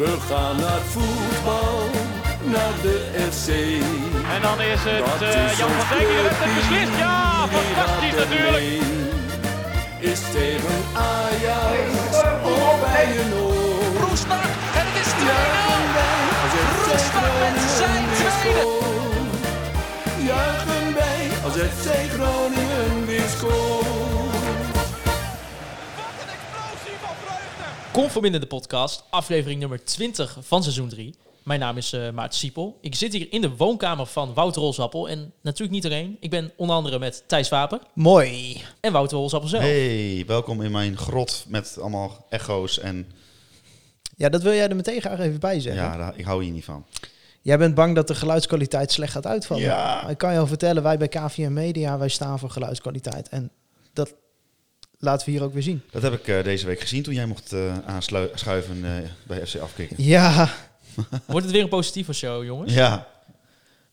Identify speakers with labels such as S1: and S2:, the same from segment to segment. S1: We gaan naar voetbal, naar de FC.
S2: En dan is het
S1: Dat
S2: eh,
S1: is
S2: Jan
S1: ons
S2: van Dijk die de wedstrijd
S1: clubje,
S2: beslist. Ja,
S1: iedereen
S2: fantastisch
S1: gaat er
S2: natuurlijk.
S1: mee. Is tegen Ajax of bij een oor.
S3: Roestak en het is 2-0. Roestak met zijn tweede.
S1: Juichen wij als het FC Groningen weer scoort.
S3: Wat een explosie van vreugde.
S4: Conforminder de podcast, aflevering nummer 20 van seizoen 3. Mijn naam is eh Maart Siepel. Ik zit hier in de woonkamer van Wouter Rolsappel. En natuurlijk niet alleen. Ik ben onder andere met Thijs Wapen
S5: Mooi.
S4: en Wouter Rolsappel zelf.
S6: Hey, welkom in mijn grot met allemaal echo's en
S5: Ja, dat wil jij er meteen graag even bij zeggen.
S6: ja, daar- ik hou hier niet van.
S5: Jij bent bang dat de geluidskwaliteit slecht gaat uitvallen.
S6: Ja.
S5: Ik kan je al vertellen, wij bij KVM Media, wij staan voor geluidskwaliteit. En dat laten we hier ook weer zien.
S6: Dat heb ik eh, deze week gezien toen jij mocht eh, aanschuiven eh, bij FC Afkikken.
S5: Ja,
S4: Wordt het weer een positieve show, jongens?
S6: Ja,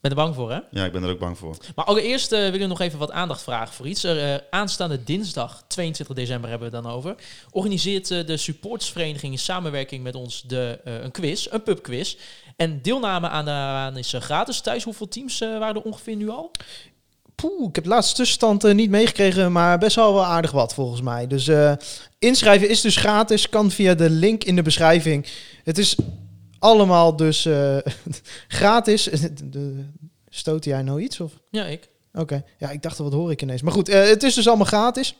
S4: Ben er bang voor, hè?
S6: ja, ik ben er ook bang voor.
S4: Maar allereerst eh, willen we nog even wat aandacht vragen voor iets. Er, eh, aanstaande dinsdag, 22 december hebben we het dan over, organiseert eh, de supportsvereniging in samenwerking met ons de, eh, een quiz, een pubquiz. En deelname aan daaraan is eh, gratis. Thijs, hoeveel teams eh, waren er ongeveer nu al?
S5: poeh, ik heb de laatste tussenstand eh, niet meegekregen, maar best wel wel aardig wat volgens mij. Dus eh, inschrijven is dus gratis, kan via de link in de beschrijving. Het is allemaal dus eh, gratis. De- Stoot jij nou iets of?
S4: Ja, ik.
S5: Oké, ja, ik dacht, wat hoor ik ineens. Maar goed, eh, het is dus allemaal gratis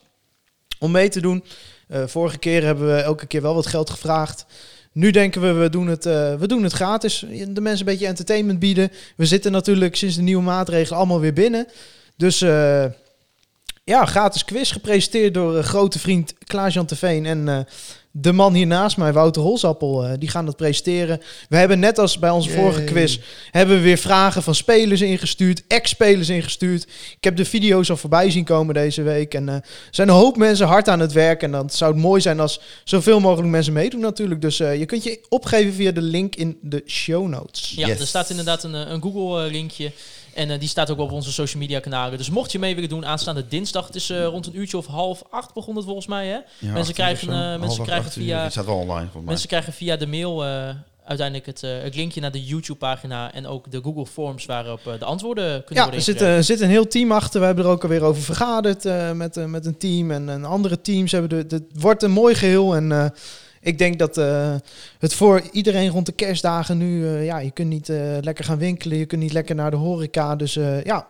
S5: om mee te doen. Eh, vorige keer hebben we elke keer wel wat geld gevraagd. Nu denken we, we doen, het, eh, we doen het gratis. De mensen een beetje entertainment bieden. We zitten natuurlijk sinds de nieuwe maatregelen allemaal weer binnen. Dus eh, ja, gratis quiz gepresenteerd door eh, grote vriend Klaas-Jan Teveen en eh, de man hier naast mij, Wouter Holsappel. eh, die gaan dat presenteren. We hebben net als bij onze vorige quiz, hebben we weer vragen van spelers ingestuurd, ex-spelers ingestuurd. Ik heb de video's al voorbij zien komen deze week. En eh, er zijn een hoop mensen hard aan het werk. En dan zou het mooi zijn als zoveel mogelijk mensen meedoen natuurlijk. Dus eh, je kunt je opgeven via de link in de show notes.
S4: Ja,
S6: Yes.
S4: er staat inderdaad een, eh, een Google-linkje. En eh, die staat ook op onze social media-kanalen. Dus mocht je mee willen doen, aanstaande dinsdag. Het is eh, rond een uurtje of half acht begon het volgens mij. Hè?
S6: Ja,
S4: Mensen
S6: acht uur
S4: krijgen,
S6: of zo.
S4: eh,
S6: Half
S4: mensen
S6: acht,
S4: krijgen
S6: acht uur.
S4: via-
S6: Het staat wel online voor mij.
S4: Mensen krijgen via de mail eh, uiteindelijk het, eh, het linkje naar de YouTube-pagina. En ook de Google Forms waarop eh, de antwoorden kunnen
S5: Ja,
S4: worden
S5: er zit,
S4: ingegeven.
S5: eh, er zit een heel team achter. We hebben er ook alweer over vergaderd eh, met, eh, met een team en, en andere teams. Hebben de, de- het wordt een mooi geheel. En eh, ik denk dat eh, het voor iedereen rond de kerstdagen nu... eh, ja, je kunt niet eh, lekker gaan winkelen. Je kunt niet lekker naar de horeca. Dus eh, ja,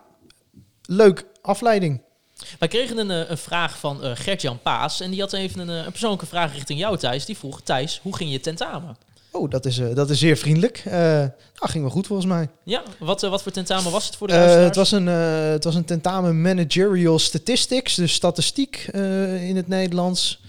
S5: leuk. Afleiding.
S4: Wij kregen een, eh, een vraag van eh, Gert-Jan Paas. En die had even een, eh, een persoonlijke vraag richting jou, Thijs. Die vroeg, Thijs, hoe ging je tentamen?
S5: Oh, dat is, eh, dat is zeer vriendelijk. Eh ah, ging wel goed volgens mij.
S4: Ja, wat, eh, wat voor tentamen was het voor de
S5: Eh,
S4: luisteraars?
S5: het, was een, eh, het was een tentamen managerial statistics, dus statistiek eh, in het Nederlands.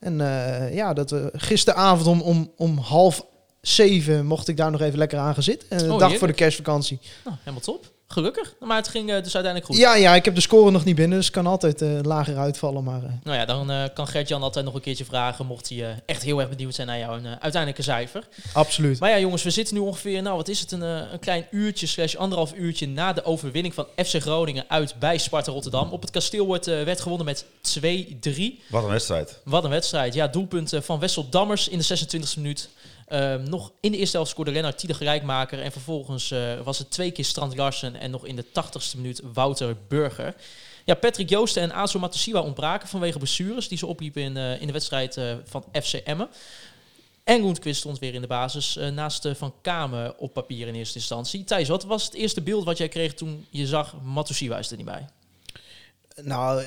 S5: En eh, ja, dat, we gisteravond om, om, om half zeven mocht ik daar nog even lekker aan gaan zitten. Eh,
S4: Oh,
S5: dag voor de
S4: heerlijk.
S5: kerstvakantie.
S4: Nou, helemaal top. Gelukkig. Maar het ging eh, dus uiteindelijk goed.
S5: Ja, ja, ik heb de score nog niet binnen, dus het kan altijd eh, lager uitvallen. Maar eh,
S4: Nou ja, dan eh, kan Gert-Jan altijd nog een keertje vragen, mocht hij eh, echt heel erg benieuwd zijn naar jouw eh, uiteindelijke cijfer.
S5: absoluut.
S4: Maar ja, jongens, we zitten nu ongeveer, nou wat is het, een, eh, een klein uurtje, slash anderhalf uurtje na de overwinning van FC Groningen uit bij Sparta Rotterdam. Op het kasteel wordt, eh, werd gewonnen met 2-3.
S6: Wat een wedstrijd.
S4: Wat een wedstrijd. Ja, doelpunten van Wessel Dammers in de 26e minuut. Ehm, nog in de eerste helft scoorde Lennart Tiede gelijkmaker. En vervolgens eh, was het twee keer Strand Larsen. En nog in de 80ste minuut Wouter Burger. Ja, Patrick Joosten en Azo Matosiwa ontbraken vanwege blessures die ze opliepen in, eh, in de wedstrijd eh, van FC Emmen. En Roentquist stond weer in de basis eh, naast eh, Van Kamen op papier in eerste instantie. Thijs, wat was het eerste beeld wat jij kreeg toen je zag Matosiwa is er niet bij?
S5: Nou, eh,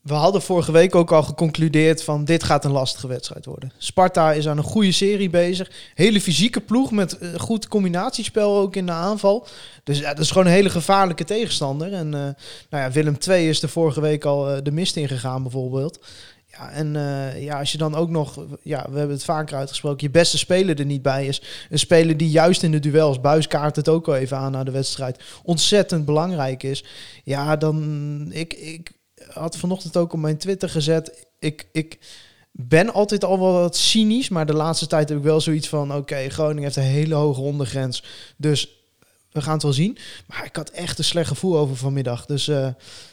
S5: we hadden vorige week ook al geconcludeerd van dit gaat een lastige wedstrijd worden. Sparta is aan een goede serie bezig. Hele fysieke ploeg met eh, goed combinatiespel ook in de aanval. Dus ja, dat is gewoon een hele gevaarlijke tegenstander. En eh, nou ja, Willem II is er vorige week al eh, de mist in gegaan bijvoorbeeld. Ja, en eh, ja, als je dan ook nog, ja, we hebben het vaker uitgesproken, je beste speler er niet bij is. Een speler die juist in de duels, Buis kaart het ook al even aan na de wedstrijd, ontzettend belangrijk is. Ja, dan. Ik, ik had vanochtend ook op mijn Twitter gezet. Ik, ik ben altijd al wel wat cynisch, maar de laatste tijd heb ik wel zoiets van: oké, Groningen heeft een hele hoge ondergrens. Dus we gaan het wel zien. Maar ik had echt een slecht gevoel over vanmiddag. Dus eh, nou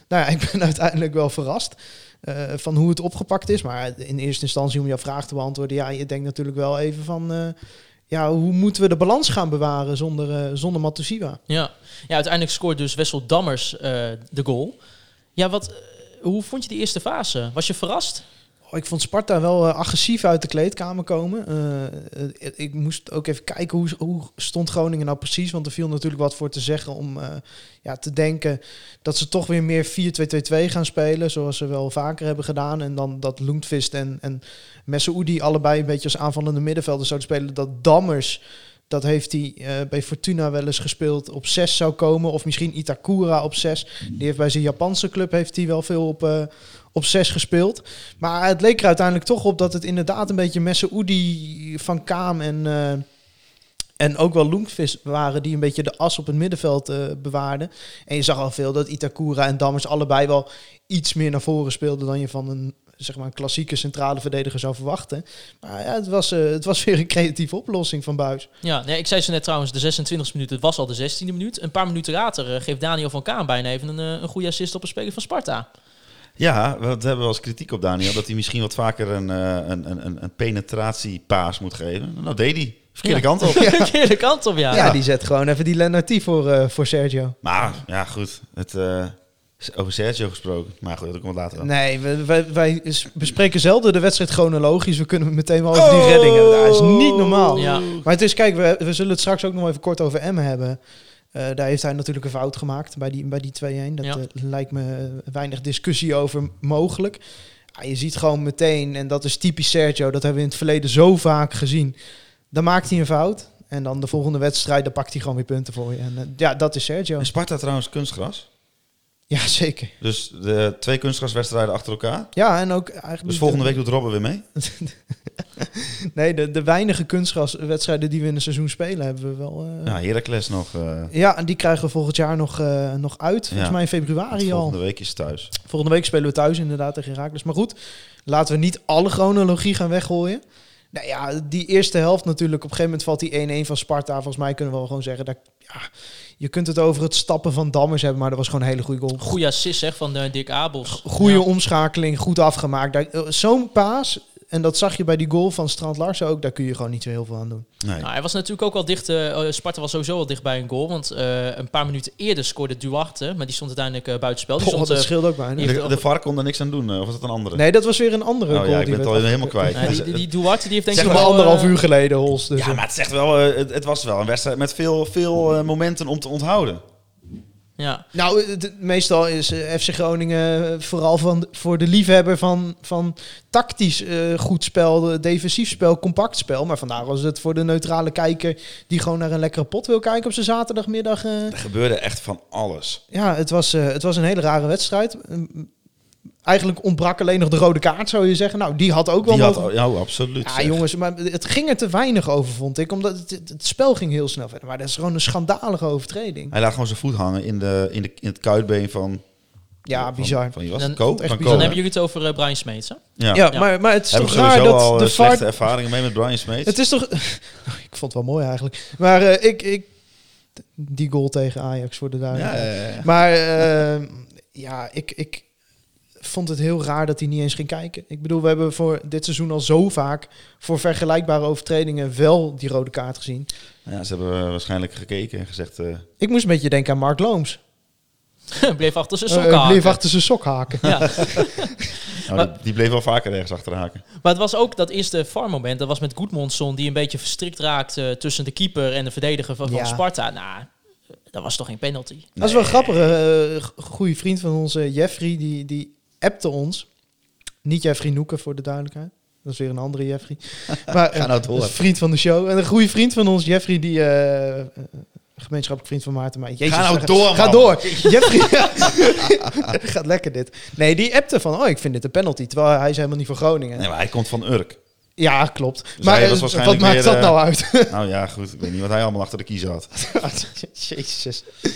S5: ja, ik ben uiteindelijk wel verrast. eh, van hoe het opgepakt is. Maar in eerste instantie om jouw vraag te beantwoorden. Ja, je denkt natuurlijk wel even van. eh, ja, hoe moeten we de balans gaan bewaren zonder, eh, zonder Matusiwa?
S4: Ja. ja, uiteindelijk scoort dus Wessel Dammers eh, de goal. Ja, wat, eh, hoe vond je die eerste fase? Was je verrast?
S5: Oh, ik vond Sparta wel eh, agressief uit de kleedkamer komen. Eh, eh, ik moest ook even kijken hoe, hoe stond Groningen nou precies. Want er viel natuurlijk wat voor te zeggen om eh, ja, te denken dat ze toch weer meer 4-2-2-2 gaan spelen. Zoals ze wel vaker hebben gedaan. En dan dat Loentvist en, en Messeoudi allebei een beetje als aanvallende middenvelder zouden spelen. Dat Dammers, dat heeft hij eh, bij Fortuna wel eens gespeeld, op 6 zou komen. Of misschien Itakura op 6. Die heeft bij zijn Japanse club heeft hij wel veel op... eh, op 6 gespeeld. Maar het leek er uiteindelijk toch op dat het inderdaad een beetje Messeoudi, Van Kaam en, eh, en ook wel Loenkvist waren die een beetje de as op het middenveld eh, bewaarden. En je zag al veel dat Itakura en Dammers allebei wel iets meer naar voren speelden dan je van een, zeg maar, een klassieke centrale verdediger zou verwachten. Maar ja, het, was, eh, het was weer een creatieve oplossing van Buis.
S4: Ja, nee, ik zei ze net trouwens, de 26e minuut, het was al de 16e minuut. Een paar minuten later eh, geeft Daniel van Kaan bijna even een, eh, een goede assist op een speler van Sparta.
S6: Ja, we hebben wel eens kritiek op Daniel. Dat hij misschien wat vaker een, eh, een, een, een- een penetratiepaas moet geven. Nou, deed hij. Verkeerde
S4: Ja.
S6: kant op.
S4: Verkeerde kant op, ja.
S5: Ja, Ah, die zet gewoon even die Lennartie voor, eh, voor Sergio.
S6: Maar ja, goed. Het, eh, over Sergio gesproken. Maar goed, dat komt later wel.
S5: Nee, we- wij, wij s- bespreken zelden de wedstrijd chronologisch. We kunnen meteen wel over die reddingen. Dat is niet normaal.
S4: Ja.
S5: Maar het is, kijk, we, we zullen het straks ook nog even kort over Emmen hebben. Eh, daar heeft hij natuurlijk een fout gemaakt bij die, bij die 2-1. Dat
S4: Ja.
S5: eh, lijkt me weinig discussie over mogelijk. Ah, je ziet gewoon meteen, en dat is typisch Sergio, dat hebben we in het verleden zo vaak gezien. Dan maakt hij een fout. En dan de volgende wedstrijd, dan pakt hij gewoon weer punten voor je. En eh, ja, dat is Sergio.
S6: En Sparta trouwens kunstgras.
S5: Ja, zeker.
S6: Dus de twee kunstgraswedstrijden achter elkaar.
S5: Ja, en ook eigenlijk...
S6: Dus volgende week doet Robben weer mee.
S5: Nee, de, de weinige kunstgraswedstrijden die we in het seizoen spelen, hebben we wel. eh,
S6: Ja, Nou, Heracles nog. eh,
S5: ja, en die krijgen we volgend jaar nog, eh, nog uit. Volgens
S6: Ja.
S5: mij in februari al.
S6: volgende week is thuis.
S5: Volgende week spelen we thuis inderdaad tegen Herakles. Maar goed, laten we niet alle chronologie gaan weggooien. Nou ja, die eerste helft natuurlijk. Op een gegeven moment valt die 1-1 van Sparta. Volgens mij kunnen we wel gewoon zeggen. Dat, ja, je kunt het over het stappen van Dammers hebben, maar dat was gewoon een hele goede goal.
S4: Goeie assist, zeg, van eh, Dick Abels.
S5: Goede
S4: Ja.
S5: omschakeling, goed afgemaakt. Daar- eh, Zo'n paas, en dat zag je bij die goal van Strand Larsen ook, daar kun je gewoon niet zo heel veel aan doen.
S6: Nee.
S4: Nou, hij was natuurlijk ook al dicht. eh, eh, Sparta was sowieso al dicht bij een goal. Want eh, een paar minuten eerder scoorde Duarte. Maar die stond uiteindelijk eh buitenspel. Die
S5: Goh,
S4: stond,
S5: dat
S4: eh,
S5: scheelt ook bijna.
S4: die heeft
S6: De, de VAR kon er niks aan doen. eh, Of was dat een andere?
S5: Nee, dat was weer een andere
S6: Oh
S5: goal.
S6: ja, ik
S5: die
S6: ben het
S5: werd
S6: al helemaal
S5: afgekeurd.
S6: kwijt.
S4: nou, die, die, die Duarte die heeft denk
S5: Zeg
S4: ik
S5: maar
S4: wel,
S5: anderhalf
S4: eh,
S5: uur geleden, Hols. Dus
S6: Ja, maar het zegt wel, eh, het, het was wel een wedstrijd met veel, veel eh, momenten om te onthouden.
S4: Ja.
S5: Nou, eh, d- meestal is eh, FC Groningen eh, vooral van, voor de liefhebber van, van tactisch eh, goed spel, eh, defensief spel, compact spel. Maar vandaar was het voor de neutrale kijker die gewoon naar een lekkere pot wil kijken op zijn zaterdagmiddag. eh.
S6: Er gebeurde echt van alles.
S5: Ja, het was, eh, het was een hele rare wedstrijd. Mm, Eigenlijk ontbrak alleen nog de rode kaart, zou je zeggen. Nou, die had ook wel
S6: Die had,
S5: mogen-
S6: ja, oh, absoluut.
S5: Ja,
S6: zeg.
S5: jongens, maar het ging er te weinig over, vond ik. Omdat het, het- het spel ging heel snel verder. Maar dat is gewoon een schandalige overtreding.
S6: Hij laat gewoon zijn voet hangen in, de, in, de, in het kuitbeen van...
S5: Ja,
S6: van-
S5: bizar.
S6: Van, wie was het?
S4: Dan-
S6: Ko? Van
S5: echt bizar.
S6: Ko,
S4: Dan
S6: hè?
S4: hebben jullie het over eh, Brian Smeets, hè?
S6: Ja.
S5: Ja,
S4: Ja.
S5: Maar, maar het is
S6: Heb ik
S5: toch raar
S6: sowieso
S5: dat
S6: al eh,
S5: de
S6: slechte
S5: VAR...
S6: ervaringen mee met Brian Smeets.
S5: Het is toch... ik vond het wel mooi eigenlijk. Maar eh, ik, ik... Die goal tegen Ajax voor de
S6: ja,
S5: duidelijkheid.
S6: ja, ja.
S5: Maar eh, ja, ik, ik vond het heel raar dat hij niet eens ging kijken. Ik bedoel, we hebben voor dit seizoen al zo vaak... voor vergelijkbare overtredingen wel die rode kaart gezien.
S6: Ja, ze hebben eh, waarschijnlijk gekeken en gezegd... eh,
S5: Ik moest een beetje denken aan Mark Looms.
S4: bleef achter zijn
S5: Eh,
S4: sokken hangen.
S5: bleef achter zijn sok haken.
S4: Ja.
S6: nou, die- die bleef wel vaker ergens achterhaken.
S4: Maar het was ook dat eerste VAR-moment. Dat was met Goedmondson die een beetje verstrikt raakt eh, tussen de keeper en de verdediger van, van
S5: Ja.
S4: Sparta. Nou, dat was toch geen penalty?
S5: Dat is wel grappig. eh, g- goede vriend van onze Jeffrey, die, die appte ons. Niet Jeffrey Noeken, voor de duidelijkheid. Dat is weer een andere Jeffrey. Maar, eh,
S6: Ga nou door.
S5: dat is een vriend van de show. En een goede vriend van ons, Jeffrey, die... eh, eh, gemeenschappelijk vriend van Maarten. Maar jezus,
S6: Ga nou
S5: zeg-
S6: door,
S5: Ga
S6: man.
S5: door. Jeffrey... gaat lekker dit. Nee, die appte van, oh, ik vind dit een penalty. Terwijl hij is helemaal niet voor Groningen.
S6: Nee, maar hij komt van Urk.
S5: Ja, klopt.
S6: Dus
S5: maar
S6: hij was
S5: eh, wat
S6: waarschijnlijk
S5: maakt
S6: weer,
S5: dat
S6: eh,
S5: nou uit?
S6: nou ja, goed. Ik weet niet wat hij allemaal achter de kiezer had.
S5: Jezus.
S6: We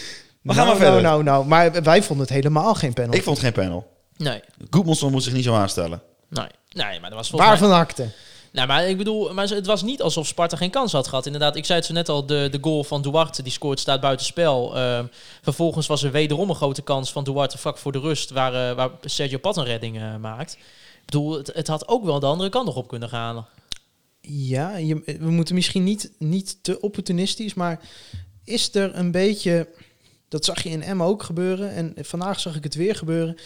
S6: gaan
S5: nou,
S6: maar verder.
S5: Nou, nou, nou. Maar wij vonden het helemaal geen penalty.
S6: Ik vond geen panel.
S4: Nee,
S6: Goedmonson moet zich niet zo aanstellen.
S4: nee, nee, maar dat was volgens mij...
S5: Waar van hakte?
S4: Nou, maar ik bedoel, maar het was niet alsof Sparta geen kans had gehad. Inderdaad, ik zei het zo net al, de, de goal van Duarte, die scoort, staat buitenspel. Ehm vervolgens was er wederom een grote kans van Duarte vlak voor de rust, waar, eh, waar Sergio Pat een redding eh, maakt. Ik bedoel, het, het had ook wel de andere kant nog op kunnen gaan.
S5: Ja, je, we moeten misschien niet, niet te opportunistisch, maar is er een beetje, dat zag je in Emmen ook gebeuren en vandaag zag ik het weer gebeuren,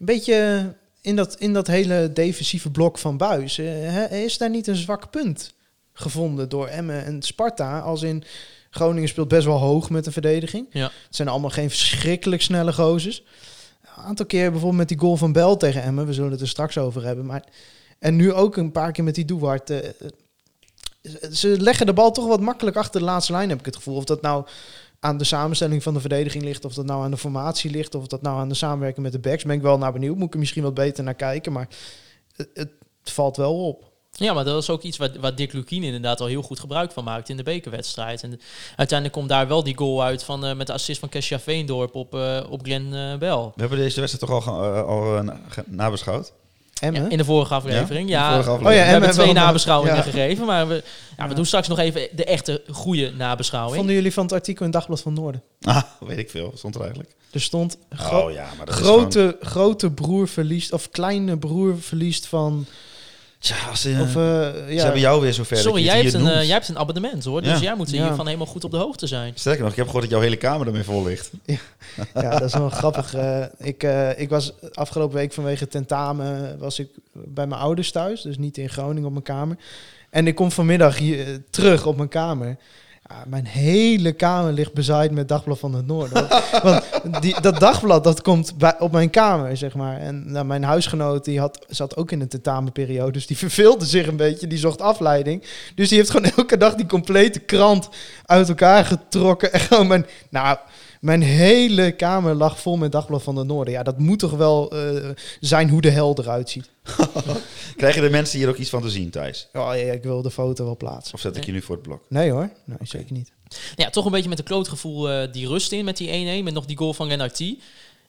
S5: een beetje in dat, in dat hele defensieve blok van Buis, eh, hè, is daar niet een zwak punt gevonden door Emmen en Sparta, als in Groningen speelt best wel hoog met de verdediging.
S4: Ja.
S5: Het zijn allemaal geen verschrikkelijk snelle gozers. Een aantal keer bijvoorbeeld met die goal van Bel tegen Emmen, we zullen het er straks over hebben, maar en nu ook een paar keer met die Duwart. eh, eh, ze- ze leggen de bal toch wat makkelijk achter de laatste lijn, heb ik het gevoel. Of dat nou aan de samenstelling van de verdediging ligt, of dat nou aan de formatie ligt, of dat nou aan de samenwerking met de backs. Ben ik wel naar benieuwd. Moet ik er misschien wat beter naar kijken, maar het, het valt wel op.
S4: Ja, maar dat is ook iets waar, waar Dick Lukien inderdaad al heel goed gebruik van maakt in de bekerwedstrijd. En uiteindelijk komt daar wel die goal uit van, eh, met de assist van Kesja Veendorp op, eh, op Glenn eh, Bell.
S6: We hebben deze wedstrijd toch al, ge- eh, al eh, na- ge- nabeschouwd?
S5: Emmen?
S4: In de vorige aflevering, ja.
S6: De vorige
S5: Oh ja,
S6: aflevering.
S4: we hebben
S5: Emmen
S4: twee
S5: wel-
S4: nabeschouwingen
S5: ja.
S4: gegeven, maar we, ja, we
S5: Ja.
S4: doen straks nog even de echte goede nabeschouwing.
S5: Vonden jullie van het artikel in Dagblad van Noorden?
S6: Ah, weet ik veel. Stond er eigenlijk.
S5: Er stond gro-
S6: oh ja, maar dat is
S5: grote, grote broer verliest, of kleine broer verliest van...
S6: gewoon- Tja, ze,
S5: Of,
S6: ze
S5: eh, ja,
S6: hebben jou weer zover dat
S4: Sorry,
S6: je het
S4: jij hebt,
S6: hier
S4: een, eh,
S6: noemt.
S4: jij hebt een abonnement hoor,
S6: Ja.
S4: dus jij moet
S5: Ja.
S4: hiervan helemaal goed op de hoogte zijn.
S6: Sterker nog, ik heb gehoord dat jouw hele kamer ermee vol ligt.
S5: Ja, dat is wel grappig. Eh, ik, eh, ik was afgelopen week vanwege tentamen was ik bij mijn ouders thuis, dus niet in Groningen op mijn kamer. En ik kom vanmiddag hier eh, terug op mijn kamer. Ja, mijn hele kamer ligt bezaaid met Dagblad van het Noorden. Want, want die, dat dagblad dat komt bij, op mijn kamer, zeg maar. En nou, mijn huisgenoot die had, zat ook in een tentamenperiode, dus die verveelde zich een beetje. Die zocht afleiding. Dus die heeft gewoon elke dag die complete krant uit elkaar getrokken. En gewoon mijn, nou, mijn hele kamer lag vol met Dagblad van het Noorden. Ja, dat moet toch wel eh, zijn hoe de hel eruit ziet.
S6: Krijgen de mensen hier ook iets van te zien, Thijs?
S5: Oh ja, ik wil de foto wel plaatsen.
S6: Of zet ik je nu voor het blok?
S5: Nee hoor, nee, zeker niet.
S4: Nou Ja, toch een beetje met een klootgevoel eh, die rust in met die 1-1, met nog die goal van Renati.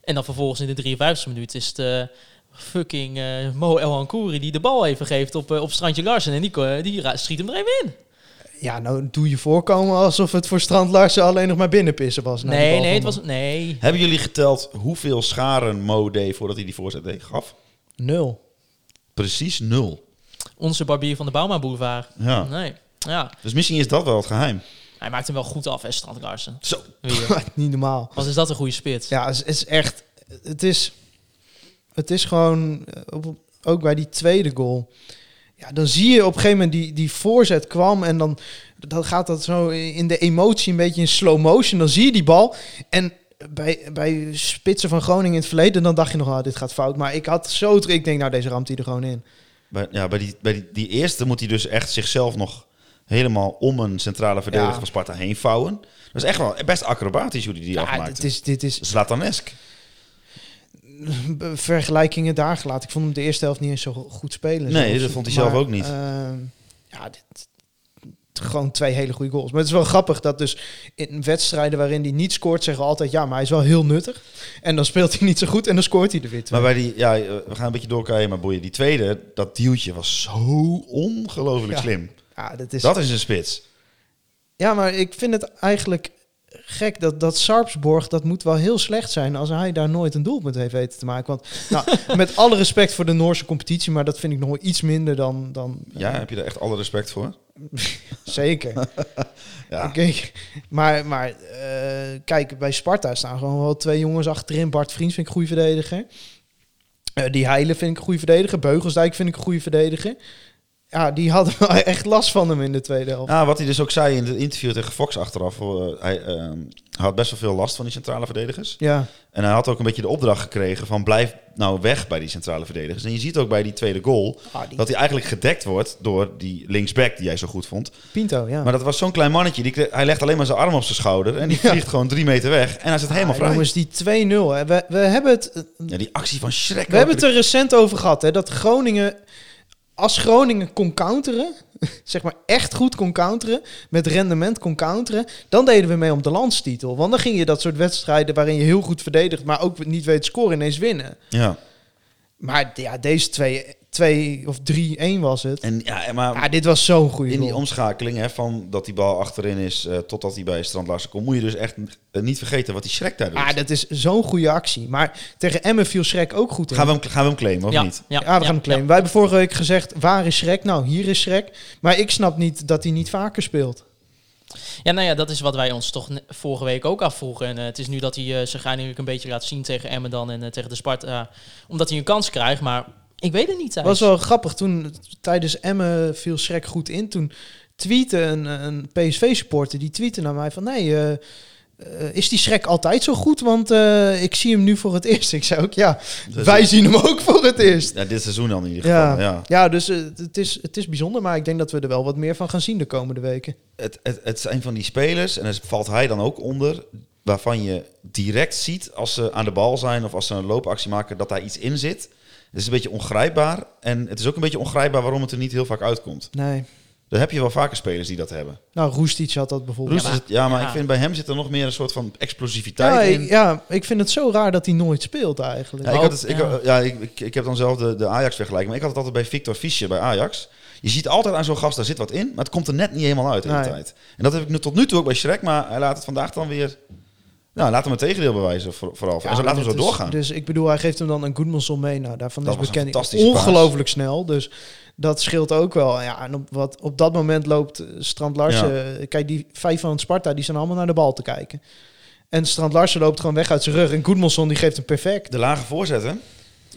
S4: En dan vervolgens in de 53e minuut is het eh, fucking eh, Mo El Hankouri die de bal even geeft op, eh, op Strandje Larsen. En die, ko- die ra- schiet hem er even in.
S5: Ja, nou doe je voorkomen alsof het voor Strand Larsen alleen nog maar binnenpissen was. na die
S4: Nee,
S5: bal
S4: nee, het
S5: van
S4: was... Nee.
S6: Hebben jullie geteld hoeveel scharen Mo deed voordat hij die voorzet deed? Gaf?
S5: hem. Nul.
S6: Precies nul.
S4: Onze barbier van de Bauma Boulevard.
S6: Ja.
S4: Nee. Ja.
S6: Dus misschien is dat wel het geheim.
S4: Hij maakt hem wel goed af, hè, Strand Larsen.
S6: Zo.
S4: Weer.
S5: niet normaal.
S4: Wat is dat een goede spits?
S5: Ja, het is, het is echt... Het is, het is gewoon... eh, op- ook bij die tweede goal... Ja, dan zie je op een gegeven moment die, die voorzet kwam en dan, dan gaat dat zo in de emotie een beetje in slow motion. Dan zie je die bal en bij, bij spitsen van Groningen in het verleden, dan dacht je nog, ah, dit gaat fout. Maar ik had zo, terug- ik denk, nou, deze ramt hij er gewoon in.
S6: Bij, ja, bij, die, bij die, die eerste moet hij dus echt zichzelf nog helemaal om een centrale verdediger
S5: Ja.
S6: van Sparta heen vouwen. Dat is echt wel best acrobatisch hoe hij die
S5: Ja,
S6: afmaakt.
S5: dit is, dit is
S6: Zlatanesk.
S5: be- eh, vergelijkingen daar gelaten. Ik vond hem de eerste helft niet eens zo go- goed spelen.
S6: Nee,
S5: Zelfs.
S6: dat vond hij zelf ook niet.
S5: ehm, ja, dit, gewoon twee hele goede goals. Maar het is wel grappig dat dus in wedstrijden waarin hij niet scoort, zeggen we altijd ja, maar hij is wel heel nuttig. En dan speelt hij niet zo goed en dan scoort hij er weer twee.
S6: Maar bij die, ja, eh, we gaan een beetje doorkijken, maar boeien. Die tweede, dat duwtje was zo ongelooflijk
S5: Ja.
S6: slim.
S5: ja, dat is,
S6: Dat is een spits.
S5: ja, maar ik vind het eigenlijk gek dat, dat Sarpsborg, dat moet wel heel slecht zijn als hij daar nooit een doelpunt heeft weten te maken. Want nou, met alle respect voor de Noorse competitie, maar dat vind ik nog wel iets minder dan... dan
S6: Ja, heb je daar echt alle respect voor?
S5: Zeker.
S6: Ja.
S5: Oké, Maar, maar eh, kijk, bij Sparta staan gewoon wel twee jongens achterin. Bart Vriends vind ik een goede verdediger. Eh, die Heilen vind ik een goede verdediger. Beugelsdijk vind ik een goede verdediger. Ja, die hadden wel echt last van hem in de tweede helft.
S6: Nou, wat hij dus ook zei in het interview tegen Fox achteraf. eh, hij eh, had best wel veel last van die centrale verdedigers.
S5: Ja,
S6: En hij had ook een beetje de opdracht gekregen van blijf nou weg bij die centrale verdedigers. En je ziet ook bij die tweede goal
S5: Ah, die-
S6: dat hij eigenlijk gedekt wordt door die linksback die jij zo goed vond.
S5: Pinto, ja.
S6: Maar dat was zo'n klein mannetje. Die, kre- hij legt alleen maar zijn arm op zijn schouder en die vliegt gewoon drie meter weg. En hij zit helemaal
S5: Ah,
S6: vrij.
S5: jongens, die 2-0. hè. We, we hebben het eh,
S6: Ja, die actie van Schrek.
S5: We hebben het er recent over gehad, hè, dat Groningen, als Groningen kon counteren, zeg maar echt goed kon counteren, met rendement kon counteren, dan deden we mee om de landstitel. Want dan ging je dat soort wedstrijden waarin je heel goed verdedigt, maar ook niet weet te scoren, ineens winnen.
S6: Ja.
S5: Maar ja, deze twee, 2 of 3-1 was het.
S6: En, ja, maar
S5: Ja, dit was zo'n goede
S6: in die
S5: Ah, goal.
S6: omschakeling hè, van dat die bal achterin is eh, totdat hij bij Strand Larsen komt, moet je dus echt eh, niet vergeten wat die Schrek daar doet.
S5: Ah, dat is zo'n goede actie. Maar tegen Emmen viel Schrek ook goed in.
S6: gaan, we hem, gaan we hem claimen of
S4: ja,
S6: niet?
S5: Ja, we gaan hem claimen. Wij hebben vorige week gezegd, waar is Schrek? Nou, hier is Schrek. Maar ik snap niet dat hij niet vaker speelt.
S4: Ja, nou ja, dat is wat wij ons toch ne- vorige week ook afvroegen. En eh, het is nu dat hij eh, zich eindelijk een beetje laat zien tegen Emmen dan en eh, tegen de Sparta. Omdat hij een kans krijgt, maar ik weet het niet. Thijs.
S5: was wel grappig. Toen tijdens Emmen viel Schrek goed in. Toen tweette een, een PSV-supporter, die tweette naar mij van... Nee, eh, eh, is die Schrek altijd zo goed? Want eh, ik zie hem nu voor het eerst. Ik zei ook, ja,
S6: Dus-
S5: wij zien hem ook voor het eerst.
S6: Ja, dit seizoen dan in ieder geval.
S5: Ja,
S6: Ja.
S5: ja. dus eh, het, is, het is bijzonder. Maar ik denk dat we er wel wat meer van gaan zien de komende weken.
S6: Het, het, het zijn van die spelers, en daar valt hij dan ook onder, waarvan je direct ziet als ze aan de bal zijn of als ze een loopactie maken, dat daar iets in zit. Het is een beetje ongrijpbaar. En het is ook een beetje ongrijpbaar waarom het er niet heel vaak uitkomt.
S5: Nee.
S6: Dan heb je wel vaker spelers die dat hebben.
S5: Nou, Roestic had dat bijvoorbeeld.
S6: Roest is het- ja, maar
S4: ja.
S6: ik vind bij hem zit er nog meer een soort van explosiviteit
S5: Ja,
S6: in.
S5: ik, ja, ik vind het zo raar dat hij nooit speelt eigenlijk.
S6: Ja, ik, had het, ik,
S4: Ja.
S6: ja, ik, ik, ik heb dan zelf de, de Ajax vergelijking, maar ik had het altijd bij Victor Fischer bij Ajax. Je ziet altijd aan zo'n gast, daar zit wat in, maar het komt er net niet helemaal uit in de
S5: Nee.
S6: tijd. En dat heb ik nu, tot nu toe ook bij Shrek, maar hij laat het vandaag dan weer... Nou, laat hem het tegendeel bewijzen voor- vooral. en zo, laat hem zo
S5: Dus-
S6: doorgaan.
S5: Dus ik bedoel, hij geeft hem dan een Goodmanson mee. Nou, daarvan
S6: Dat
S5: is
S6: was een
S5: bekend
S6: fantastische
S5: ongelooflijk snel. Dus dat scheelt ook wel. Ja, en op, wat, op dat moment loopt eh, Strand Larsen... eh, Kijk, die vijf van Sparta, die zijn allemaal naar de bal te kijken. En Strand Larsen loopt gewoon weg uit zijn rug. En Goodmanson, die geeft hem perfect.
S6: De lage voorzetten,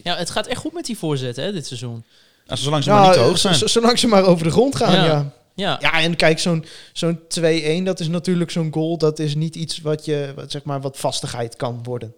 S4: Ja, het gaat echt goed met die voorzet hè, dit seizoen.
S6: als ze zolang ze maar
S5: Nou,
S6: niet te hoog zijn.
S5: z- z- Zolang ze maar over de grond gaan,
S4: Ja.
S5: ja. ja.
S4: Ja,
S5: en kijk, zo'n zo'n 2-1, dat is natuurlijk zo'n goal. Dat is niet iets wat je, wat, zeg maar, wat vastigheid kan worden.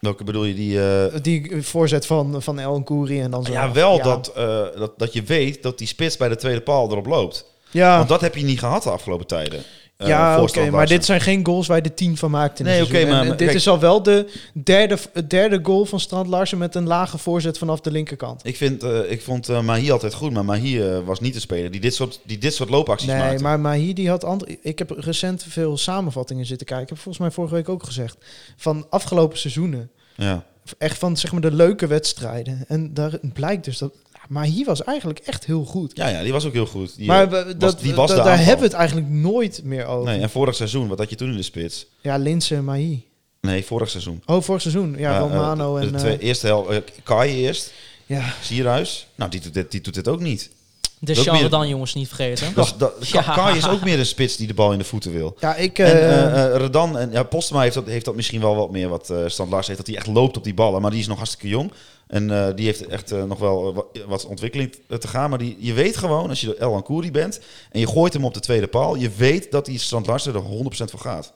S6: Welke bedoel je? Die, eh,
S5: Die voorzet van, van El Koeri en dan zo.
S6: ja, wel
S5: Ja.
S6: Dat, eh, dat, dat je weet dat die spits bij de tweede paal erop loopt.
S5: Ja.
S6: Want dat heb je niet gehad de afgelopen tijden. eh,
S5: ja,
S6: voor
S5: oké,
S6: Standaard.
S5: maar dit zijn geen goals waar je de 10 van maakt in het
S6: Nee, oké,
S5: seizoen. En,
S6: maar-
S5: eh, dit
S6: kijk-
S5: is al wel de derde, het derde goal van Strand Larsen met een lage voorzet vanaf de linkerkant.
S6: Ik, vind, eh, ik vond eh Mahi altijd goed, maar Mahi eh, was niet de speler die dit soort, die dit soort loopacties
S5: Nee,
S6: maakte.
S5: maar, maar hier die had... and- Ik heb recent veel samenvattingen zitten kijken. Ik heb volgens mij vorige week ook gezegd. Van afgelopen seizoenen.
S6: Ja.
S5: Echt van zeg maar de leuke wedstrijden. En daar blijkt dus dat... Maar hier was eigenlijk echt heel goed.
S6: Ja, ja, die was ook heel goed. Die,
S5: maar
S6: eh,
S5: we-
S6: was-
S5: dat,
S6: die was
S5: dat-
S6: de
S5: daar
S6: aanval.
S5: hebben we het eigenlijk nooit meer over.
S6: Nee, en vorig seizoen, wat had je toen in de spits?
S5: Ja, Linse en Mahi.
S6: Nee, vorig seizoen.
S5: Oh, vorig seizoen. Ja,
S6: eh,
S5: Romano
S6: de
S5: en...
S6: twee-
S5: eh,
S6: eerste hel, eh, Kai eerst,
S5: ja,
S6: Sierhuis. Nou, die doet dit, die doet dit ook niet.
S4: de
S6: Dat meer-
S4: dan jongens, niet vergeten.
S5: Oh.
S6: Dat, is- dat,
S4: Ja.
S6: Kai is ook meer een spits die de bal in de voeten wil.
S5: ja, ik...
S6: En
S5: eh,
S6: eh, eh, Redan en ja, Postma heeft dat, heeft dat misschien wel wat meer wat eh Stand Lars heeft. Dat hij echt loopt op die ballen. Maar die is nog hartstikke jong. En eh, die heeft echt eh, nog wel eh, wa- wat ontwikkeling te- te gaan. Maar die, je weet gewoon, als je de El Kouri bent en je gooit hem op de tweede paal. Je weet dat die Stand Lars er 100% voor gaat. En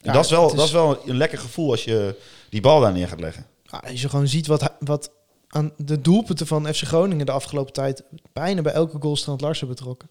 S5: Ja,
S6: dat, is wel,
S5: het is-
S6: dat is wel een lekker gevoel als je die bal daar neer gaat leggen.
S5: Ja, als je gewoon ziet wat, hij- wat aan de doelpunten van FC Groningen de afgelopen tijd bijna bij elke goal Strand Larsen betrokken.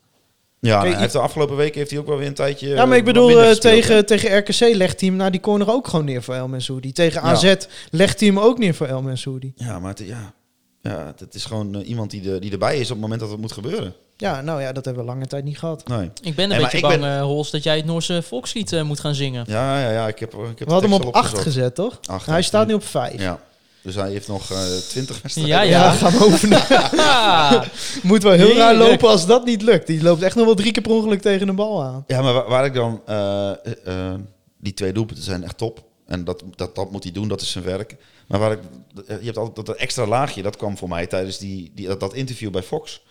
S6: Ja, nou,
S5: Kijk,
S6: hij heeft de afgelopen weken heeft hij ook wel weer een tijdje.
S5: ja, maar ik
S6: eh, wat
S5: bedoel,
S6: minder
S5: eh,
S6: gespeeld, hè.
S5: tegen, tegen RKC legt hij hem na die corner ook gewoon neer voor El Mensoudi. Tegen
S6: Ja.
S5: AZ legt hij hem ook neer voor El Mensoudi.
S6: Ja, maar het, ja. Ja, het is gewoon eh, iemand die, de, die erbij is op het moment dat het moet gebeuren.
S5: Ja, nou ja, dat hebben we lange tijd niet gehad.
S6: Nee.
S4: Ik ben een
S6: Hey, maar
S4: beetje
S6: ik
S4: bang,
S6: ben-
S4: eh, Hols, dat jij het Noorse volkslied eh, moet gaan zingen.
S6: Ja, ja, ja. Ik heb, ik heb de
S5: We hadden
S6: tekst
S5: hem
S6: al
S5: op 8
S6: opgezocht.
S5: gezet, toch?
S6: Acht,
S5: hij
S6: ja.
S5: staat nu op 5. Ja,
S6: Ja. Dus hij heeft nog eh 20 wedstrijden.
S4: Ja, ja.
S5: gaan we over naar-
S4: Ja.
S5: Moet wel heel raar
S4: Heerlijk.
S5: lopen als dat niet lukt. Die loopt echt nog wel drie keer per ongeluk tegen de bal aan.
S6: Ja, maar waar, waar ik dan... eh, eh, eh, die twee doelpunten zijn echt top. En dat, dat, dat moet hij doen, dat is zijn werk. Maar waar ik, eh, je hebt altijd dat extra laagje, dat kwam voor mij tijdens die, die, dat, dat interview bij Fox.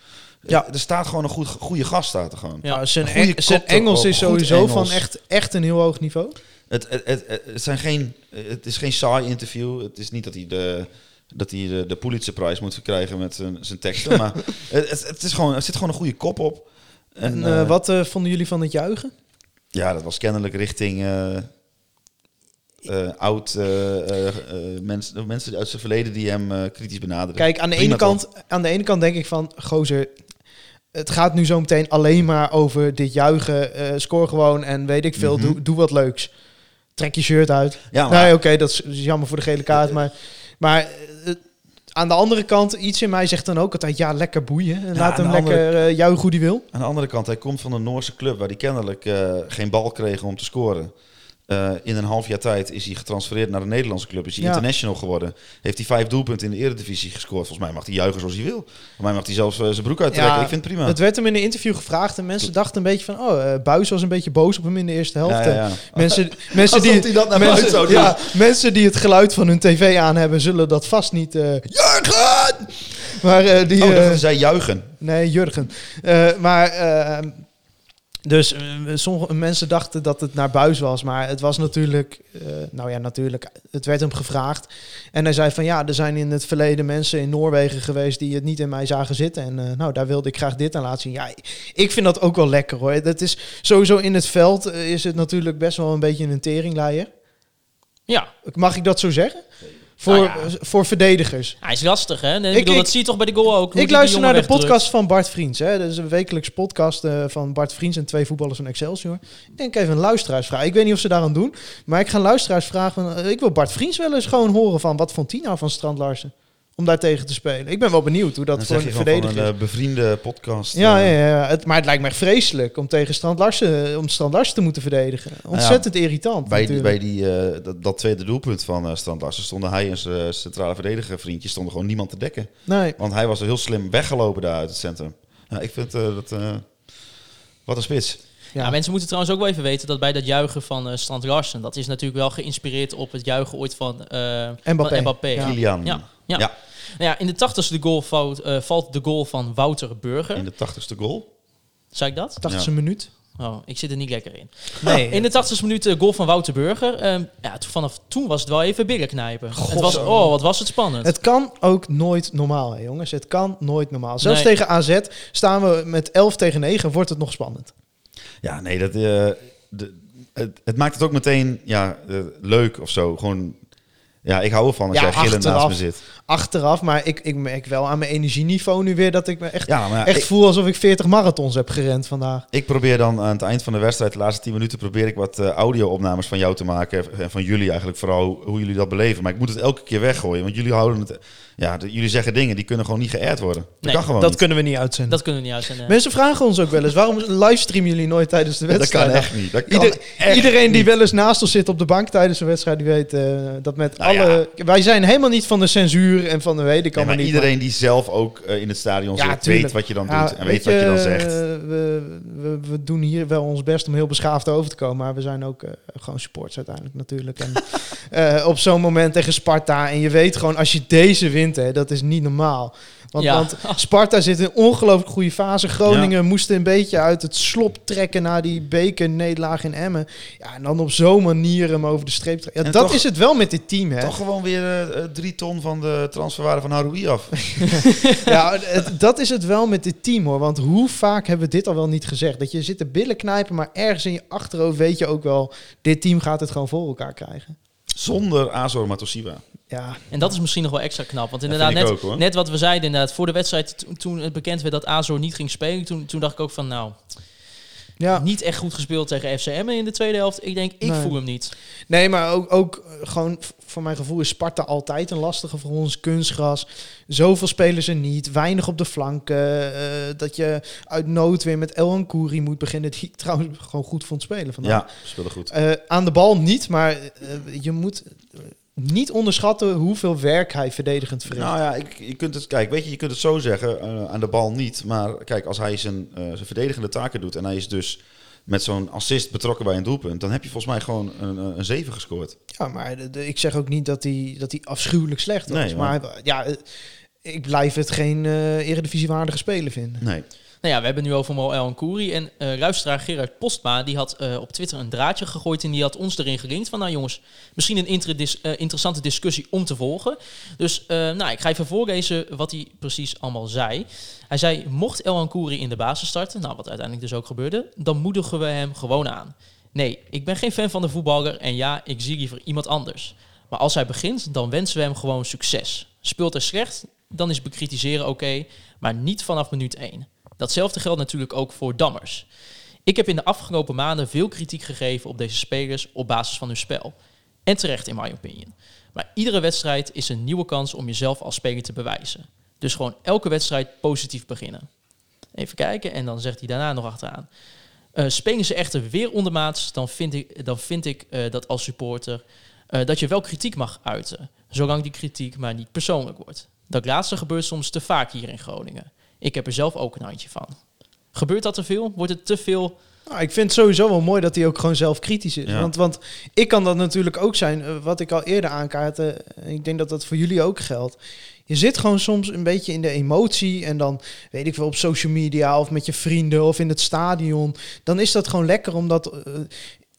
S5: Ja.
S6: Eh, Er staat gewoon een goed, goede gast staat er gewoon.
S4: Ja.
S5: Ja, zijn,
S6: Goeie
S5: Eng- zijn
S6: kop erop,
S5: Engels is
S6: goed
S5: sowieso
S6: Engels.
S5: van echt, echt een heel hoog niveau.
S6: Het, het, het, het, zijn geen, het is geen saai interview. Het is niet dat hij de, dat hij de, de Pulitzerprijs moet verkrijgen met zijn, zijn teksten. maar het, het, het is gewoon, er zit gewoon een goede kop op. En,
S5: En, eh,
S6: eh,
S5: wat eh, vonden jullie van het juichen?
S6: Ja, dat was kennelijk richting eh, eh, oud eh, eh, eh, mensen, mensen uit zijn verleden die hem eh, kritisch benaderen.
S5: Kijk, aan de,
S6: Prima
S5: ene kant, aan de ene kant denk ik van, gozer, het gaat nu zo meteen alleen maar over dit juichen. eh, score gewoon en weet ik veel,
S6: Mhm.
S5: doe, doe wat leuks. Trek je shirt uit.
S6: Ja, maar
S5: nee, oké, dat is is jammer voor de gele kaart. Maar, maar eh, aan de andere kant, iets in mij zegt dan ook altijd, ja, lekker boeien. En laat
S6: aan
S5: hem
S6: de
S5: lekker eh, juichen hoe die wil.
S6: aan de andere kant, hij komt van een Noorse club waar hij kennelijk eh, geen bal kreeg om te scoren. eh, in een half jaar tijd is hij getransfereerd naar de Nederlandse club. Is hij
S5: Ja.
S6: international geworden. Heeft hij vijf doelpunten in de eredivisie gescoord. Volgens mij mag hij juichen zoals hij wil. Volgens mij mag hij zelfs eh, zijn broek uittrekken.
S5: Ja,
S6: ik vind het prima.
S5: Het werd hem in een interview gevraagd en mensen dachten een beetje van... Oh, eh, Buis was een beetje boos op hem in de eerste helft. Eh,
S6: Ja, ja, ja.
S5: Mensen, mensen,
S6: Alsof
S5: die,
S6: hij dat naar buiten zou
S5: mensen,
S6: doen.
S5: ja, mensen die het geluid van hun tv aan hebben, zullen dat vast niet... eh,
S6: Juichen!
S5: maar eh, die...
S6: Oh,
S5: eh,
S6: dat zij juichen.
S5: Nee, Jurgen. Eh, maar eh, dus eh, sommige mensen dachten dat het naar buis was, maar het was natuurlijk, eh, nou ja, natuurlijk, het werd hem gevraagd. En hij zei van ja, er zijn in het verleden mensen in Noorwegen geweest die het niet in mij zagen zitten. En eh, nou, daar wilde ik graag dit aan laten zien. Ja, ik vind dat ook wel lekker hoor. Dat is sowieso in het veld eh, is het natuurlijk best wel een beetje een teringleier.
S4: Ja,
S5: Mag ik dat zo zeggen? Voor,
S4: Nou ja.
S5: voor verdedigers.
S4: hij is lastig, hè? Nee, ik,
S5: Ik-
S4: bedoel,
S5: ik-
S4: dat zie je toch bij de goal ook. hoe die
S5: Ik
S4: die
S5: luister
S4: jongen
S5: naar de
S4: wegdrukt.
S5: podcast van Bart Vriends. Hè. Dat is een wekelijks podcast eh, van Bart Vriends en twee voetballers van Excelsior. Ik denk even een luisteraarsvraag. Ik weet niet of ze daaraan doen. Maar ik ga een luisteraarsvraag. Van, eh, ik wil Bart Vriends wel eens gewoon horen van... wat vond hij nou van Strand Larsen? Om daar tegen te spelen. Ik ben wel benieuwd hoe dat
S6: Dan
S5: voor
S6: zeg
S5: een
S6: je van, van
S5: verdediger
S6: een eh,
S5: is.
S6: bevriende podcast.
S5: Ja,
S6: eh,
S5: ja, ja. Het, maar het lijkt mij vreselijk om tegen Strand Larsen, eh, om Strand Larsen te moeten verdedigen. Ontzettend irritant
S6: Bij, die-
S5: natuurlijk.
S6: bij die, eh, dat, dat tweede doelpunt van eh Strand Larsen stonden hij en zijn eh, centrale verdediger vriendje stonden gewoon niemand te dekken.
S5: Nee.
S6: Want hij was heel slim weggelopen daar uit het centrum. Ja, ik vind eh, dat... eh, wat een spits.
S4: Ja. Nou, mensen moeten trouwens ook wel even weten dat bij dat juichen van eh, Strand Larsen, dat is natuurlijk wel geïnspireerd op het juichen ooit van eh,
S5: Mbappé.
S4: Van Mbappé.
S5: Ja.
S4: Ja.
S6: Kilian.
S4: Ja. Ja.
S6: Ja.
S4: Nou ja, in de tachtigste goal fout, eh, valt de goal van Wouter Burger.
S6: In de tachtigste goal.
S4: Zei ik dat?
S5: 80
S6: Ja.
S5: minuut.
S4: Oh, ik zit er niet lekker in.
S5: Nee.
S4: In de 80ste minuut eh, goal van Wouter Burger. Ehm, ja, to- vanaf toen was het wel even billen knijpen. Het was,
S5: zo.
S4: oh, wat was het spannend.
S5: Het kan ook nooit normaal, hè, jongens. Het kan nooit normaal. Zelfs
S4: Nee.
S5: tegen AZ staan we met 11 tegen 9, wordt het nog spannend.
S6: Ja, nee, dat, eh, de, het, het maakt het ook meteen ja, eh, leuk of zo. Gewoon, ja, ik hou ervan als
S5: Ja,
S6: jij gillend naast
S5: achteraf.
S6: me zit.
S5: Achteraf, maar ik, ik merk wel aan mijn energieniveau nu weer dat ik me echt,
S6: Ja, maar ja,
S5: echt
S6: ik,
S5: voel alsof ik 40 marathons heb gerend vandaag.
S6: ik probeer dan aan het eind van de wedstrijd, de laatste 10 minuten, probeer ik wat eh, audio-opnames van jou te maken. En van jullie eigenlijk, vooral hoe- hoe jullie dat beleven. Maar ik moet het elke keer weggooien, want jullie houden het... Ja, de- jullie zeggen dingen die kunnen gewoon niet geëerd worden. Dat
S4: Nee,
S6: kan gewoon
S5: Dat
S6: niet.
S5: kunnen we niet uitzenden.
S4: dat kunnen we niet uitzenden.
S5: Mensen vragen ons ook wel eens, waarom livestreamen jullie nooit tijdens de
S6: dat
S5: wedstrijd?
S6: kan echt niet. Dat kan
S5: Ieder- iedereen die wel eens naast ons zit op de bank tijdens een wedstrijd, die weet eh, dat met
S6: Nou
S5: alle... Wij zijn helemaal niet van de censuur en van de weet ik
S6: Ja, maar
S5: allemaal niet. maar-
S6: iedereen die zelf ook eh, in het stadion
S5: Ja,
S6: zit,
S5: tuurlijk.
S6: weet wat je dan
S5: Ja,
S6: doet en weet, wat je dan zegt.
S5: eh, We, we, we doen hier wel ons best om heel beschaafd over te komen. Maar we zijn ook eh, gewoon supporters uiteindelijk natuurlijk. En, eh, op zo'n moment tegen Sparta. En je weet gewoon, als je deze wint, hè, dat is niet normaal. Want,
S4: Ja.
S5: want Sparta zit in een ongelooflijk goede fase. Groningen moest een beetje uit het slop trekken naar die bekernederlaag in Emmen. Ja, en dan op zo'n manier hem over de streep trekken. Ja,
S6: En
S5: dat
S6: toch-
S5: is het wel met dit team, hè?
S6: Toch gewoon weer eh, eh, drie ton van de transferwaarde van Haroui af.
S5: Ja, het- dat is het wel met dit team hoor. Want hoe vaak hebben we dit al wel niet gezegd? Dat je zit te billen knijpen, maar ergens in je achterhoofd weet je ook wel... dit team gaat het gewoon voor elkaar krijgen.
S6: Zonder Azor Matosiwa.
S5: Ja,
S4: En dat is misschien nog wel extra knap. Want
S6: Ja,
S4: inderdaad,
S6: vind ik
S4: net,
S6: ook, hoor.
S4: net wat we zeiden inderdaad, voor de wedstrijd, to- toen het bekend werd dat Azor niet ging spelen, toen, toen dacht ik ook van, nou,
S5: ja.
S4: niet echt goed gespeeld tegen FCM in de tweede helft. Ik denk, ik
S5: Nee.
S4: voel hem niet.
S5: nee, maar ook, ook eh, gewoon v- voor mijn gevoel is Sparta altijd een lastige voor ons. Kunstgras, zoveel spelen ze niet, weinig op de flanken. eh, dat je uit nood weer met El Ancoury moet beginnen... die ik trouwens gewoon goed vond Nou, spelen vandaag.
S6: Ja, speelde goed.
S5: Eh, aan de bal niet, maar eh, je moet eh, niet onderschatten hoeveel werk hij verdedigend verricht.
S6: Nou ja, ik, je kunt het, kijk, weet je, je kunt het zo zeggen, eh, aan de bal niet. Maar kijk, als hij zijn, eh, zijn verdedigende taken doet en hij is dus met zo'n assist betrokken bij een doelpunt, dan heb je volgens mij gewoon een, eh, een 7 gescoord.
S5: Ja, maar de- de- ik zeg ook niet dat hij dat hij afschuwelijk slecht was.
S6: Nee,
S5: maar
S6: maar-
S5: hij- ja, eh, ik blijf het geen eh eredivisiewaardige speler vinden.
S6: Nee.
S4: Nou ja, we hebben het nu over Mo El Kouri. En eh luisteraar Gerard Postma, die had eh, op Twitter een draadje gegooid en die had ons erin gelinkt van, nou jongens, misschien een interdis- eh, interessante discussie om te volgen. Dus eh, nou, ik ga even voorlezen wat hij precies allemaal zei. Hij zei, mocht El Ancuri in de basis starten, nou wat uiteindelijk dus ook gebeurde, dan moedigen we hem gewoon aan. Nee, ik ben geen fan van de voetballer en ja, ik zie liever iemand anders. Maar als hij begint, dan wensen we hem gewoon succes. Speelt hij slecht, dan is bekritiseren oké, maar niet vanaf minuut 1. Datzelfde geldt natuurlijk ook voor Dammers. Ik heb in de afgelopen maanden veel kritiek gegeven op deze spelers op basis van hun spel. En terecht in my opinion. Maar iedere wedstrijd is een nieuwe kans om jezelf als speler te bewijzen. Dus gewoon elke wedstrijd positief beginnen. Even kijken en dan zegt hij daarna nog achteraan. Eh, spelen ze echter weer ondermaats, dan vind ik, dan vind ik eh, dat als supporter eh, dat je wel kritiek mag uiten. Zolang die kritiek maar niet persoonlijk wordt. Dat laatste gebeurt soms te vaak hier in Groningen. Ik heb er zelf ook een handje van. Gebeurt dat te veel? Wordt het te veel?
S5: Nou, ik vind het sowieso wel mooi dat hij ook gewoon zelf kritisch is.
S6: Ja.
S5: Want, want ik kan dat natuurlijk ook zijn, eh, wat ik al eerder aankaarte. en Ik denk dat dat voor jullie ook geldt. Je zit gewoon soms een beetje in de emotie en dan, weet ik wel, op social media of met je vrienden of in het stadion. Dan is dat gewoon lekker, omdat eh,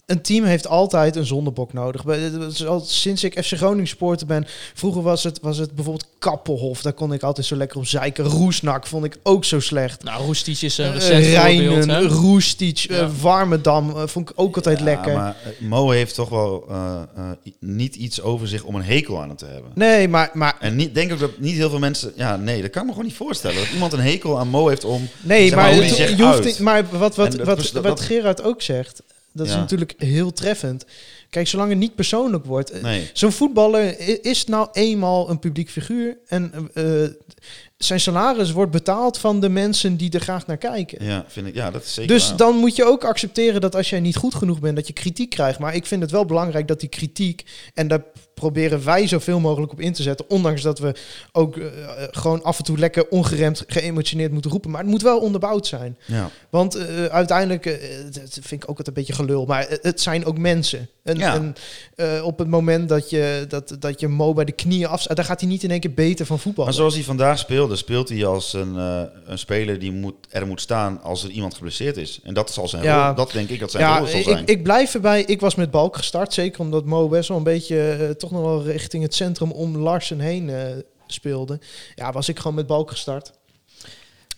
S5: een team heeft altijd een zondebok nodig. Bij- het is al Sinds ik FC Groningen supporter ben, vroeger was het, was het bijvoorbeeld Kappelhof. Daar kon ik altijd zo lekker op zeiken. Roesnak vond ik ook zo slecht.
S4: Nou, Roestic is een recent
S5: Eh,
S4: voorbeeld.
S5: Rijnen,
S4: hè?
S5: Roestic, eh,
S4: Ja.
S5: Warmerdam eh, vond ik ook altijd
S6: Ja,
S5: lekker.
S6: Maar eh, Mo heeft toch wel eh, eh, i- niet iets over zich om een hekel aan hem te hebben.
S5: Nee, maar, maar,
S6: En niet, denk ik dat niet heel veel mensen... Ja, nee, dat kan ik me gewoon niet voorstellen. Dat iemand een hekel aan Mo heeft om...
S5: nee,
S6: Zeg
S5: maar,
S6: maar hoe
S5: het-
S6: die zegt
S5: je hoeft
S6: uit.
S5: niet- maar wat, wat,
S6: En dat-
S5: wat,
S6: dus
S5: wat,
S6: dat- dat-
S5: Gerard ook zegt, dat is
S6: Ja.
S5: natuurlijk heel treffend. Kijk, zolang het niet persoonlijk wordt. eh,
S6: Nee.
S5: Zo'n voetballer i- is nou eenmaal een publiek figuur. En eh, eh, zijn salaris wordt betaald van de mensen die er graag naar kijken.
S6: Ja, vind ik, ja dat is zeker
S5: Dus
S6: waar.
S5: dan moet je ook accepteren dat als jij niet goed genoeg bent, dat je kritiek krijgt. Maar ik vind het wel belangrijk dat die kritiek, en daar proberen wij zoveel mogelijk op in te zetten, ondanks dat we ook eh, gewoon af en toe lekker ongeremd, geëmotioneerd moeten roepen. Maar het moet wel onderbouwd zijn.
S6: Ja.
S5: Want eh, uiteindelijk, eh, dat dat vind ik ook altijd een beetje gelul, maar eh, het- het zijn ook mensen. En,
S6: Ja.
S5: en, eh, op het moment dat je, dat, dat je Mo bij de knieën af, daar gaat hij niet in één keer beter van voetbal.
S6: Maar zoals hij vandaag speelde, speelt hij als een, eh, een speler die moet, er moet staan als er iemand geblesseerd is. En dat zal zijn
S5: Ja.
S6: rol. Dat denk ik dat zijn
S5: Ja,
S6: rol zal
S5: ik,
S6: zijn.
S5: ik blijf erbij. Ik was met Balk gestart. Zeker omdat Mo best wel een beetje eh, toch nog wel richting het centrum om Larsen heen eh, speelde. Ja, was ik gewoon met Balk gestart.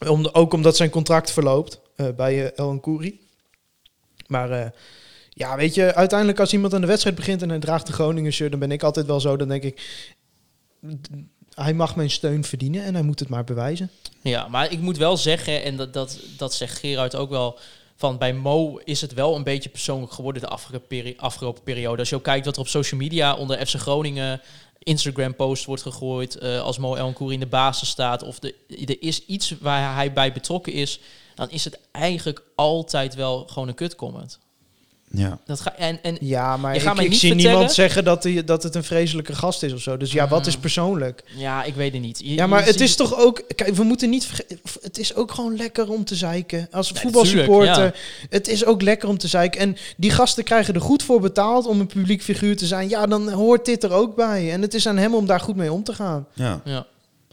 S5: Om, ook omdat zijn contract verloopt eh, bij eh El Kouri. Maar eh, ja, weet je, uiteindelijk als iemand aan de wedstrijd begint en hij draagt de Groningen shirt, dan ben ik altijd wel zo. Dan denk ik, d- hij mag mijn steun verdienen en hij moet het maar bewijzen.
S4: Ja, maar ik moet wel zeggen, en dat, dat, dat zegt Gerard ook wel, van bij Mo is het wel een beetje persoonlijk geworden de afgelopen, peri- afgelopen periode. Als je ook kijkt wat er op social media onder FC Groningen Instagram-post wordt gegooid, eh, als Mo Elnkoer in de basis staat, of de, er is iets waar hij bij betrokken is, dan is het eigenlijk altijd wel gewoon een kutcomment.
S6: Ja.
S4: Dat ga, en, en
S5: Ja, maar
S4: Je
S5: ik,
S4: gaat mij
S5: ik
S4: niet
S5: zie
S4: vertellen-
S5: niemand zeggen dat, hij, dat het een vreselijke gast is of zo. Dus ja, wat is persoonlijk?
S4: ja, ik weet het niet. Je-
S5: Ja, maar
S4: je
S5: het
S4: ziet-
S5: is toch ook. Kijk, we moeten niet. verge- Het is ook gewoon lekker om te zeiken. Als
S4: Nee,
S5: voetbalsupporter.
S4: natuurlijk,
S5: Het is ook lekker om te zeiken. En die gasten krijgen er goed voor betaald om een publiek figuur te zijn. Ja, dan hoort dit er ook bij. En het is aan hem om daar goed mee om te gaan.
S6: ja.
S4: Ja.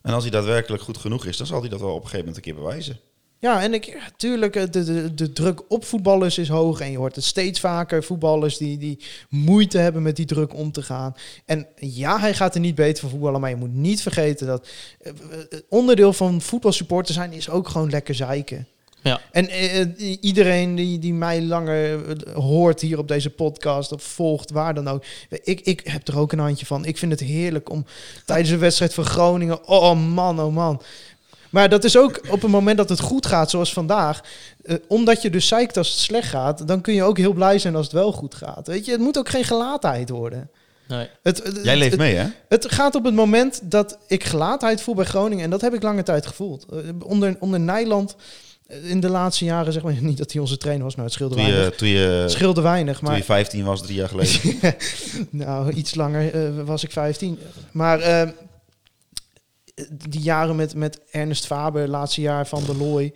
S6: En als hij daadwerkelijk goed genoeg is, dan zal hij dat wel op een gegeven moment een keer bewijzen.
S5: Ja, en ik, ja, tuurlijk, eh, de, de, de druk op voetballers is hoog. En je hoort het steeds vaker. Voetballers die, die moeite hebben met die druk om te gaan. En ja, hij gaat er niet beter van voetballen. Maar je moet niet vergeten dat eh, eh, onderdeel van voetbalsupporter zijn is ook gewoon lekker zeiken.
S4: Ja.
S5: En eh, eh, i- iedereen die, die mij langer eh, hoort hier op deze podcast of volgt, waar dan ook. Ik, ik heb er ook een handje van. Ik vind het heerlijk om tijdens een wedstrijd van Groningen. Oh man, oh man. Maar dat is ook op het moment dat het goed gaat, zoals vandaag. eh, omdat je dus zeikt als het slecht gaat, dan kun je ook heel blij zijn als het wel goed gaat. Weet je, het moet ook geen gelaatheid worden.
S4: Nee.
S5: Het, het-
S6: Jij leeft
S5: het-
S6: mee, hè?
S5: het gaat op het moment dat ik gelaatheid voel bij Groningen. En dat heb ik lange tijd gevoeld. Eh, Onder, onder Nijland eh, in de laatste jaren, zeg maar, niet dat hij onze trainer was, nou het scheelde
S6: Toen je,
S5: weinig.
S6: toen je,
S5: Het scheelde weinig,
S6: toen je
S5: maar
S6: 15 was, drie jaar geleden.
S5: nou, iets langer eh, was ik 15. Maar eh, die jaren met, met Ernest Faber, laatste jaar van de Looy.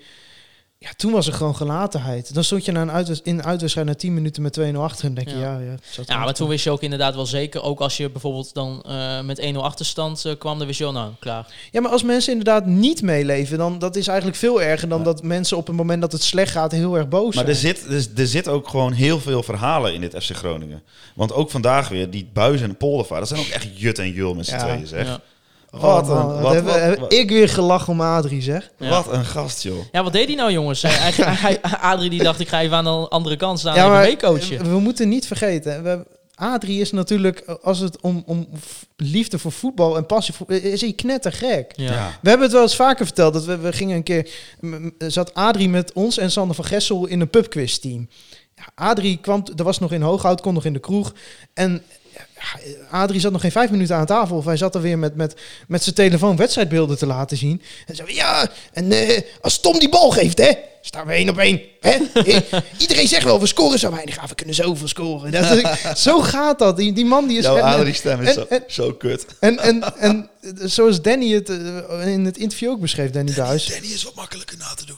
S5: Ja, toen was er gewoon gelatenheid. Dan stond je na een uitwed- in een uitwedstrijd na 10 minuten met 2-0 achter. En denk je,
S4: Ja.
S5: ja, ja, het zat er
S4: Ja, maar
S5: niet
S4: toen
S5: in.
S4: wist je ook inderdaad wel zeker, ook als je bijvoorbeeld dan eh, met 1-0 achterstand eh, kwam, dan wist je al, nou, klaar.
S5: Ja, maar als mensen inderdaad niet meeleven, dan dat is eigenlijk veel erger dan dat mensen op het moment dat het slecht gaat heel erg boos
S6: Maar er
S5: zijn.
S6: zit, er, er zit ook gewoon heel veel verhalen in dit FC Groningen. Want ook vandaag weer, die buis en de poldervaart, dat zijn ook echt jut en jul met z'n
S5: Ja.
S6: tweeën, zeg.
S4: Ja.
S6: Wat
S5: Oh, man,
S6: een- wat-
S5: hebben-
S6: wat-
S5: heb
S6: wat-
S5: ik weer gelachen om Adrie, zeg.
S4: Ja.
S6: Wat een gast, joh.
S4: Ja, wat deed hij nou, jongens? Eh, hij- hij- Adrie die dacht, ik ga even aan de andere kant staan en
S5: maar eh,
S4: even meecoachen.
S5: we moeten niet vergeten, we, Adrie is natuurlijk, eh, als het om, om f- liefde voor voetbal en passie voor is hij knettergek.
S4: Ja. Ja.
S5: We hebben het wel eens vaker verteld. Dat we, we gingen een keer. m- m- Zat Adrie met ons en Sander van Gessel in een pubquiz team. Ja, Adrie kwam. t- Er was nog in Hooghout, kon nog in de kroeg. En ja, Adrie zat nog geen vijf minuten aan tafel. Of hij zat er weer met, met, met zijn telefoon wedstrijdbeelden te laten zien. En zei: Ja, en eh, als Tom die bal geeft, hè? Staan we één op één. Hè? I- Iedereen zegt wel, we scoren zo weinig. Ah, we kunnen zoveel scoren. Dat is- zo gaat dat. Die, die man die is...
S6: Jouw
S5: en-
S6: Adrie stem is
S5: en-
S6: zo,
S5: en-
S6: zo kut.
S5: En, en, en eh, zoals Danny het eh, in het interview ook beschreef, Danny Duis.
S1: Danny is wat makkelijker na te doen.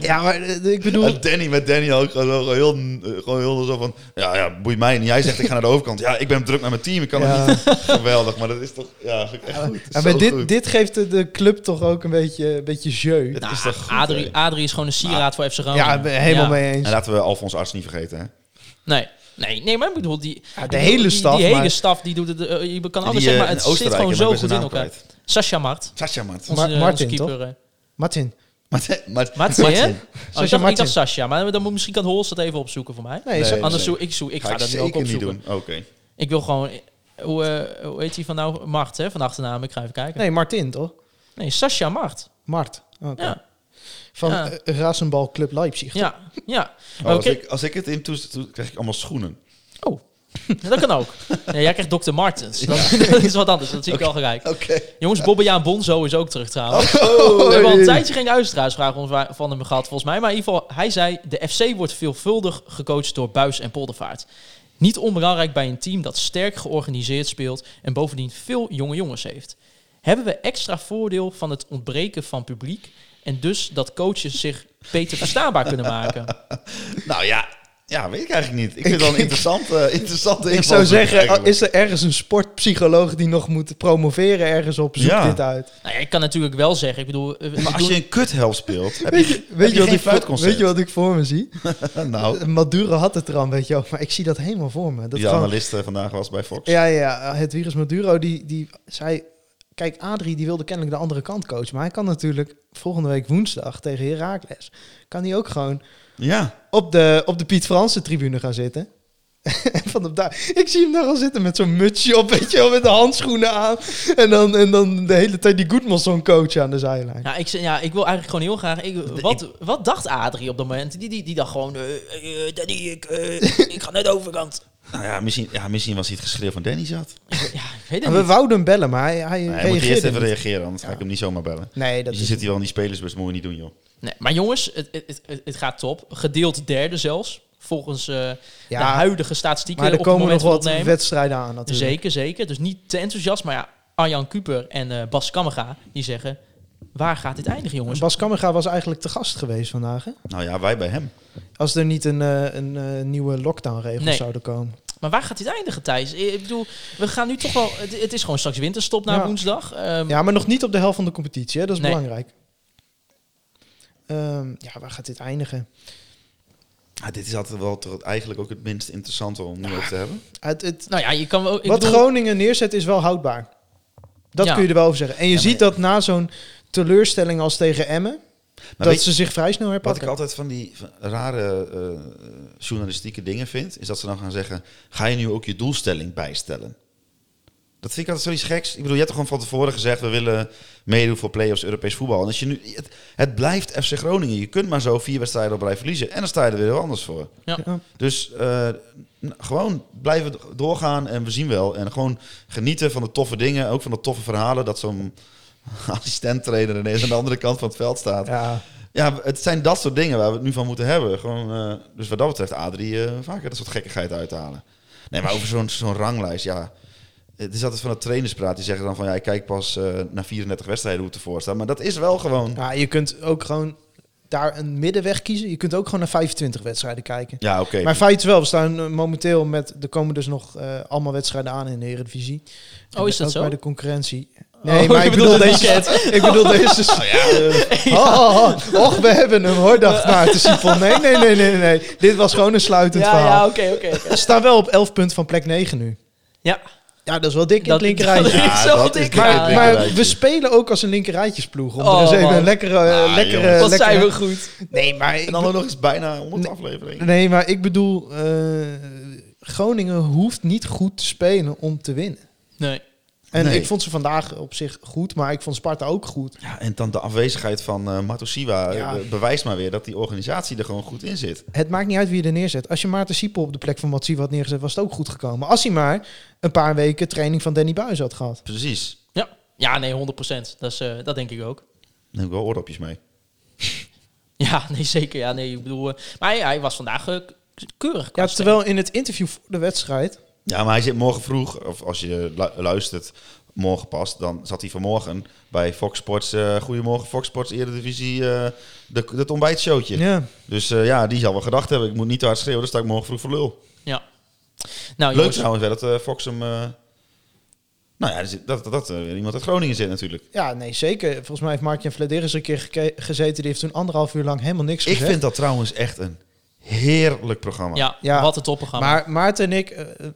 S5: Ja, maar eh, ik bedoel...
S6: En Danny met Danny ook gewoon zo- gewoon heel, eh, gewoon heel zo van... Ja, ja, boeit mij niet. Jij zegt, ik ga naar de overkant. Ja, ik ben druk met mijn team. Ik kan
S5: Ja.
S6: het niet. Geweldig, maar dat is toch... Ja, vind ik echt goed.
S5: Ja,
S6: Zo
S5: maar dit,
S6: goed.
S5: dit geeft de, de club toch ook een beetje, een beetje jeu.
S6: Het
S4: Nou,
S6: is toch goed,
S4: Adrie,
S6: hè?
S4: Adrie is gewoon een sieraad voor FC Groningen.
S5: Ja, ik ben het helemaal
S4: Ja.
S5: mee eens.
S6: En laten we Alfons Arts niet vergeten, hè.
S4: Nee. Nee, nee, maar ik bedoel, die,
S5: Ja, de
S4: ik
S5: hele
S4: die-
S5: staf,
S4: Die, hele
S5: maar-
S4: staf, die doet het. eh, je kan alles
S6: Die,
S4: zeggen,
S6: eh,
S4: maar het
S6: in
S4: zit
S6: Oostenrijk,
S4: gewoon
S6: ik ben
S4: zo
S6: mijn
S4: goed in
S6: naam
S4: elkaar.
S6: kwijt.
S4: Sascha Mart,
S6: Sascha, man.
S4: onze,
S5: Ma-
S4: onze
S5: Martin,
S4: keeper. eh.
S5: Martin.
S6: Maar, maar,
S4: Martin, hè? Oh, ik, dacht, ik
S5: Martin.
S4: dacht Sascha, maar dan moet misschien kan Holst dat even opzoeken voor mij.
S5: Nee,
S6: Nee,
S5: zo-
S6: nee.
S4: Anders zoek ik, zoek, ik ga,
S6: ik
S4: dat nu ook
S6: zeker niet
S4: opzoeken.
S6: doen. Oké.
S4: Ik wil gewoon... Hoe, eh, hoe heet hij van nou? Mart, hè? Van de achternaam. Ik ga even kijken. Nee,
S5: nee Martin toch?
S4: Sascha Mart.
S5: Mart. Oké.
S4: Ja,
S5: Van
S4: Ja.
S5: eh, Rasenbal Club Leipzig.
S4: ja, ja.
S6: Oh, als,
S4: Oké.
S6: ik, als ik het in toest, toe- krijg ik allemaal schoenen.
S4: Oh, dat kan ook. Nee, jij krijgt Dr. Martens. Dat, dat is wat anders. Dat zie ik al gelijk.
S6: Oké. Oh,
S4: Jongens, Bobbejaan Bonzo is ook terug trouwens. We hebben al een tijdje geen uitstraatsvraag ons wa- van hem gehad, volgens mij. Maar in ieder geval, hij zei... De FC wordt veelvuldig gecoacht door Buis en Poldervaart. Niet onbelangrijk bij een team dat sterk georganiseerd speelt... en bovendien veel jonge jongens heeft. Hebben we extra voordeel van het ontbreken van publiek... en dus dat coaches zich beter verstaanbaar kunnen maken?
S6: Nou ja, ja, weet ik eigenlijk niet. Ik vind het wel een interessante, interessante
S5: Ik zou
S6: invalshoek
S5: zeggen, eh,
S6: eigenlijk.
S5: is er ergens een sportpsycholoog die nog moet promoveren ergens op? Zoek
S6: Ja.
S5: dit uit.
S4: Nou ja, ik kan natuurlijk wel zeggen... Ik bedoel, eh, we
S6: Maar als
S4: doen-
S6: je een kuthel speelt, heb je,
S5: Weet je, weet, je
S6: geen
S5: wat ik voor,
S6: fluitconcert?
S5: weet je wat ik voor me zie?
S6: nou,
S5: Maduro had het er al een beetje over, maar ik zie dat helemaal voor me. Dat
S6: die
S5: gewoon-
S6: analist eh, vandaag was bij Fox.
S5: ja, ja, het virus Maduro, die, die zei... Kijk, Adrie die wilde kennelijk de andere kant coachen. Maar hij kan natuurlijk volgende week woensdag tegen Herakles... kan hij ook gewoon
S6: Ja,
S5: op de, op de Piet Franse tribune gaan zitten. En van op daar. Ik zie hem daar al zitten met zo'n mutsje op, weet je wel, met de handschoenen aan. En dan, en dan de hele tijd die Goodmanson coach aan de zijlijn.
S4: Ja Nou, ik, zeg- ja, ik wil eigenlijk gewoon heel graag. Ik, wat, wat dacht Adrie op dat moment? Die, die, die dacht gewoon: eh, eh, Danny, ik, eh, ik ga naar de overkant.
S6: nou ja, misschien, ja, misschien was hij het geschreeuw van Danny zat.
S4: Ja, ik weet
S5: En
S4: het
S5: we
S4: niet.
S5: wouden hem bellen, maar hij, hij
S6: Nee, hij moet eerst
S5: reageerde
S6: even
S5: niet.
S6: reageren, anders ga ik hem niet zomaar bellen.
S5: Nee, dat
S6: Dus je
S5: is...
S6: zit hier wel in die spelersbus, moet je niet doen, joh.
S4: Nee, maar jongens, het, het, het, het gaat top. Gedeeld derde zelfs. Volgens eh, de
S5: Ja,
S4: huidige statistieken.
S5: maar er
S4: op het
S5: komen
S4: moment
S5: nog
S4: van
S5: wat
S4: opnemen.
S5: wedstrijden aan natuurlijk.
S4: Zeker, zeker. Dus niet te enthousiast. Maar ja, Arjan Kuper en eh, Bas Kammerga die zeggen: waar gaat dit eindigen, jongens?
S5: Bas Kammerga was eigenlijk te gast geweest vandaag, hè?
S6: Nou ja, wij bij hem.
S5: Als er niet een, eh, een eh, nieuwe lockdownregels
S4: Nee.
S5: zouden komen.
S4: Maar waar gaat dit eindigen, Thijs? Ik bedoel, we gaan nu toch wel. Het, het is gewoon straks winterstop na
S5: Ja.
S4: woensdag. Ehm,
S5: Ja, maar nog niet op de helft van de competitie, hè? Dat is
S4: Nee.
S5: belangrijk. Ehm, ja, waar gaat dit eindigen?
S6: Ah, dit is altijd wel toch eigenlijk ook het minst interessante om nu over te hebben.
S5: Het, het,
S4: Nou ja, je kan wel. ik
S5: Wat
S4: bedoel-
S5: Groningen neerzet is wel houdbaar. Dat
S4: Ja.
S5: kun je er wel over zeggen. En je
S6: maar-
S5: ziet dat na zo'n teleurstelling als tegen Emmen,
S6: Maar
S5: dat
S6: weet,
S5: ze zich vrij snel
S6: wat ik
S5: herpakken.
S6: altijd van die van rare eh, journalistieke dingen vind, is dat ze dan gaan zeggen, ga je nu ook je doelstelling bijstellen? Dat vind ik altijd zoiets geks. Ik bedoel, je hebt toch gewoon van tevoren gezegd, we willen meedoen voor play-offs Europees voetbal. En als je nu, het, het blijft FC Groningen. Je kunt maar zo vier wedstrijden op rij verliezen. En dan sta je er weer heel anders voor.
S4: Ja.
S5: Ja.
S6: Dus eh, n- gewoon blijven d- doorgaan en we zien wel. En gewoon genieten van de toffe dingen. Ook van de toffe verhalen. Dat zo'n assistenttrainer ineens aan de andere kant van het veld staat. Ja,
S5: Ja,
S6: het zijn dat soort dingen waar we het nu van moeten hebben. Gewoon, eh, dus wat dat betreft, Adrie, eh, vaker dat soort gekkigheid uithalen. Nee, maar over zo'n zo'n ranglijst, ja. Het is altijd van het trainerspraat. Die zeggen dan van, ja, ik kijk pas eh, na 34 wedstrijden hoe het ervoor staat. Maar dat is wel gewoon...
S5: ja, je kunt ook gewoon daar een middenweg kiezen. Je kunt ook gewoon naar 25 wedstrijden kijken.
S6: Ja, oké.
S5: Maar feit is wel, we staan eh, momenteel met... Er komen dus nog eh, allemaal wedstrijden aan in de Eredivisie.
S4: Oh, is dat
S5: En eh, ook
S4: zo?
S5: bij de concurrentie. Nee,
S4: Oh,
S5: maar
S4: je
S5: ik bedoel
S4: bedoelt het Oh.
S5: deze... Ik bedoel deze...
S6: Nou ja, eh,
S5: Oh, oh, oh. Och, we hebben hem hoor, dacht Maarten Sipon. Nee, nee, nee, nee, nee. Dit was gewoon een sluitend
S4: Ja,
S5: verhaal.
S4: ja, oké, oké. oké.
S5: Ze staan wel op 11 punten van plek 9 nu.
S4: Ja,
S5: Ja, dat is wel dik in
S4: dat
S5: het linkerrijtje.
S4: dat is
S6: Ja,
S4: zo
S6: dat is
S4: dik.
S6: dik,
S4: Ja,
S6: dik.
S4: maar-
S5: Maar eh,
S6: linkerrijtje.
S5: we spelen ook als een linkerrijtjesploeg. Om
S4: Oh,
S5: er eens even
S4: man.
S5: een lekkere... eh,
S6: Ah,
S5: lekkere
S6: jongens.
S4: Wat
S5: lekkere-
S4: zijn we goed.
S5: Nee, maar
S6: en
S5: ik,
S6: dan ook nog eens bijna 100 afleveringen.
S5: nee, maar ik bedoel... eh, Groningen hoeft niet goed te spelen om te winnen.
S4: Nee.
S5: En
S6: Nee.
S5: ik vond ze vandaag op zich goed, maar ik vond Sparta ook goed.
S6: Ja, en dan de afwezigheid van eh Matosiwa
S5: Ja.
S6: eh, bewijst maar weer dat die organisatie er gewoon goed in zit.
S5: Het maakt niet uit wie je er neerzet. Als je Maarten Siepel op de plek van Matsie had neergezet, was het ook goed gekomen. Als hij maar een paar weken training van Danny Buis had gehad.
S6: Precies.
S4: Ja, ja nee, 100 procent. Dat, is, eh, dat denk ik ook.
S6: Neem ik wel oordopjes mee.
S4: Ja, nee, zeker. Ja, nee, ik bedoel, eh, maar hij, hij was vandaag eh, k- keurig. qua
S5: Ja,
S4: stem.
S5: terwijl in het interview voor de wedstrijd...
S6: Ja, maar hij zit morgen vroeg, of als je lu- luistert, morgen pas, dan zat hij vanmorgen bij Fox Sports, eh, Goedemorgen Fox Sports Eredivisie, eh de, het ontbijtshowtje.
S5: Ja.
S6: Dus eh, ja, die zal wel gedacht hebben, ik moet niet te hard schreeuwen, dan sta ik morgen vroeg voor lul.
S4: Ja. Nou,
S6: Leuk
S4: Ah, jongens,
S6: trouwens wel dat eh, Fox hem... eh, nou ja, er zit- dat, dat, dat eh, iemand uit Groningen zit natuurlijk.
S5: Ja, nee, zeker. Volgens mij heeft Martje Vladeris een keer geke- gezeten. Die heeft toen anderhalf uur lang helemaal niks
S6: Ik
S5: gezegd.
S6: vind dat trouwens echt een heerlijk programma.
S4: Ja,
S5: Ja.
S4: wat een topprogramma.
S5: Maar Maarten en ik, eh, eh,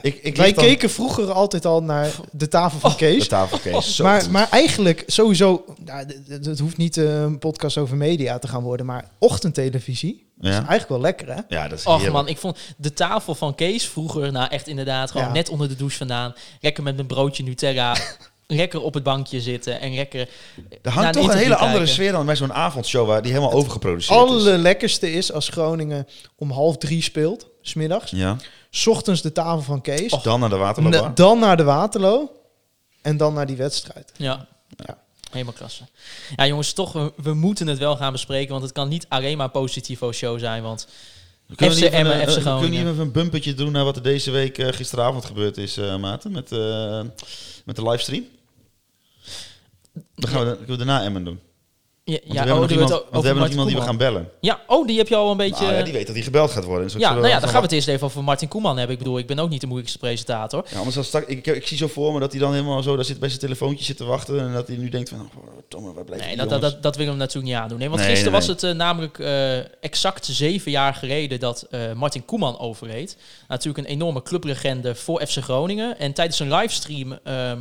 S6: ik, ik
S5: wij
S6: lig dan
S5: keken vroeger altijd al naar de tafel van
S6: de
S5: Kees.
S6: tafel, Kees. Zo
S5: maar,
S6: goed.
S5: maar eigenlijk sowieso, nou, d- d- het hoeft niet eh, een podcast over media te gaan worden, maar ochtendtelevisie is
S6: ja.
S5: eigenlijk wel lekker, hè?
S6: ja, dat is
S4: Och
S6: heerlijk.
S4: man, ik vond de tafel van Kees vroeger, nou echt inderdaad, gewoon
S5: Ja.
S4: net onder de douche vandaan. Lekker met mijn broodje Nutella. lekker op het bankje zitten en lekker...
S6: Er
S4: naar
S6: hangt toch een hele
S4: interview
S6: andere
S4: kijken.
S6: sfeer dan bij zo'n avondshow waar die helemaal overgeproduceerd is.
S5: allerlekkerste is als Groningen om half drie speelt, smiddags.
S6: Ja.
S5: S ochtends de tafel van Kees.
S6: Dan naar de
S5: Na-
S6: waterloopbaan.
S5: dan naar de Waterloo. En dan naar die wedstrijd.
S4: Ja.
S5: Ja.
S4: Helemaal klasse. Ja jongens, toch, we, we moeten het wel gaan bespreken, want het kan niet alleen maar positivo show zijn, want...
S6: Kunnen
S4: FC
S6: we niet even
S4: Emmen,
S6: een-
S4: FC
S6: een- Kunnen we
S4: Groningen.
S6: niet even een bumpertje doen naar wat er deze week eh, gisteravond gebeurd is, eh Maarten, met, eh, met de livestream? Dan gaan we, da- kunnen we daarna Emmen doen.
S4: Ja,
S6: Want
S4: ja,
S6: we hebben nog
S4: oh, doen
S6: iemand,
S4: het o-
S6: want we hebben
S4: over
S6: nog iemand die we gaan
S4: Martin
S6: bellen.
S4: Koeman. Ja, oh, die heb je al een beetje...
S6: Nou ja, die weet dat hij gebeld gaat worden. Dus
S4: Ja,
S6: zullen
S4: nou
S6: we
S4: ja,
S6: wel
S4: dan gaan
S6: van
S4: we het eerst even over Martin Koeman hebben. Ik bedoel, ik ben ook niet de moeilijkste presentator.
S6: Ja, anders dan straks, ik, ik zie zo voor me dat hij dan helemaal zo daar zit bij zijn telefoontje zit te wachten. En dat hij nu denkt van, oh, Tomme, waar blijft
S4: Nee,
S6: die
S4: dat, dat,
S6: jongens?
S4: dat, dat wil hem natuurlijk niet aandoen. Nee, want
S6: Nee,
S4: gisteren
S6: nee,
S4: was het eh, namelijk eh, exact zeven jaar geleden dat eh, Martin Koeman overreed. Natuurlijk een enorme clublegende voor FC Groningen. En tijdens een livestream, ehm, ja,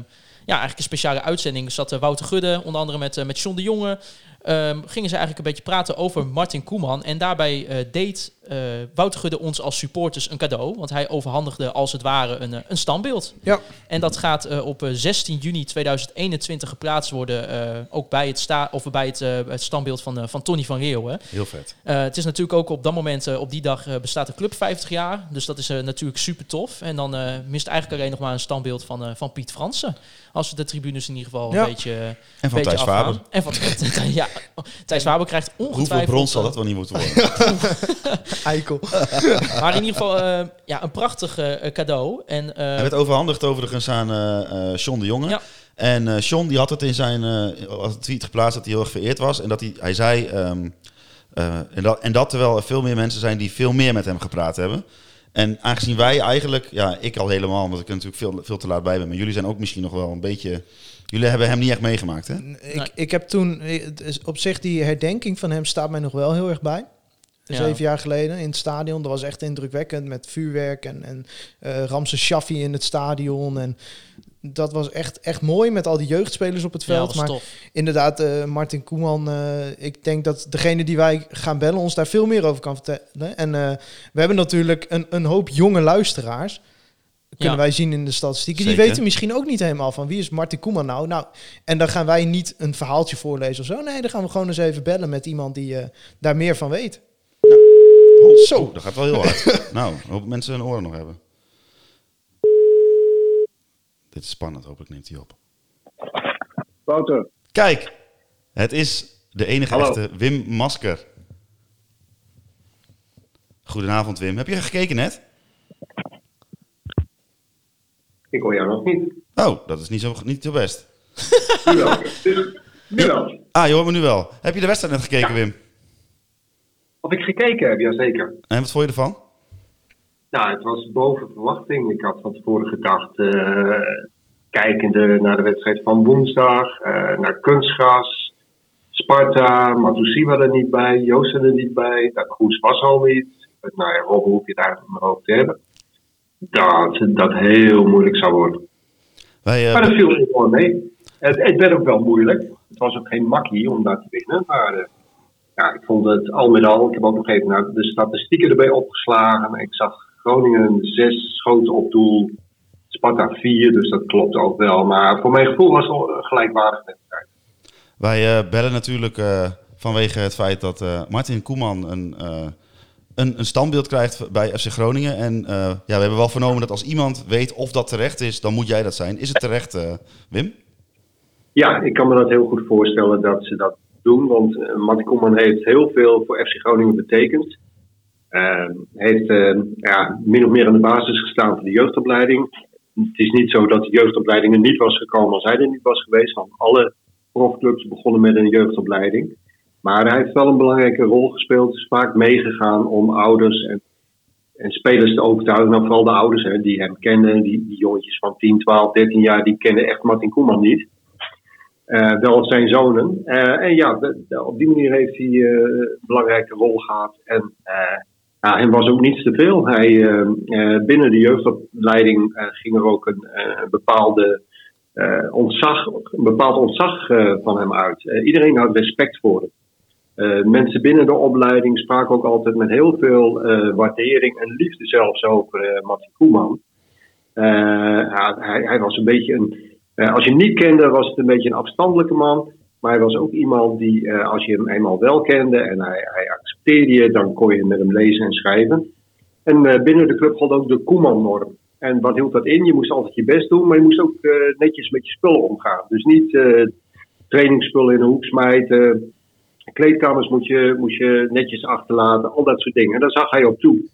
S4: eigenlijk een speciale uitzending, zat eh, Wouter Gudde, onder andere met, eh, met John de Jonge. Ehm, gingen ze eigenlijk een beetje praten over Martin Koeman. En daarbij eh, deed eh, Wouter Gudde ons als supporters een cadeau. Want hij overhandigde als het ware een, eh, een standbeeld.
S5: Ja.
S4: En dat gaat eh, op eh, 16 juni 2021 geplaatst worden. eh, ook bij het, sta of bij het, eh, het standbeeld van, eh, van Tony van Leeuwen.
S6: Heel vet.
S4: Eh, het is natuurlijk ook op dat moment, eh, op die dag, eh, bestaat de club 50 jaar. Dus dat is eh, natuurlijk super tof. En dan eh, mist eigenlijk alleen nog maar een standbeeld van, eh, van Piet Fransen. Als we de tribunes in ieder geval
S5: Ja.
S4: een beetje. eh,
S6: En van
S4: beetje
S6: Thijs
S4: afgaan.
S6: Faber.
S4: En van ja, Thijs Faber krijgt ongetwijfeld.
S6: Hoeveel brons zal
S4: eh,
S6: dat wel niet moeten worden?
S5: Eikel.
S4: Maar in ieder geval, eh, ja, een prachtig eh, eh, cadeau. En, eh,
S6: Hij werd overhandigd overigens aan eh eh John de Jonge.
S4: Ja.
S6: En eh John die had het in zijn eh, als een tweet geplaatst dat hij heel erg vereerd was. En dat hij, hij zei... ehm, eh, en, dat, en dat terwijl er veel meer mensen zijn die veel meer met hem gepraat hebben. En aangezien wij eigenlijk... Ja, ik al helemaal, omdat ik er natuurlijk veel, veel te laat bij ben. Maar jullie zijn ook misschien nog wel een beetje... Jullie hebben hem niet echt meegemaakt, hè?
S5: Ik, ik heb toen, eh, het is op zich die herdenking van hem staat mij nog wel heel erg bij.
S4: Ja.
S5: Zeven jaar geleden in het stadion. Dat was echt indrukwekkend met vuurwerk en, en eh Ramses Shaffi in het stadion. En dat was echt, echt mooi met al die jeugdspelers op het
S4: ja,
S5: veld.
S4: was
S5: maar
S4: tof.
S5: inderdaad, eh, Martin Koeman, eh, ik denk dat degene die wij gaan bellen ons daar veel meer over kan vertellen. En eh, we hebben natuurlijk een, een hoop jonge luisteraars. Kunnen
S4: Ja.
S5: wij zien in de statistieken.
S6: Zeker.
S5: Die weten misschien ook niet helemaal van wie is Martin Koeman nou. nou. En dan gaan wij niet een verhaaltje voorlezen of zo. Nee, dan gaan we gewoon eens even bellen met iemand die eh, daar meer van weet.
S6: Zo, dat gaat wel heel hard. nou, ik hoop dat mensen hun oren nog hebben. Dit is spannend, hopelijk neemt hij op.
S7: Wouter,
S6: Kijk, het is de enige
S7: Hallo.
S6: echte Wim Masker. Goedenavond Wim, heb je gekeken net?
S7: ik hoor jou nog niet.
S6: Oh, dat is niet zo, niet zo best.
S7: Nu wel. nu wel.
S6: Ah, je hoort me nu wel. Heb je de wedstrijd net gekeken
S7: Ja.
S6: Wim?
S7: Of ik gekeken heb, jazeker.
S6: En wat vond je ervan?
S7: Nou, het was boven verwachting. Ik had van tevoren gedacht, eh, kijkende naar de wedstrijd van woensdag, eh, naar kunstgras, Sparta, Matusiwa er niet bij, Joosten er niet bij, dat Kroes was al niet. Nou ja, Robben hoef je het eigenlijk maar over te hebben. Dat dat heel moeilijk zou worden.
S6: Wij, eh,
S7: Maar dat viel me gewoon mee. Het, het werd ook wel moeilijk. Het was ook geen makkie om daar te winnen. Maar eh, ja, ik vond het al met al. Ik heb ook nog even naar de statistieken erbij opgeslagen. Ik zag Groningen zes schoten op doel. Sparta vier, dus dat klopt ook wel. Maar voor mijn gevoel was het al een gelijkwaardig wedstrijd.
S6: wij eh, bellen natuurlijk eh, vanwege het feit dat eh, Martin Koeman een, eh, een, een standbeeld krijgt bij FC Groningen. En eh, ja, we hebben wel vernomen dat als iemand weet of dat terecht is, dan moet jij dat zijn. Is het terecht, eh, Wim?
S7: Ja, ik kan me dat heel goed voorstellen dat ze dat doen. Want eh, Matti Koeman heeft heel veel voor FC Groningen betekend. Ehm, heeft eh, ja, min of meer aan de basis gestaan voor de jeugdopleiding. Het is niet zo dat de jeugdopleiding er niet was gekomen als hij er niet was geweest. Want alle profclubs begonnen met een jeugdopleiding. Maar hij heeft wel een belangrijke rol gespeeld. Is vaak meegegaan om ouders en, en spelers te overtuigen. Nou, vooral de ouders hè, die hem kenden. Die, die jongetjes van 10, 12, 13 jaar, die kenden echt Martin Koeman niet. Eh, wel zijn zonen. Eh, en ja, de- de- op die manier heeft hij eh, een belangrijke rol gehad. En eh, ja, hem was ook niets te veel. Hij, eh, eh, binnen de jeugdopleiding eh, ging er ook een eh, bepaalde, eh, ontzag, een bepaald ontzag eh, van hem uit. Eh, iedereen had respect voor hem. Eh, mensen binnen de opleiding spraken ook altijd met heel veel eh, waardering en liefde zelfs over eh Matti Koeman. Eh, ja, hij, hij was een beetje een. eh, als je hem niet kende, was het een beetje een afstandelijke man. Maar hij was ook iemand die, eh, als je hem eenmaal wel kende en hij, hij accepteerde je, dan kon je met hem lezen en schrijven. En eh, binnen de club gold ook de Koeman-norm. En wat hield dat in? Je moest altijd je best doen, maar je moest ook eh, netjes met je spullen omgaan. Dus niet eh, trainingsspullen in een hoek smijten. Kleedkamers moest je, moest je netjes achterlaten, al dat soort dingen. En daar zag hij op toe.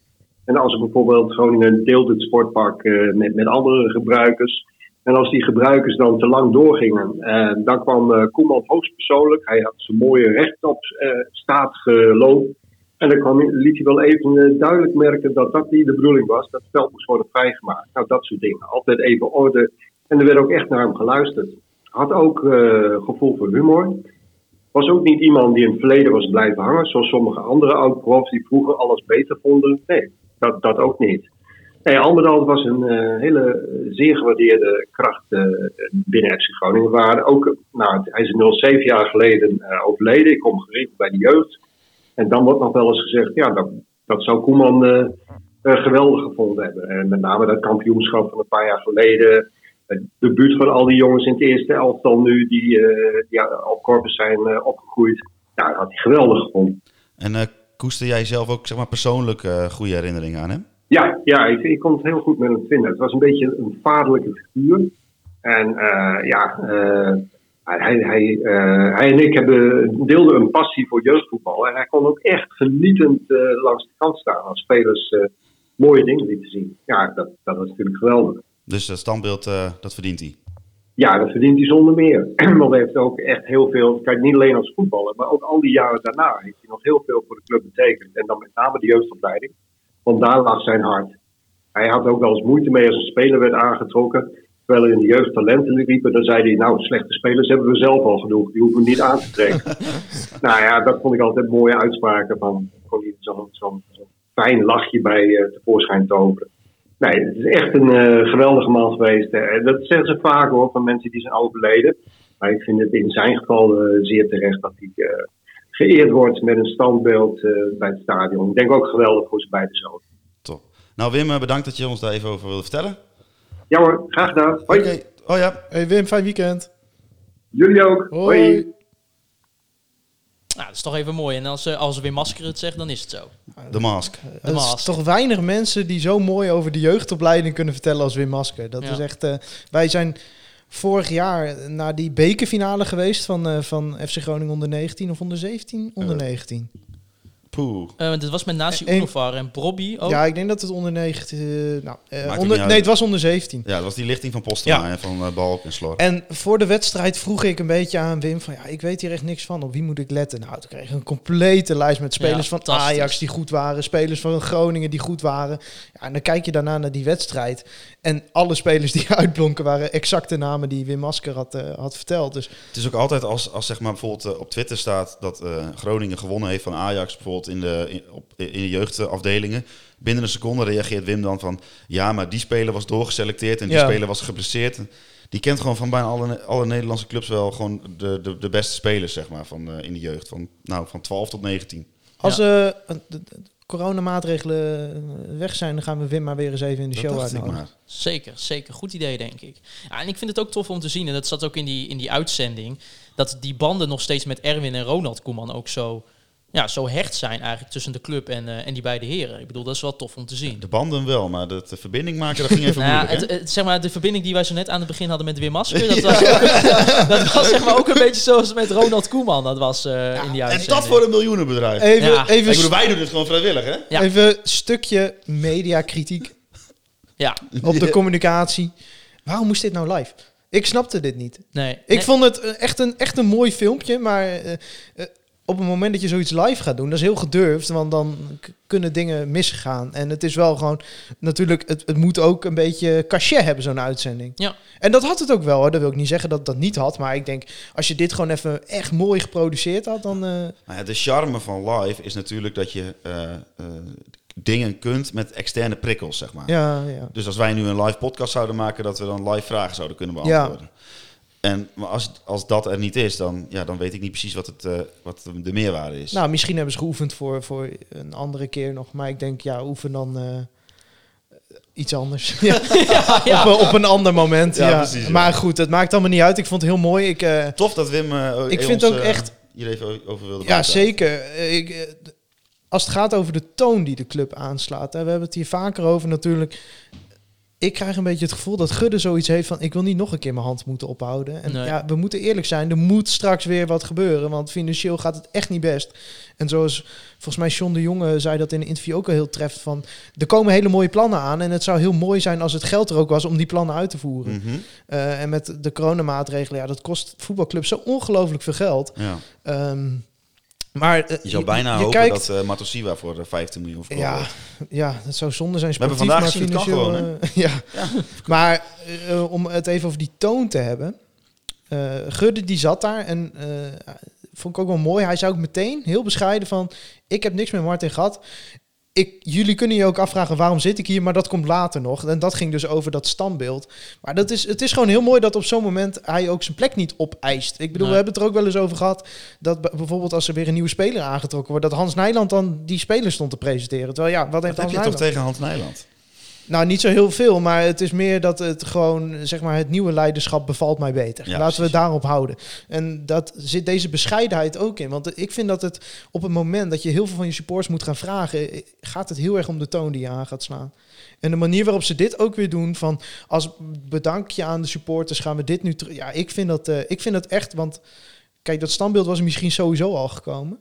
S7: En als er bijvoorbeeld Groningen deelt het sportpark eh, met, met andere gebruikers. En als die gebruikers dan te lang doorgingen, eh, dan kwam eh, Koeman hoogstpersoonlijk. Hij had zijn mooie rechtop eh staat gelopen. En dan kwam, liet hij wel even eh, duidelijk merken dat dat niet de bedoeling was. Dat het veld moest worden vrijgemaakt. Nou, dat soort dingen. Altijd even orde. En er werd ook echt naar hem geluisterd. Had ook eh, gevoel voor humor. Was ook niet iemand die in het verleden was blijven hangen, zoals sommige andere oud-profs die vroeger alles beter vonden. Nee, dat, dat ook niet. Nee, Almerdal was een eh, hele eh, zeer gewaardeerde kracht eh, binnen FC Groningen. Waar ook, nou, hij is 07 jaar geleden eh, overleden. Ik kom geregeld bij de jeugd. En dan wordt nog wel eens gezegd, ja, dat, dat zou Koeman eh, eh, geweldig gevonden hebben. En met name dat kampioenschap van een paar jaar geleden. Het debuut van al die jongens in het eerste elftal nu, die, eh, die op Corpus zijn eh, opgegroeid. Ja, dat had hij geweldig gevonden.
S6: En eh koester jij zelf ook zeg maar, persoonlijk eh, goede herinneringen aan hem?
S7: Ja, ja ik, ik kon het heel goed met hem vinden. Het was een beetje een vaderlijke figuur. En eh, ja, eh, hij, hij, eh, hij en ik hebben, deelden een passie voor jeugdvoetbal. En hij kon ook echt genietend eh, langs de kant staan als spelers eh, mooie dingen lieten zien. Ja, dat, dat was natuurlijk geweldig.
S6: Dus dat standbeeld, eh, dat verdient hij.
S7: Ja, dat verdient hij zonder meer. Want hij heeft ook echt heel veel, kijk niet alleen als voetballer, maar ook al die jaren daarna heeft hij nog heel veel voor de club betekend. En dan met name de jeugdopleiding, want daar lag zijn hart. Hij had ook wel eens moeite mee als een speler werd aangetrokken. Terwijl er in de jeugd talenten liepen, dan zei hij, nou slechte spelers hebben we zelf al genoeg, die hoeven we niet aan te trekken. nou ja, dat vond ik altijd mooie uitspraken van, kon hij zo'n zo'n- zo'n fijn lachje bij eh, tevoorschijn toveren. Nee, het is echt een eh, geweldige man geweest. Eh, dat zeggen ze vaak hoor, van mensen die zijn overleden. Maar ik vind het in zijn geval eh, zeer terecht dat hij eh, geëerd wordt met een standbeeld eh, bij het stadion. Ik denk ook geweldig voor zijn beide zoon.
S6: Top. Nou Wim, eh, bedankt dat je ons daar even over wilde vertellen.
S7: Ja hoor, graag gedaan. Hoi.
S6: Oké. Oh ja.
S5: Hey Wim, fijn weekend.
S7: Jullie ook.
S5: Hoi.
S4: Nou, dat is toch even mooi. En als, eh, als Wim Masker het zegt, dan is het zo.
S6: De mask.
S5: Er
S4: Maas.
S5: is toch weinig mensen die zo mooi over de jeugdopleiding kunnen vertellen als Wim Masker. Dat
S4: Ja.
S5: is echt. eh, wij zijn vorig jaar naar die bekerfinale geweest van, eh, van FC Groningen onder 19 of onder 17? Onder 19.
S6: Poeh.
S4: Eh, want dit was met Nazi
S5: Eh, eh,
S4: Unovar en Brobby ook.
S5: Ja, ik denk dat het onder 19. eh, nou, eh,
S6: niet
S5: onder,
S6: uit.
S5: nee, het was onder 17.
S6: Ja, dat was die lichting van Postema
S4: Ja.
S6: en van eh, Balk en Slor.
S5: En voor de wedstrijd vroeg ik een beetje aan Wim van ja, ik weet hier echt niks van. Op wie moet ik letten? Nou, toen kreeg ik een complete lijst met spelers
S4: Ja,
S5: van
S4: fantastisch.
S5: Ajax die goed waren, spelers van Groningen die goed waren. Ja, en dan kijk je daarna naar die wedstrijd. En alle spelers die uitblonken waren exact de namen die Wim Masker had, eh, had verteld. Dus
S6: Het is ook altijd als, als zeg maar bijvoorbeeld eh, op Twitter staat dat eh, Groningen gewonnen heeft van Ajax, bijvoorbeeld in de, in, op, in de jeugdafdelingen. Binnen een seconde reageert Wim dan van ja, maar die speler was doorgeselecteerd en die
S5: Ja.
S6: speler was geblesseerd. Die kent gewoon van bijna alle, alle Nederlandse clubs wel gewoon de, de, de beste spelers, zeg maar, van, eh, in de jeugd. Van, nou, van 12 tot 19.
S5: als eh, de, de coronamaatregelen eh, weg zijn, dan gaan we Wim maar weer eens even in de
S6: Dat
S5: show
S6: dacht ik
S5: uitnodigen.
S6: maar.
S4: Zeker, zeker. Goed idee, denk ik. Ja, en ik vind het ook tof om te zien, en dat zat ook in die, in die uitzending, dat die banden nog steeds met Erwin en Ronald Koeman ook zo ja, zo hecht zijn eigenlijk tussen de club en, eh, en die beide heren. Ik bedoel, dat is wel tof om te zien.
S6: De banden wel, maar dat de verbinding maken, dat ging even
S4: Nou ja,
S6: moeilijk.
S4: het,
S6: hè?
S4: het- zeg maar, de verbinding die wij zo net aan het begin hadden met Wim Masker, dat was, dat was zeg maar ook een beetje zoals met Ronald Koeman. Dat was eh, in die
S6: en
S4: uitzending.
S6: dat voor een miljoenenbedrijf.
S5: Even,
S4: Ja.
S6: Ik
S5: even,
S6: bedoel, wij doen het gewoon vrijwillig, hè?
S4: Ja.
S5: even stukje mediakritiek
S4: Ja,
S5: op de communicatie. Waarom moest dit nou live? Ik snapte dit niet.
S4: nee.
S5: Ik
S4: nee.
S5: vond het eh, echt een, echt een mooi filmpje, maar eh, eh, op het moment dat je zoiets live gaat doen, dat is heel gedurfd, want dan k- kunnen dingen misgaan. En het is wel gewoon, natuurlijk, het, het moet ook een beetje cachet hebben, zo'n uitzending.
S4: Ja.
S5: En dat had het ook wel, hoor. dat wil ik niet zeggen dat het dat niet had, maar ik denk, als je dit gewoon even echt mooi geproduceerd had, dan... eh,
S6: Nou ja, de charme van live is natuurlijk dat je eh, eh, dingen kunt met externe prikkels, zeg maar.
S5: ja, ja.
S6: Dus als wij nu een live podcast zouden maken, dat we dan live vragen zouden kunnen beantwoorden. En maar als, als dat er niet is, dan, ja, dan weet ik niet precies wat, het, eh, wat de meerwaarde is.
S5: Nou, misschien hebben ze geoefend voor, voor een andere keer nog, maar ik denk, ja, oefen dan... eh, Iets anders. Ja.
S4: ja.
S5: Op, een- op een ander moment. Ja,
S6: Ja, precies, ja.
S5: Maar goed, het maakt allemaal niet uit. Ik vond het heel mooi. Ik, eh,
S6: Tof dat Wim eh,
S5: Ik
S6: eh,
S5: vind
S6: ons,
S5: ook
S6: eh,
S5: echt-
S6: hier even over wilde
S5: Ja,
S6: praten.
S5: zeker. Eh, Ik, eh, d- als het gaat over de toon die de club aanslaat, hè, we hebben het hier vaker over natuurlijk. Ik krijg een beetje het gevoel dat Gudde zoiets heeft van... ik wil niet nog een keer mijn hand moeten ophouden. En
S4: Nee.
S5: ja, we moeten eerlijk zijn, er moet straks weer wat gebeuren... want financieel gaat het echt niet best. En zoals volgens mij John de Jonge zei dat in een interview ook al heel treft... van er komen hele mooie plannen aan... en het zou heel mooi zijn als het geld er ook was om die plannen uit te voeren.
S6: Mhm,
S5: Eh, en met de coronamaatregelen, ja, dat kost voetbalclubs zo ongelooflijk veel geld...
S6: ja.
S5: Ehm, maar eh,
S6: Je zou bijna hopen
S5: kijkt-
S6: dat eh Matosiwa voor eh, 15 miljoen verkocht
S5: ja,
S6: wordt.
S5: ja, dat zou zonde zijn.
S6: hebben
S5: Sportief,
S6: vandaag
S5: maar
S6: gezien, het kan
S5: financieel,
S6: gewoon,
S5: eh, ja. Maar eh, om het even over die toon te hebben. eh, Gudde die zat daar en eh, vond ik ook wel mooi. Hij zei ook meteen heel bescheiden van... ik heb niks met Martin gehad. Ik, jullie kunnen je ook afvragen waarom zit ik hier, maar dat komt later nog. En dat ging dus over dat standbeeld. Maar dat is, het is gewoon heel mooi dat op zo'n moment hij ook zijn plek niet opeist. Ik bedoel,
S4: Nee.
S5: we hebben het er ook wel eens over gehad dat b- bijvoorbeeld als er weer een nieuwe speler aangetrokken wordt, dat Hans Nijland dan die speler stond te presenteren. Terwijl ja, wat heeft
S6: Dat heb
S5: Hans
S6: je toch
S5: Nijland?
S6: tegen Hans Nijland?
S5: Nou, niet zo heel veel, maar het is meer dat het gewoon, zeg maar, het nieuwe leiderschap bevalt mij beter.
S6: Ja,
S5: Laten we
S6: precies.
S5: het daarop houden. En dat zit deze bescheidenheid ook in. Want ik vind dat het op het moment dat je heel veel van je supporters moet gaan vragen, eh, gaat het heel erg om de toon die je aan gaat slaan. En de manier waarop ze dit ook weer doen, van als bedankje aan de supporters, gaan we dit nu terug. Ja, ik vind, dat, eh, ik vind dat echt, want kijk, dat standbeeld was er misschien sowieso al gekomen.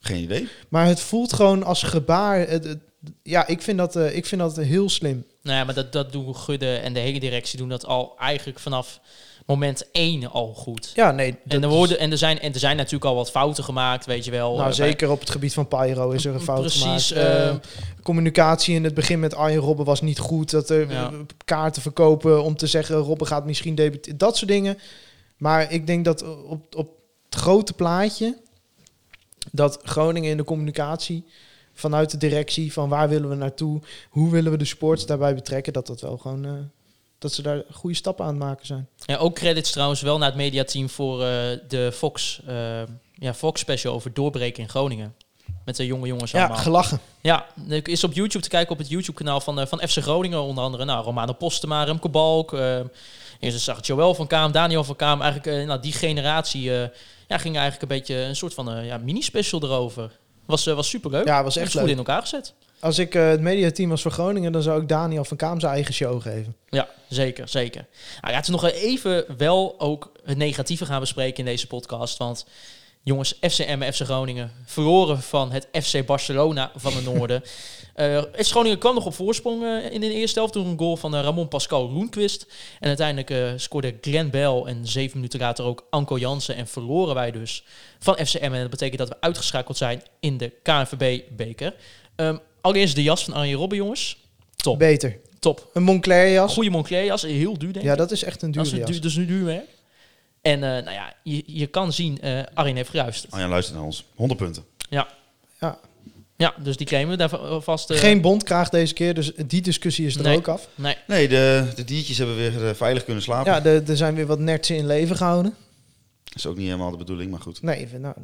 S6: Geen idee.
S5: Maar het voelt gewoon als gebaar. Het- het- ja, ik vind, dat, eh, ik vind dat heel slim.
S4: Nou ja, maar dat, dat doen Gudde en de hele directie doen dat al eigenlijk vanaf moment één al goed.
S5: Ja, nee.
S4: En
S5: dat
S4: er,
S5: is-
S4: worden, en, er zijn, en er zijn natuurlijk al wat fouten gemaakt, weet je wel.
S5: Nou,
S4: Eh,
S5: zeker op het gebied van Pyro is er een fout
S4: Precies,
S5: gemaakt.
S4: eh,
S5: Eh, communicatie in het begin met Arjen Robben was niet goed. Dat er
S4: Ja.
S5: eh, kaarten verkopen om te zeggen... Robben gaat misschien debuteren. Dat soort dingen. Maar ik denk dat op, op het grote plaatje... dat Groningen in de communicatie... vanuit de directie van waar willen we naartoe... hoe willen we de sports daarbij betrekken... dat dat wel gewoon... eh, dat ze daar goede stappen aan het maken zijn.
S4: Ja, ook credits trouwens wel naar het mediateam voor eh, de Fox, eh, ja, Fox special over doorbreken in Groningen. Met de jonge jongens
S5: Ja,
S4: allemaal.
S5: gelachen.
S4: Ja, er is op YouTube te kijken op het YouTube kanaal van, eh, van FC Groningen onder andere. Nou, Romano Postema, Remco Balk. eh, en ze zag Joël van Kaam, Daniel van Kaam. Eigenlijk eh, nou, die generatie eh, ja, ging eigenlijk een beetje een soort van eh, ja, mini-special erover. Was, eh, was superleuk.
S5: Ja, was echt
S4: goed
S5: leuk.
S4: in elkaar gezet.
S5: Als ik eh, het mediateam was voor Groningen... dan zou ik Daniel van Kaam zijn eigen show geven.
S4: Ja, zeker, zeker. Nou, laten we nog even wel ook het negatieve gaan bespreken in deze podcast. Want jongens, FCM en FC Groningen verloren van het FC Barcelona van de Noorden. Eh FC Groningen kwam nog op voorsprong eh, in de eerste helft door een goal van eh, Ramon Pascal Roenquist. En uiteindelijk eh, scoorde Glenn Bell en zeven minuten later ook Anko Jansen. En verloren wij dus van FCM. En dat betekent dat we uitgeschakeld zijn in de KNVB-beker. Ehm, allereerst de jas van Arjen Robben, jongens. Top.
S5: Beter.
S4: Top.
S5: Een Moncler jas.
S4: Goede Moncler jas, heel duur denk ik.
S5: Ja, dat is echt een
S4: dat is
S5: dure
S4: een
S5: jas.
S4: duur, dus een duur merk. En eh, nou ja, je, je kan zien, eh Arjen heeft geruist.
S6: Oh ja, luister naar ons. 100 punten.
S4: Ja.
S5: Ja.
S4: Ja, dus die claimen we daar va- vast. eh,
S5: Geen bondkraag deze keer, dus die discussie is er
S4: Nee.
S5: ook af.
S4: Nee,
S6: Nee, de, de diertjes hebben weer eh, veilig kunnen slapen.
S5: Ja, er er zijn weer wat nertsen in leven gehouden.
S6: Dat is ook niet helemaal de bedoeling, maar goed.
S5: Nee, even, nou,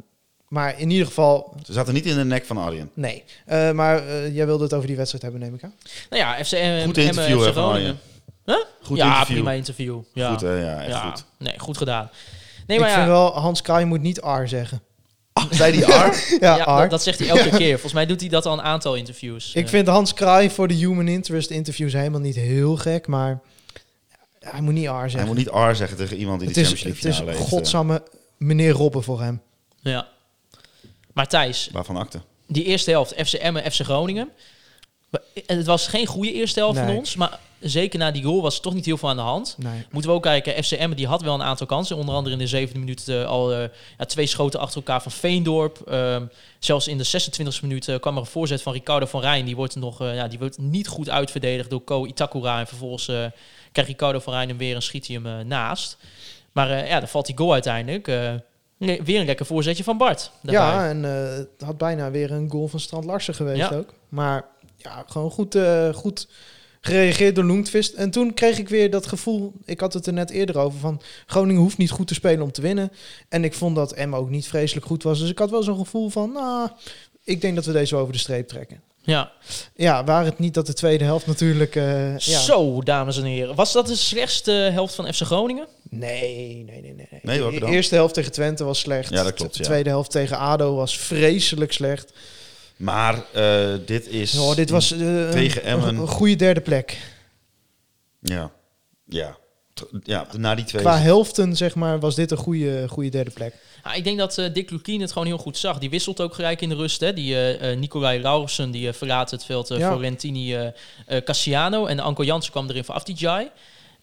S5: maar in ieder geval,
S6: Ze zaten niet in de nek van Arjen.
S5: nee. Eh, maar eh, jij wilde het over die wedstrijd hebben, neem ik aan.
S4: nou ja, FCM.
S6: Goed interview,
S4: eh,
S6: hè, van Arjen. Goed
S4: ja,
S6: interview.
S4: prima interview. Ja,
S6: Goed, hè? Ja, echt
S4: ja.
S6: goed.
S4: Nee, goed gedaan. Nee, maar
S5: ik
S4: ja, Ah,
S5: vind wel, Hans Kraai moet niet R zeggen.
S6: Zei die arm?
S5: Ja,
S4: Ja,
S5: Art.
S4: dat, dat zegt hij elke keer. Volgens mij doet hij dat al een aantal interviews.
S5: Ik
S4: Eh,
S5: vind Hans Kraai voor de Human Interest interviews helemaal niet heel gek, maar hij moet niet R
S6: Hij
S5: zeggen.
S6: moet niet R zeggen tegen iemand die
S5: het
S6: de
S5: is,
S6: Champions League
S5: het is
S6: finale heeft. eh,
S5: godsamme meneer Robben voor hem.
S4: ja. Maar Thijs,
S6: eh, Waarvan akte.
S4: die eerste helft, FC Emmen, FC Groningen. Maar- En het was geen goede eerste helft
S5: Nee.
S4: van ons, maar zeker na die goal was er toch niet heel veel aan de hand.
S5: Nee.
S4: Moeten we ook kijken, FC Emmen die had wel een aantal kansen. Onder andere in de zevende minuut eh, al eh, ja, twee schoten achter elkaar van Veendorp. Ehm, zelfs in de 26e minuut eh, kwam er een voorzet van Ricardo van Rijn. Die wordt, nog, eh, ja, die wordt niet goed uitverdedigd door Ko Itakura. En vervolgens eh, krijgt Ricardo van Rijn hem weer en schiet hij hem eh, naast. Maar eh, ja, dan valt die goal uiteindelijk. Eh, nee, weer een lekker voorzetje van Bart. daarbij.
S5: Ja, en eh, het had bijna weer een goal van Strand Larsen geweest
S4: Ja.
S5: ook. Maar ja, gewoon goed, eh, goed gereageerd door Loentvist. En toen kreeg ik weer dat gevoel, ik had het er net eerder over, van Groningen hoeft niet goed te spelen om te winnen. En ik vond dat Emma ook niet vreselijk goed was. Dus ik had wel zo'n gevoel van, nou, ik denk dat we deze over de streep trekken.
S4: ja.
S5: Ja, waar het niet dat de tweede helft natuurlijk... eh, ja.
S4: Zo, dames en heren. Was dat de slechtste helft van FC Groningen?
S5: Nee, nee, nee, nee.
S6: Nee, welke
S5: de
S6: dan?
S5: eerste helft tegen Twente was slecht.
S6: Ja, dat klopt,
S5: De
S6: ja.
S5: tweede helft tegen ADO was vreselijk slecht.
S6: Maar eh, dit is...
S5: Oh, dit was eh,
S6: Tegen
S5: een-
S6: Emmen.
S5: Een, goede derde plek.
S6: Ja. Ja. T- Ja, na die twee...
S5: Qua helften, zeg maar, was dit een goede, goede derde plek.
S4: Ja, ik denk dat eh, Dick Lukien het gewoon heel goed zag. Die wisselt ook gelijk in de rust. Hè? Die eh eh, Nicolai Lauwersen die eh, verlaat het veld. eh,
S5: Ja.
S4: Florentini eh eh, Cassiano. En Anko Jansen kwam erin voor Afdijai.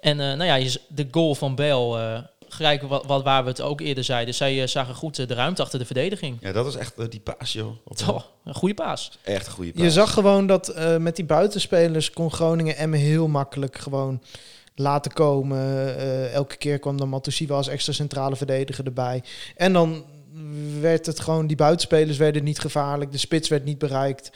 S4: En eh, nou ja, je z- de goal van Bel. eh, gelijk wat, wat waar we het ook eerder zeiden. Dus zij eh, zagen goed eh, de ruimte achter de verdediging.
S6: Ja, dat is echt eh, die paas, joh.
S4: Toch, een goede paas.
S6: Echt een goede paas.
S5: Je zag gewoon dat eh, met die buitenspelers kon Groningen Emmen heel makkelijk gewoon laten komen. Eh, elke keer kwam dan Matusiwa als extra centrale verdediger erbij. En dan werd het gewoon, die buitenspelers werden niet gevaarlijk. De spits werd niet bereikt.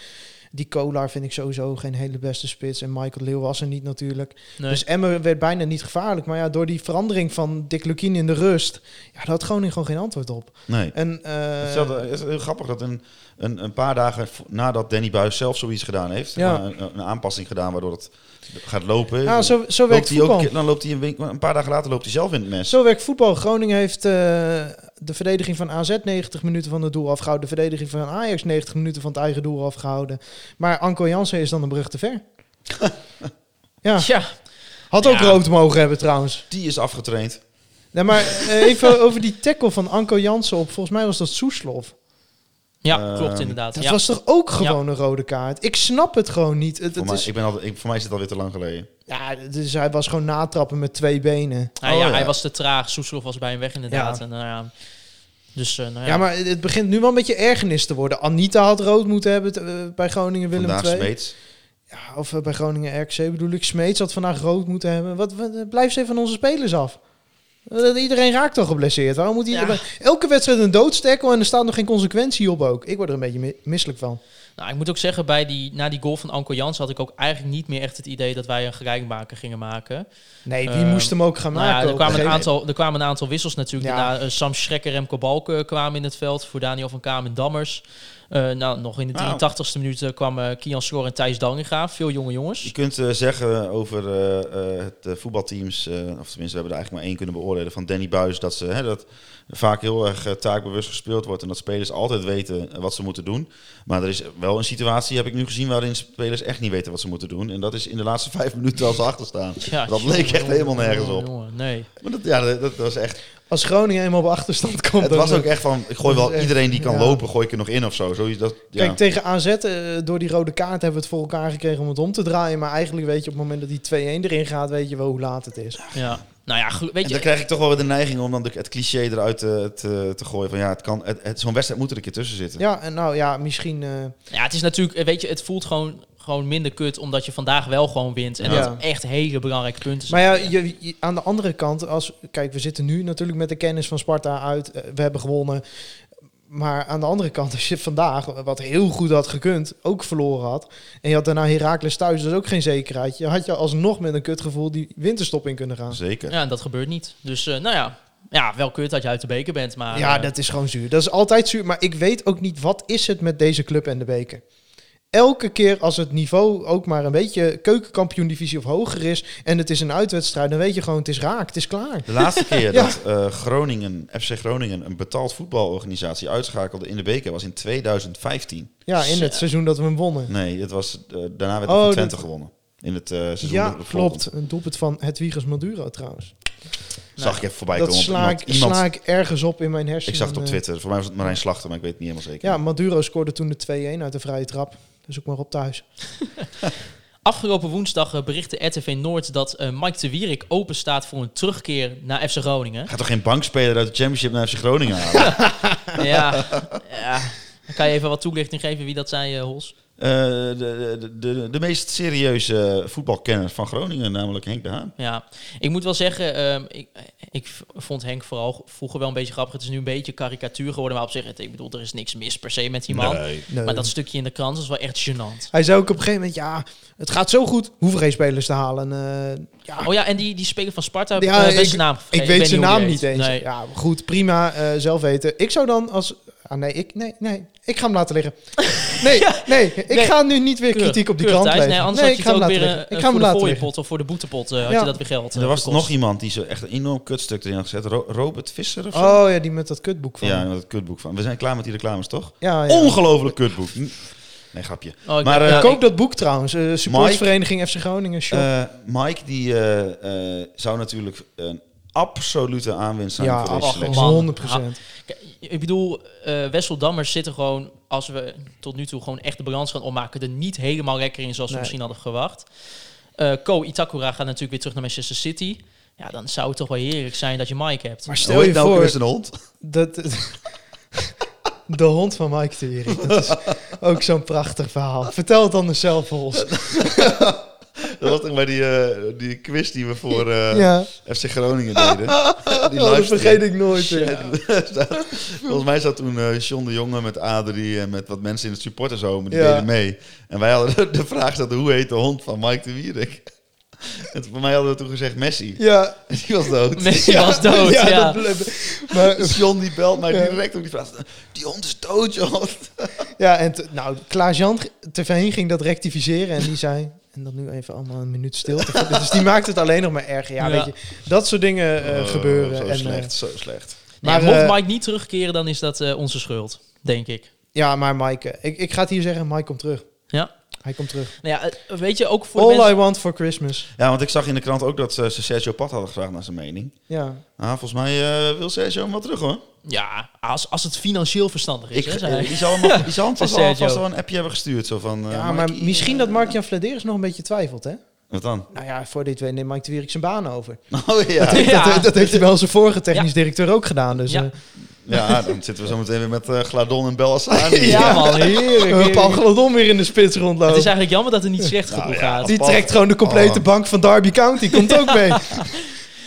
S5: Die Kolar vind ik sowieso geen hele beste spits. En Michael Leeuw was er niet natuurlijk.
S4: Nee.
S5: Dus Emmen werd bijna niet gevaarlijk. Maar ja, door die verandering van Dick Lukien in de rust... Ja, daar had Groningen gewoon geen antwoord op.
S6: Nee.
S5: En, eh,
S6: Hetzelfde, het is heel grappig dat een, een, een paar dagen vo- nadat Danny Buis zelf zoiets gedaan heeft,
S5: Ja.
S6: maar een, een aanpassing gedaan waardoor het gaat lopen.
S5: ja, zo, zo werkt
S6: loopt hij
S5: voetbal.
S6: ook, dan loopt hij een, win- een paar dagen later loopt hij zelf in het mes.
S5: Zo werkt voetbal. Groningen heeft eh, de verdediging van AZ 90 minuten van het doel afgehouden. De verdediging van Ajax 90 minuten van het eigen doel afgehouden. Maar Anko Jansen is dan een brug te ver. ja,
S4: Ja,
S5: had ook
S4: Ja.
S5: rood mogen hebben trouwens.
S6: Die is afgetraind.
S5: Nee, maar eh, even over die tackle van Anko Jansen op. Volgens mij was dat Soeslof.
S4: ja
S6: Eh,
S4: klopt inderdaad.
S5: Dat
S4: ja.
S5: was toch ook gewoon een rode kaart? Ik snap het gewoon niet. Het,
S6: Voor
S5: het
S6: mij,
S5: is,
S6: ik ben altijd, ik, voor mij is het alweer te lang geleden.
S5: ja, dus hij was gewoon natrappen met twee benen.
S4: Ah,
S6: Oh,
S4: ja,
S6: ja.
S4: Hij was te traag. Soeslof was bij hem weg inderdaad.
S5: Ja.
S4: En, nou ja. Dus, eh, nou
S5: Ja, maar het begint nu wel een beetje ergernis te worden. Anita had rood moeten hebben eh, bij Groningen Willem
S6: Vandaag
S5: II.
S6: Smeets.
S5: Ja, of eh, bij Groningen RKC bedoel ik. Smeets had vandaag rood moeten hebben. Wat, wat eh, blijft ze van onze spelers af? Eh, Iedereen raakt al geblesseerd. Waarom moet iedereen... Elke wedstrijd een doodstekel en er staat nog geen consequentie op ook. Ik word er een beetje mi- misselijk van.
S4: Nou, ik moet ook zeggen, bij die, na die goal van Anko Jans had ik ook eigenlijk niet meer echt het idee dat wij een gelijkmaker gingen maken.
S5: Nee, wie
S4: Eh,
S5: moest hem ook gaan
S4: Nou
S5: maken?
S4: ja, er,
S5: op
S4: kwamen een
S5: gegeven-
S4: aantal, er kwamen een aantal wissels natuurlijk.
S5: Ja.
S4: Daarna, eh, Sam Schrekker, Remco Balken eh, kwamen in het veld voor Daniel van Kamen Dammers. Eh, nou, nog in de
S6: Nou.
S4: 83ste minuut eh, kwamen Kian Schor en Thijs Dallinga. Veel jonge jongens.
S6: Je kunt eh, zeggen over eh, eh, het eh, voetbalteams, eh, of tenminste we hebben er eigenlijk maar één kunnen beoordelen van Danny Buis, dat ze hè, dat vaak heel erg eh, taakbewust gespeeld wordt en dat spelers altijd weten eh, wat ze moeten doen. Maar er is wel een situatie, heb ik nu gezien, waarin spelers echt niet weten wat ze moeten doen. En dat is in de laatste vijf minuten als ze achter staan.
S4: Ja,
S6: dat
S4: jongen,
S6: leek echt
S4: jongen,
S6: helemaal nergens
S4: jongen,
S6: op.
S4: jongen, nee.
S6: Maar dat, ja, dat, dat was echt,
S5: Als Groningen eenmaal op achterstand komt...
S6: het
S5: dan- eh,
S6: was ook echt van, ik gooi
S5: dat is
S6: wel
S5: echt-
S6: iedereen die kan
S5: ja.
S6: lopen, gooi ik er nog in of zo. Zoiets, dat, ja.
S5: Kijk, tegen AZ, eh, door die rode kaart hebben we het voor elkaar gekregen om het om te draaien. Maar eigenlijk weet je op het moment dat die 2-1 erin gaat, weet je wel hoe laat het is.
S4: Ja. Nou ja, gelu- weet
S6: En
S4: je,
S6: dan krijg ik toch wel weer de neiging om dan de- het cliché eruit te, te, te gooien van ja, het kan, het, het- zo'n wedstrijd moet er een keer tussen zitten.
S5: Ja, en nou ja, misschien... eh,
S4: Ja, het is natuurlijk, eh, weet je, het voelt gewoon, gewoon minder kut omdat je vandaag wel gewoon wint. En
S5: Ja.
S4: dat echt hele belangrijke punten
S5: maar
S4: zijn.
S5: ja, je, je- aan de andere kant, als, kijk, we zitten nu natuurlijk met de kennis van Sparta uit. eh, we hebben gewonnen. Maar aan de andere kant, als je vandaag, eh, wat heel goed had gekund, ook verloren had. En je had daarna Heracles thuis, dat is ook geen zekerheid. Je had je alsnog met een kutgevoel die winterstop in kunnen gaan.
S6: Zeker.
S4: Ja, en dat gebeurt niet. Dus eh, nou ja. ja, wel kut dat je uit de beker bent. Maar,
S5: Ja,
S4: eh,
S5: dat is gewoon zuur. Dat is altijd zuur. Maar ik weet ook niet, wat is het met deze club en de beker? elke keer als het niveau ook maar een beetje keukenkampioen-divisie of hoger is. en het is een uitwedstrijd, dan weet je gewoon, het is raak, het is klaar.
S6: De laatste keer
S5: Ja.
S6: dat eh, Groningen, FC Groningen een betaald voetbalorganisatie uitschakelde in de beker was in 2015.
S5: Ja, in het seizoen dat we hem wonnen.
S6: Nee, dat was, eh, daarna werd het
S5: Oh,
S6: van
S5: dat-
S6: Twente gewonnen. In het eh, seizoen.
S5: Ja,
S6: dat volgde.
S5: klopt. Een doelpunt van Hedwiges Maduro trouwens.
S6: Zag ik even voorbij
S5: dat
S6: komen.
S5: sla ik,
S6: iemand, iemand-
S5: sla ik ergens op in mijn hersenen.
S6: ik zag het op
S5: eh.
S6: Twitter. Voor mij was het Marijn Slachter, maar ik weet het niet helemaal zeker.
S5: Ja, Maduro scoorde toen de 2-1 uit de vrije trap. Dus ook maar op thuis.
S4: Afgelopen woensdag eh, berichtte RTV Noord dat eh, Mike de Wierik open staat voor een terugkeer naar FC Groningen.
S6: Gaat toch geen bankspeler uit de Championship naar FC Groningen halen?
S4: ja, ja. Kan je even wat toelichting geven wie dat zei, eh Hols?
S6: Eh, de, de, de, de meest serieuze voetbalkenner van Groningen, namelijk Henk de Haan.
S4: Ja, ik moet wel zeggen, ehm, ik, ik v- vond Henk vooral vroeger wel een beetje grappig. Het is nu een beetje karikatuur geworden, maar op zich, het- ik bedoel, er is niks mis per se met die man.
S5: Nee.
S4: Maar dat stukje in de krant is wel echt gênant.
S5: Hij zei ook op een gegeven moment, ja, het gaat zo goed. Hoeven geen spelers te halen. Eh, ja,
S4: Oh ja, en die, die speler van Sparta,
S5: Ja,
S4: ja,
S5: ik-
S4: zijn naam
S5: ik
S4: vergeten.
S5: weet zijn
S4: hoe die
S5: naam
S4: heet.
S5: niet eens.
S4: Nee.
S5: Ja, maar goed, prima, eh, zelf weten. Ik zou dan als... Ah, nee, ik, nee, nee, ik ga hem laten liggen. Nee, nee, ik
S4: Nee.
S5: ga nu niet weer
S4: Keurig,
S5: kritiek op die
S4: keurig,
S5: krant
S4: Thijs.
S5: leggen.
S4: Nee, anders had je
S5: ik ga
S4: het
S5: hem
S4: ook
S5: laten
S4: weer
S5: liggen.
S4: een,
S5: Ik ga hem
S4: voor de
S5: laten
S4: fooie
S5: liggen.
S4: pot of voor de boetepot eh, had
S5: Ja.
S4: je dat weer geld. eh,
S6: er was
S4: gekost.
S6: nog iemand die zo echt een enorm kutstuk erin had gezet. Ro- Robert Visser of zo?
S5: Oh ja, die met dat kutboek van.
S6: Ja,
S5: Ja,
S6: met het kutboek van. We zijn klaar met die reclames, toch?
S5: ja.
S6: Ongelooflijk kutboek. Nee, grapje.
S4: Oh, ik-
S6: maar
S4: ja,
S6: eh,
S5: Koop dat boek trouwens. eh supportvereniging FC Groningen. Shop.
S6: eh, Mike, die eh, eh, zou natuurlijk een absolute aanwinst zijn
S5: ja,
S6: voor deze
S4: ach,
S6: selectie.
S4: man.
S5: 100 procent.
S4: Kijk, Ik bedoel, eh Wessel Dammers zit er gewoon, als we tot nu toe gewoon echt de balans gaan opmaken, er niet helemaal lekker in zoals we
S5: Nee.
S4: misschien hadden verwacht. Eh Ko Itakura gaat natuurlijk weer terug naar Manchester City. Ja, dan zou het toch wel heerlijk zijn dat je Mike hebt.
S5: Maar
S6: Hoe
S5: stel
S6: heet
S5: je
S6: nou ook
S5: voor
S6: weer zijn hond?
S5: dat... De hond van Mike Thierry. Dat is ook zo'n prachtig verhaal. Vertel het anders zelf, Hols.
S6: Dat was toch bij die, eh, die quiz die we voor eh,
S5: Ja,
S6: FC Groningen deden. Die
S5: Oh, dat
S6: livestream.
S5: vergeet ik nooit. weer.
S6: Volgens mij zat toen eh John de Jonge met Adrie en met wat mensen in het supportershome. Die
S5: Ja.
S6: deden mee. En wij hadden de, de vraag zat, hoe heet de hond van Mike de Wierik? En voor mij hadden we toen gezegd Messi.
S5: Ja,
S6: En die was dood.
S4: Messi was dood, ja.
S5: dat blubber. maar,
S6: Dus John die belt mij
S5: Ja.
S6: direct op die vraag. Die hond is dood, John.
S5: ja, en t- nou, Klaas-Jan g- Terveen ging dat rectificeren en die zei... En dan nu even allemaal een minuut stilte. voor dit." Dus die maakt het alleen nog maar erger. Ja,
S4: Ja.
S5: weet je, dat soort dingen eh,
S6: Oh,
S5: gebeuren.
S6: Zo
S5: en, eh,
S6: slecht, zo slecht.
S4: Nee,
S5: maar,
S4: mocht
S5: eh,
S4: Mike niet terugkeren, dan is dat eh, onze schuld, denk ik.
S5: ja, maar Mike, eh, ik, ik ga het hier zeggen, Mike komt terug.
S4: Ja.
S5: Hij komt terug.
S4: Nou ja, eh, weet je, ook voor de
S5: All
S4: mensen...
S5: I want for Christmas.
S6: Ja, want ik zag in de krant ook dat eh, ze ze Sergio Pat hadden gevraagd naar zijn mening.
S5: Ja,
S6: Ah, volgens mij eh, wil Sergio hem wel terug, hoor.
S4: Ja, als, als het financieel verstandig is.
S6: Ik,
S4: hè,
S6: eh,
S4: zei-
S6: die zal hem al- die zal hem vast
S4: Van
S6: wel
S4: Sergio.
S6: vast wel een appje hebben gestuurd. Zo van, eh,
S5: ja maar
S6: Mikey,
S5: misschien dat Mark-Jan Fladeris nog een beetje twijfelt, hè?
S6: Wat dan?
S5: Nou ja, voor dit weet neemt Mike de Wierik zijn baan over.
S6: Oh ja.
S4: Ja.
S5: Dat, dat heeft hij wel zijn vorige technisch directeur ook gedaan. Dus,
S4: Ja.
S5: eh,
S6: Ja, dan zitten we zo meteen weer met eh, Gladon en Bellassani.
S4: Ah, ja, man. Heerlijk,
S5: eh, Paul
S4: heerlijk.
S5: Gladon weer in de spits
S4: Het
S5: rondlopen.
S4: is eigenlijk jammer dat het niet slecht genoeg
S6: ja,
S4: gaat.
S5: Oh. Die
S6: Paul-
S5: trekt gewoon de complete
S6: Oh.
S5: bank van Derby County. Komt ook mee.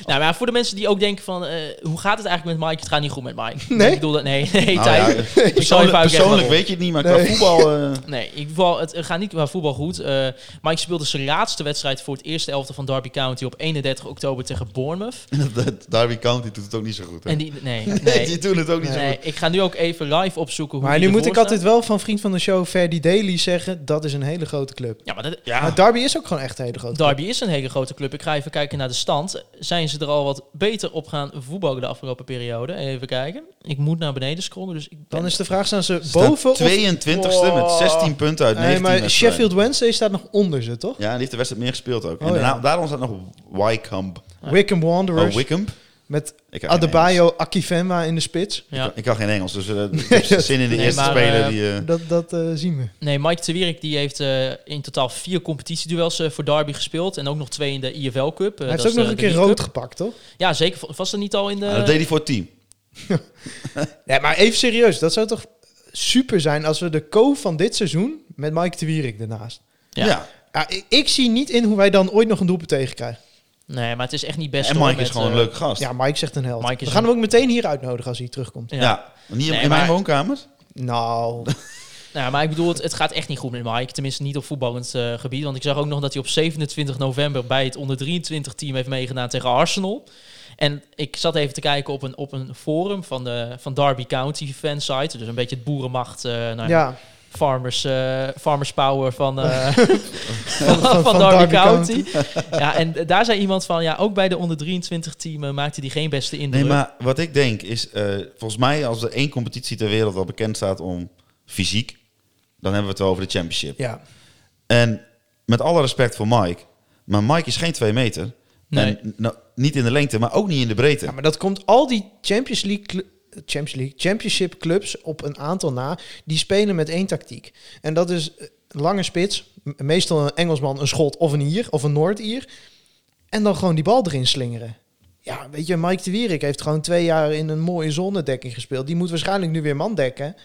S4: Nou, maar voor de mensen die ook denken van, eh, hoe gaat het eigenlijk met Mike? Het gaat niet goed met Mike.
S5: Nee?
S4: Ik bedoel dat, nee, nee,
S6: Nou
S4: Thijs.
S6: ja,
S4: Ik zal even
S6: persoonlijk
S4: uitleggen
S6: persoonlijk
S4: waarom.
S6: weet je het niet, maar qua
S5: Nee.
S6: voetbal... eh,
S4: Nee, in ieder geval, het gaat niet qua voetbal goed. Eh Mike speelde zijn laatste wedstrijd voor het eerste elftal van Derby County op 31 oktober tegen Bournemouth.
S6: dat- dat Derby County doet het ook niet zo goed. Hè?
S4: En die, nee,
S6: Nee, die
S4: nee.
S6: doen het ook niet zo
S4: Nee, ik ga nu ook even live opzoeken hoe
S5: Maar
S4: die
S5: nu moet ik
S4: ervoor
S5: altijd
S4: staat.
S5: wel van vriend van de show Ferdy Daly zeggen... dat is een hele grote club.
S4: Ja, maar dat,
S5: Maar Derby is ook gewoon echt een hele grote club.
S4: Derby is een hele grote club. Ik ga even kijken naar de stand. Zijn ze er al wat beter op gaan voetballen de afgelopen periode? Even kijken. Ik moet naar beneden scrollen, dus ik ben...
S5: Dan is de vraag, staan ze
S6: goed.
S5: boven of...
S6: 22 e met 16 punten uit 19
S5: Nee, maar
S6: wedstrijden.
S5: Sheffield Wednesday staat nog onder ze, toch?
S6: Ja, die heeft de wedstrijd meer gespeeld ook.
S5: Oh,
S6: en
S5: ja.
S6: daarna, daarom staat nog Wycombe.
S5: Wickham
S6: Oh,
S5: Wanderers
S6: Wycombe?
S5: met
S6: Ik kan geen
S5: Adebayo Akifenwa in de spits.
S6: Engels.
S4: ja.
S6: Ik kan geen Engels, dus eh, ik heb zin in de
S4: Nee,
S6: eerste
S4: maar,
S6: speler
S4: eh,
S6: die... eh,
S5: Dat, dat eh, zien we.
S4: Nee, Mike de Wierik die heeft eh, in totaal vier competitieduels eh, voor Derby gespeeld. En ook nog twee in de IFL Cup. Eh,
S5: Hij
S4: dat
S5: heeft
S4: is
S5: ook nog
S4: de- de
S5: een keer
S4: League
S5: rood
S4: Cup.
S5: gepakt, toch?
S4: Ja, zeker. Was dat niet al in de...
S6: nou, dat deed hij voor het team.
S5: Nee, maar even serieus. Dat zou toch super zijn als we de co van dit seizoen... met Mike de Wierik ernaast.
S4: Ja.
S6: Ja.
S5: Ja, ik, ik zie niet in hoe wij dan ooit nog een doelpunt tegenkrijgen.
S4: Nee, maar het is echt niet best.
S6: En
S4: hoor,
S6: Mike is
S4: met,
S6: gewoon een
S4: eh,
S6: leuke gast.
S5: Ja, Mike zegt een held.
S4: Mike is
S5: we gaan
S4: een-
S5: hem ook meteen hier uitnodigen als hij terugkomt.
S4: Ja.
S6: Ja. Niet in
S4: Nee,
S6: in mijn
S4: maar-
S6: woonkamer?
S5: Nou,
S4: Nou, maar ik bedoel, het, het gaat echt niet goed met Mike. Tenminste, niet op voetballend eh, gebied. Want ik zag ook nog dat hij op 27 november bij het onder 23 team heeft meegedaan tegen Arsenal. En ik zat even te kijken op een, op een forum van, de, van Derby County fansite. Dus een beetje het boerenmacht. eh nou, ja.
S5: ja.
S4: Farmers, eh, farmers Power van, eh, van, van Derby
S5: Derby
S4: County. ja, en daar zei iemand van, ja, ook bij de onder 23 team eh, maakte die geen beste indruk.
S6: Nee, maar wat ik denk is, eh, volgens mij als er één competitie ter wereld al bekend staat om fysiek, dan hebben we het wel over de championship.
S5: Ja,
S6: En met alle respect voor Mike, maar Mike is geen twee meter.
S4: Nee.
S6: En, nou, niet in de lengte, maar ook niet in de breedte.
S5: Ja, maar dat komt al die Champions League, cl- Champions League Championship clubs op een aantal na. Die spelen met één tactiek. En dat is eh, lange spits. m- Meestal een Engelsman, een Schot of een Ier of een Noord-Ier. En dan gewoon die bal erin slingeren. Ja, weet je, Mike de Wierik heeft gewoon twee jaar in een mooie zonnedekking gespeeld. Die moet waarschijnlijk nu weer man dekken.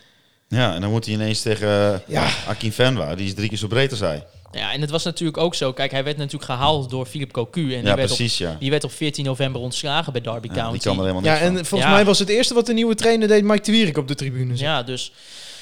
S6: Ja, en dan moet hij ineens tegen eh
S5: Ja.
S6: Akin Fenwa, die is drie keer zo breed als hij.
S4: Ja, en het was natuurlijk ook zo. Kijk, hij werd natuurlijk gehaald door Philip Cocu. En die,
S6: ja,
S4: werd op,
S6: precies, ja.
S4: die werd op 14 november ontslagen bij Derby
S6: Ja,
S4: County.
S6: die kan er helemaal niks
S5: Ja, en
S6: van.
S5: volgens
S4: Ja.
S5: mij was het eerste wat de nieuwe trainer deed Mike de Wierik op de tribune. nou Ja.
S4: ja, dus...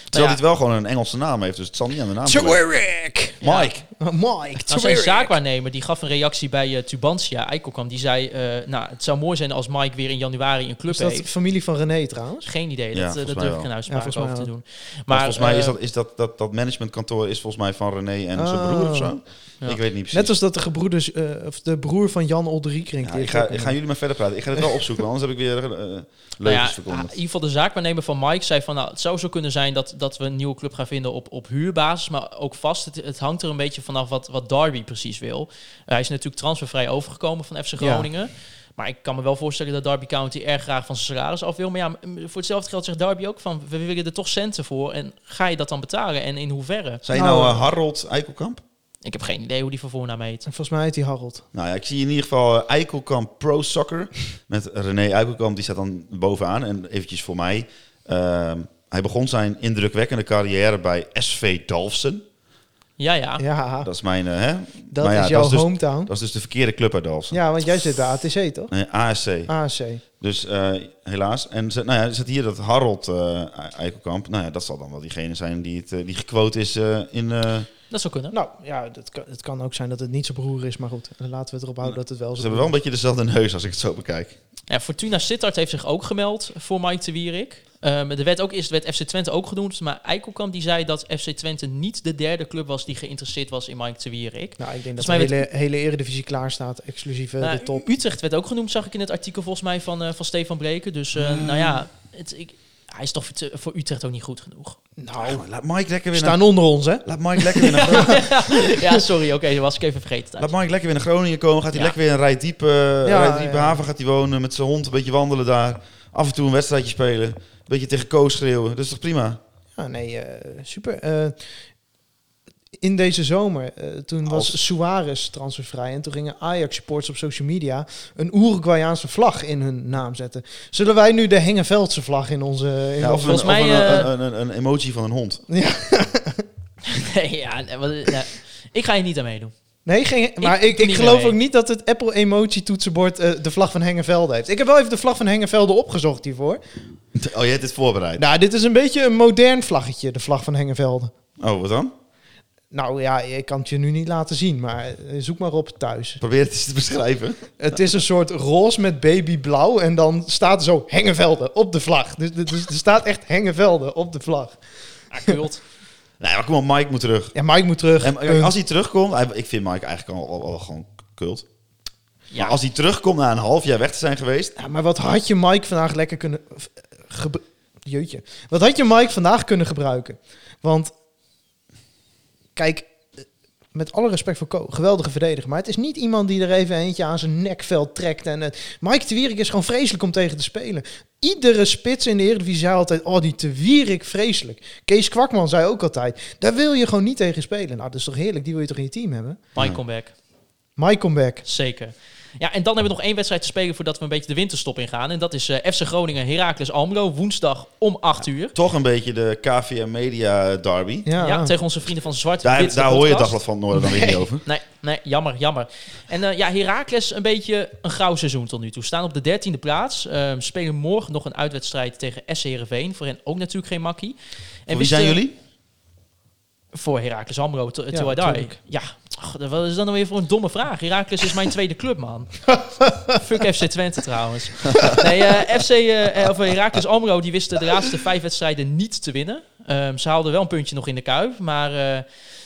S6: Terwijl
S4: ja.
S6: dit wel gewoon een Engelse naam heeft, dus het zal niet aan de naam liggen.
S5: Wierik!
S6: Mike,
S5: Mike
S4: Nou, zijn
S5: Tewierik.
S4: zaakwaarnemer die gaf een reactie bij eh Tubantia, Eikelkamp. Die zei, eh, nou, het zou mooi zijn als Mike weer in januari een club
S5: Is Dus dat de
S4: heeft.
S5: familie van René trouwens?
S4: Geen idee,
S6: Ja,
S4: dat, eh,
S6: volgens
S4: dat
S6: mij
S4: durf ik
S6: wel.
S4: geen uitspraak
S5: Ja, volgens
S4: over
S5: mij
S4: te
S5: wel.
S4: doen.
S6: Maar volgens mij is
S4: eh,
S6: dat, is dat, dat, dat managementkantoor is volgens mij van René en zijn
S5: Oh.
S6: broer of zo.
S4: Ja.
S6: Ik weet niet precies.
S5: Net als dat de gebroeders, eh, of de broer van Jan Olderiekrink.
S6: Ja,
S5: die
S6: ik,
S5: heeft
S6: ga,
S5: ook een-
S6: ik ga jullie maar verder praten. Ik ga het wel opzoeken, want anders heb ik weer eh
S4: nou ja,
S6: leugens
S4: in
S5: ah,
S6: verkondigd.
S4: ieder geval de zaakwaarnemer van Mike zei van, nou, het zou zo kunnen zijn dat, dat we een nieuwe club gaan vinden op, op huurbasis, maar ook vast. Het, het hangt er een beetje vanaf wat, wat Derby precies wil. Eh, hij is natuurlijk transfervrij overgekomen van FC
S5: Ja.
S4: Groningen. Maar ik kan me wel voorstellen dat Derby County erg graag van zijn salaris af wil. Maar ja, m- voor hetzelfde geld zegt Derby ook van, we willen er toch centen voor. En ga je dat dan betalen en in hoeverre?
S6: Zijn je nou,
S5: Nou,
S6: eh, Harold Eikelkamp?
S4: Ik heb geen idee hoe die voor voornaam heet.
S5: Volgens mij heet hij Harold.
S6: Nou ja, ik zie in ieder geval eh, Eikelkamp Pro Soccer. Met René Eikelkamp, die staat dan bovenaan. En eventjes voor mij. ehm, hij begon zijn indrukwekkende carrière bij SV Dalfsen.
S4: Ja, ja.
S5: Ja,
S6: Dat is mijn... eh, hè?
S5: Ah. dat
S6: Maar ja,
S5: is jouw
S6: dus,
S5: hometown.
S6: Dat is dus de verkeerde club uit Dalfsen.
S5: ja, Ah. want jij zit bij ATC, toch?
S6: Nee, ASC.
S5: ASC.
S6: Dus eh, helaas. En ze- nou ja, er zit hier dat Harold eh, Eikelkamp. Nou ja, dat zal dan wel diegene zijn die, het, eh, die gequote is eh, in... eh,
S4: Dat zou kunnen.
S5: Nou, ja, dat kan, het kan ook zijn dat het niet zijn broer is, maar goed. dan Laten we het erop houden dat het wel
S6: Ze
S5: zo
S6: hebben wel een beetje dezelfde neus als ik het zo bekijk.
S4: Ja, Fortuna Sittard heeft zich ook gemeld voor Mike de Wierik. Ehm, er werd ook eerst werd FC Twente ook genoemd, maar Eikelkamp die zei dat FC Twente niet de derde club was die geïnteresseerd was in Mike de Wierik.
S5: Nou, ik denk dat de
S4: Volgens mij
S5: hele, hele eredivisie klaar staat. Exclusief eh,
S4: Nou,
S5: de top.
S4: Utrecht werd ook genoemd, zag ik in het artikel volgens mij van, eh, van Stefan Breken. Dus eh,
S5: Hmm.
S4: nou ja, het, ik, hij is toch voor te- voor Utrecht ook niet goed genoeg.
S5: Nou,
S6: Laat Mike lekker
S5: we
S6: weer naar,
S5: staan onder ons, hè?
S6: laat Mike lekker weer naar, Groningen,
S4: ja, sorry, oké, dat was ik even vergeten. thuis.
S6: laat Mike lekker weer naar Groningen komen. Gaat hij
S4: Ja.
S6: lekker weer in Rijdiep, eh
S5: Ja,
S6: Rijdiep
S5: ja.
S6: Haven gaat hij wonen. Met zijn hond een beetje wandelen daar. Af en toe een wedstrijdje spelen. Een beetje tegen Koos schreeuwen. Dat is toch prima?
S5: Ja, nee, eh, super. Eh, in deze zomer, eh, toen was
S6: Als-
S5: Suarez transfervrij en toen gingen Ajax supporters op social media een Uruguayaanse vlag in hun naam zetten. Zullen wij nu de Hengeveldse vlag in onze... In
S6: Ja, of
S5: onze-
S6: een, of
S4: volgens mij,
S6: een,
S4: eh,
S6: een, een, een emoji van een hond.
S4: Nee, ja, nee, wat- ja, ik ga je niet aan meedoen.
S5: nee, geen, maar
S4: Ik
S5: ik,
S4: doe
S5: ik,
S4: niet
S5: geloof
S4: mee.
S5: ook niet dat het Apple Emoji toetsenbord eh, de vlag van Hengevelde heeft. Ik heb wel even de vlag van Hengevelde opgezocht hiervoor.
S6: Oh, je hebt dit voorbereid.
S5: Nou, dit is een beetje een modern vlaggetje, de vlag van Hengevelde.
S6: Oh, wat dan?
S5: Nou ja, ik kan het je nu niet laten zien, maar eh, zoek maar op thuis.
S6: Probeer het eens te beschrijven.
S5: Het is een soort roze met babyblauw. En dan staat er zo Hengevelde op de vlag. Dus, dus, dus er staat echt Hengevelde op de vlag.
S4: Ah, kult.
S6: Nee, maar kom op, Mike moet terug.
S5: Ja, Mike moet terug.
S6: En
S5: Punt.
S6: kijk, als hij terugkomt... hij- Ik vind Mike eigenlijk al, al, al gewoon kult.
S4: Ja.
S6: Maar als hij terugkomt na een half jaar weg te zijn geweest...
S5: Ja, maar wat had je Mike vandaag lekker kunnen... v- gebru- Jeetje. Wat had je Mike vandaag kunnen gebruiken? Want, kijk, eh, met alle respect voor Co, geweldige verdediger. Maar het is niet iemand die er even eentje aan zijn nekveld trekt. En, eh, Mike de Wierik is gewoon vreselijk om tegen te spelen. Iedere spits in de Eredivisie zei altijd, oh die te Wierik vreselijk. Kees Kwakman zei ook altijd, daar wil je gewoon niet tegen spelen. Nou, dat is toch heerlijk, die wil je toch in je team hebben?
S4: Mike, come back.
S5: Mike comeback.
S4: Zeker. Ja, en dan hebben we nog één wedstrijd te spelen voordat we een beetje de winterstop ingaan. En dat is eh, FC Groningen Heracles Almelo, woensdag om 8 uur.
S6: toch een beetje de KVM Media Derby.
S5: Ja,
S4: Ja, tegen onze vrienden van Zwart.
S6: Daar,
S4: Wit, de
S6: daar hoor je
S4: podcast.
S6: Dagblad van het Noorden dan weer niet over.
S4: Nee, nee, jammer, jammer. En eh, ja, Heracles een beetje een grauw seizoen tot nu toe. Staan op de 13e plaats. Ehm, spelen morgen nog een uitwedstrijd tegen SC Heerenveen. Voor hen ook natuurlijk geen makkie. En
S6: En wie zijn
S4: wisten-
S6: jullie?
S4: Voor Heracles Almelo, to,
S5: Ja,
S4: to I die.
S5: natuurlijk.
S4: Ja, ach, wat is dat nou weer voor een domme vraag? Heracles is mijn tweede club, man. Fuck FC Twente eh, trouwens. Nee, eh, FC, eh, eh, of Heracles Almelo, die wisten de laatste vijf wedstrijden niet te winnen. Ehm, ze haalden wel een puntje nog in de kuip. Maar eh,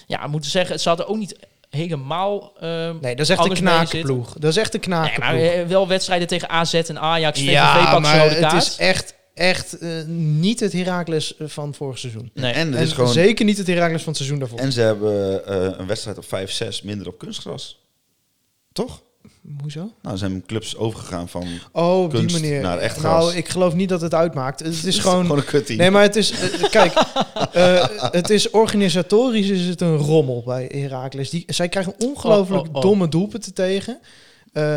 S4: ja, moeten zeggen, ze hadden ook niet helemaal. ehm,
S5: Nee, dat is echt een
S4: alles mee zitten.
S5: knakenploeg. Dat is echt een
S4: Nee,
S5: knakenploeg.
S4: maar eh, wel wedstrijden tegen AZ en Ajax. VVV
S5: ja,
S4: pakken ze
S5: maar
S4: rode
S5: het
S4: kaart.
S5: is echt, echt eh, niet het Heracles eh, van vorig seizoen.
S4: Nee.
S6: En het
S5: En
S6: is gewoon...
S5: zeker niet het Heracles van het seizoen daarvoor.
S6: En ze hebben eh, een wedstrijd op 5-6 minder op kunstgras. Toch?
S5: Hoezo?
S6: Nou, zijn clubs overgegaan van...
S5: Oh, op die
S6: Kunst
S5: manier.
S6: naar echt
S5: nou,
S6: gras.
S5: ik geloof niet dat het uitmaakt. Het is gewoon...
S6: Gewoon een kutteam.
S5: Nee, maar het is... eh, kijk, eh, het is organisatorisch is het een rommel bij Heracles. Die, zij krijgen ongelooflijk
S4: Oh, oh, oh.
S5: domme doelpunten tegen. Eh,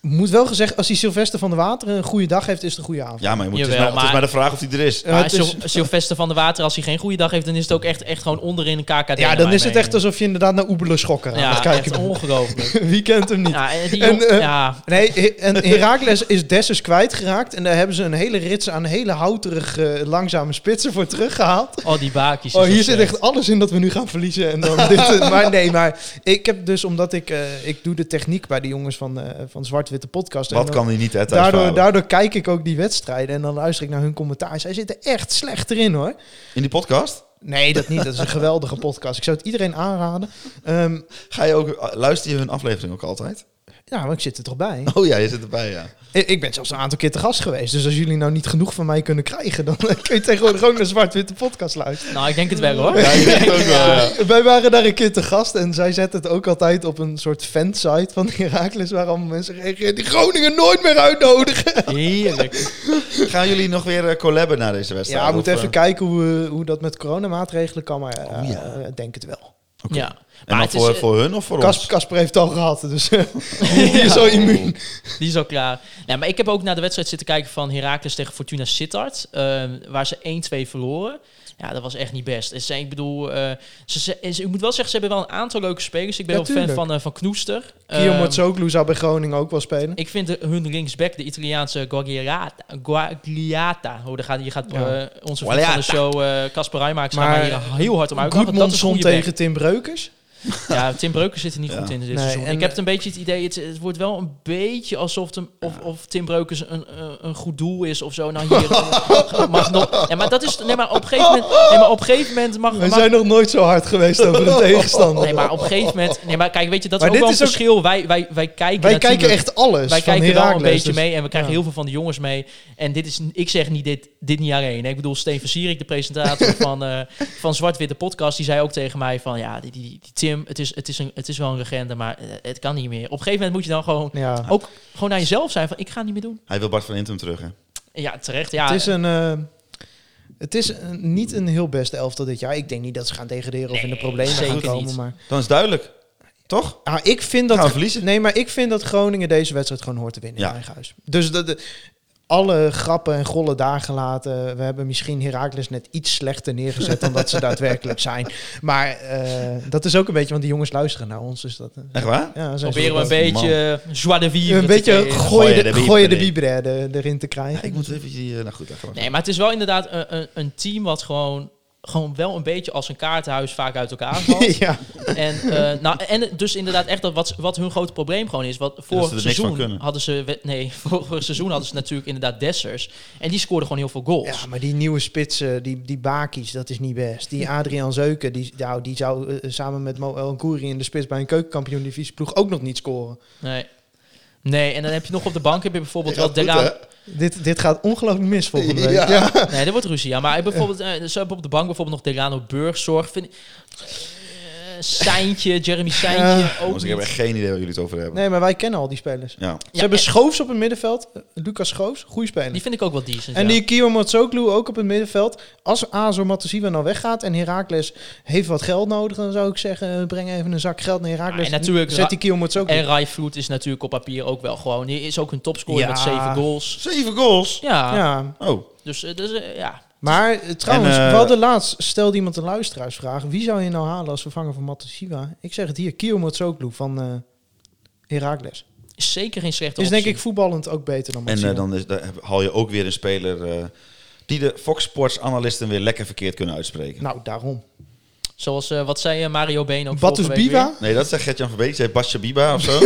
S5: moet wel gezegd, als die Sylvester van der Wateren een goede dag heeft, is het een goede avond.
S6: Ja, maar, je moet,
S4: Jawel,
S6: het, is maar, het is
S4: maar-
S6: maar de vraag of die er is.
S5: Eh,
S4: Maar
S5: het is-
S4: Syl- Sylvester van der Water, als hij geen goede dag heeft, dan is het ook echt, echt gewoon onderin een KKD.
S5: ja,
S4: naar
S5: dan
S4: mijn
S5: is het echt
S4: mening.
S5: alsof je inderdaad naar Oebelen schokken aan het
S4: Ja, echt
S5: kijken bent.
S4: ongelooflijk.
S5: Wie kent hem niet?
S4: Ja, en die
S5: En,
S4: jong-
S5: eh,
S4: ja,
S5: Nee, He- en Herakles is Dessus kwijtgeraakt. En daar hebben ze een hele rits aan hele houterig eh, langzame spitsen voor teruggehaald.
S4: al die baakjes.
S5: Oh,
S4: is
S5: hier
S4: dat
S5: zit
S4: slecht.
S5: echt alles in dat we nu gaan verliezen. En dan dit, eh, maar nee, maar ik heb dus, omdat ik, eh, ik doe de techniek bij de jongens van, eh, van Zwart-Witte Podcast. en
S6: Wat
S5: dan-
S6: kan die niet, hè, thuis
S5: Daardoor,
S6: verhalen?
S5: daardoor kijk ik ook die wedstrijden en dan luister ik naar hun commentaar. Zij zitten echt slecht erin hoor.
S6: In die podcast?
S5: Nee, dat niet. Dat is een geweldige podcast. Ik zou het iedereen aanraden. Ehm
S6: Ga je ook, eh, luister je hun aflevering ook altijd?
S5: ja, maar ik zit er toch bij.
S6: Oh ja, je zit erbij, ja.
S5: Ik ik ben zelfs een aantal keer te gast geweest. Dus als jullie nou niet genoeg van mij kunnen krijgen, dan eh, kun je tegenwoordig ook naar Zwart-Witte Podcast luisteren.
S4: Nou, ik denk het wel hoor.
S6: Ja, ik denk het ook wel, ja.
S5: Wij waren daar een keer te gast en zij zette het ook altijd op een soort fansite van Herakles, waar allemaal mensen reageerden die Groningen nooit meer uitnodigen.
S4: Heerlijk.
S6: Gaan jullie nog weer eh, collaben na deze wedstrijd?
S5: Ja, we moeten
S6: Of,
S5: even
S6: eh, Oh,
S5: kijken hoe, eh, hoe dat met coronamaatregelen kan, maar eh, eh, denk het wel.
S4: Ja. Maar
S6: En dan
S4: het is,
S6: voor,
S4: eh,
S6: voor hun of voor
S5: Kas-
S6: ons?
S5: Kasper heeft het al gehad, dus eh, die is al immuun.
S4: Die is al klaar. Nee, maar ik heb ook naar de wedstrijd zitten kijken van Heracles tegen Fortuna Sittard. eh, waar ze 1-2 verloren. Ja, dat was echt niet best. Ze zijn- ik bedoel, eh, ze, ze- ze- ik moet wel zeggen, ze hebben wel een aantal leuke spelers. Ik ben
S5: Ja,
S4: wel fan
S5: tuurlijk.
S4: van, eh, van Knoester.
S5: Guillaume
S4: Ehm,
S5: Mazzoglu zou bij Groningen ook wel spelen.
S4: ik vind de- hun linksback, de Italiaanse Guagliata. Guagliata. Oh, daar gaat, hier gaat eh,
S5: Ja.
S4: onze vriend van de show eh, Casper Rijmakers maar, maar
S5: Maar
S4: hier heel hard om uit. want dat is een
S5: Goedmondson
S4: goede back.
S5: tegen Tim Breukers.
S4: Ja, Tim Breukers zit er niet goed in dit
S5: Nee,
S4: seizoen.
S5: en,
S4: ik heb
S5: eh,
S4: het een beetje het idee, het, het wordt wel een beetje alsof hem, of, of Tim Breukers een, een, een goed doel is of zo. Nou hier eh, mag nog. Ja, maar dat is, nee, maar op een gegeven moment, nee, maar op een gegeven moment mag.
S5: We
S4: mag-
S5: zijn nog nooit zo hard geweest over de tegenstander.
S4: nee, maar op een gegeven moment, nee, maar kijk, weet je, dat is
S5: Maar
S4: ook wel een
S5: dit is ook-
S4: verschil. Wij, wij, wij kijken,
S5: Wij
S4: natuurlijk-
S5: kijken echt alles.
S4: wij
S5: van
S4: kijken wel een
S5: Heracles,
S4: beetje
S5: dus-
S4: mee en we krijgen
S5: ja.
S4: heel veel van de jongens mee. En dit is, ik zeg niet dit, dit niet alleen. Ik bedoel, Steven Sierik, de presentator van, eh, van Zwart-Witte Podcast, die zei ook tegen mij van, ja, die, die, die Tim, het is, het, is een, het is wel een regende, maar eh, het kan niet meer. Op een gegeven moment moet je dan gewoon,
S5: Ja.
S4: ook gewoon naar jezelf zijn van, ik ga het niet meer doen.
S6: Hij wil Bart van Intum terug, hè?
S4: Ja, terecht. Ja,
S5: Het is een. eh, het is een- niet een heel beste elftal dit jaar. Ik denk niet dat ze gaan degraderen of in de
S4: Nee,
S5: problemen gaan
S4: zeker
S5: komen.
S4: niet.
S5: Maar
S6: Dan is het duidelijk. Toch?
S5: ah, ik vind
S6: Gaan we
S5: dat.
S6: verliezen?
S5: Nee, maar ik vind dat Groningen deze wedstrijd gewoon hoort te winnen
S6: Ja.
S5: in eigen huis. Dus dat, de- alle grappen en gollen daar gelaten. We hebben misschien Heracles net iets slechter neergezet dan dat ze daadwerkelijk zijn. Maar eh, dat is ook een beetje, want die jongens luisteren naar ons. Dus dat, eh,
S6: Echt waar?
S5: ja, zijn ze
S4: proberen we een
S5: wel-
S4: beetje joie de vivre
S5: een
S4: te
S5: beetje
S4: creëren.
S5: gooien de,
S6: Gooi de
S5: gooi de
S6: wieper
S5: wieper, eh, er- erin te
S6: Ja,
S5: krijgen.
S6: ik moet even... die, eh, Nou goed, dat gaan we-
S4: Nee, maar het is wel inderdaad een, een, een team wat gewoon, gewoon wel een beetje als een kaartenhuis vaak uit elkaar valt.
S5: ja.
S4: En, eh, nou, en dus inderdaad echt dat wat, wat hun grote probleem gewoon is. Wat
S6: er
S4: vorig
S6: niks van
S4: seizoen
S6: kunnen.
S4: hadden ze... we- Nee, vorig seizoen hadden ze natuurlijk inderdaad Dessers. En die scoorden gewoon heel veel goals.
S5: Ja, maar die nieuwe spitsen, die, die Bakies, dat is niet best. Die Adriaan Zeuken, die, nou, die zou eh, samen met Mo El Koeri in de spits bij een keukenkampioen divisieploeg ook nog niet scoren.
S4: Nee. Nee, en dan heb je nog op de bank heb je bijvoorbeeld
S6: Ja,
S4: wel
S6: goed,
S4: Deraan.
S5: Dit, dit gaat ongelooflijk mis volgende week.
S6: Ja.
S5: Ja.
S4: Nee, dat wordt ruzie. Ja, maar hij bijvoorbeeld, eh, ze hebben op de bank bijvoorbeeld nog Delano Burgzorg. Vind ik, Eh, Seintje, Jeremy Seintje. ook
S6: Jongens, ik heb
S4: niet.
S6: echt geen idee waar jullie het over hebben.
S5: Nee, maar wij kennen al die spelers.
S6: Ja.
S5: Ze hebben
S4: en-
S5: Schoofs op het middenveld. eh, Lucas Schoofs, goede speler.
S4: Die vind ik ook wel decent.
S5: en
S4: ja.
S5: die Kio Matsoklu ook op het middenveld. Als Azor Matosiva nou weggaat en Herakles heeft wat geld nodig, dan zou ik zeggen, eh, breng even een zak geld naar Herakles.
S4: Ah, en natuurlijk-
S5: Zet die Kio Matsoklu.
S4: En Rai Vloed is natuurlijk op papier ook wel gewoon. Die is ook een topscorer
S5: Ja.
S4: met zeven goals.
S6: Zeven goals?
S4: Ja,
S5: Ja,
S6: Oh,
S4: dus, eh, dus eh, ja,
S5: Maar eh, trouwens,
S6: En, eh,
S5: we hadden laatst, stelde iemand een luisteraarsvraag. Wie zou je nou halen als vervanger van Matasiva? Ik zeg het hier, Kio Matsoglu van eh Herakles.
S4: is zeker geen slechte
S5: Is
S4: optie.
S5: denk ik voetballend ook beter dan
S6: en
S5: Matsiva.
S6: eh, dan is, daar heb- haal je ook weer een speler eh, die de Fox Sports analisten weer lekker verkeerd kunnen uitspreken.
S5: Nou, daarom.
S4: Zoals eh, wat zei eh, Mario Been ook
S5: Batus
S4: vorige week
S5: Biba?
S4: weer.
S6: Nee, dat zegt Gertjan van Beek. Die zei Basje Biba of zo.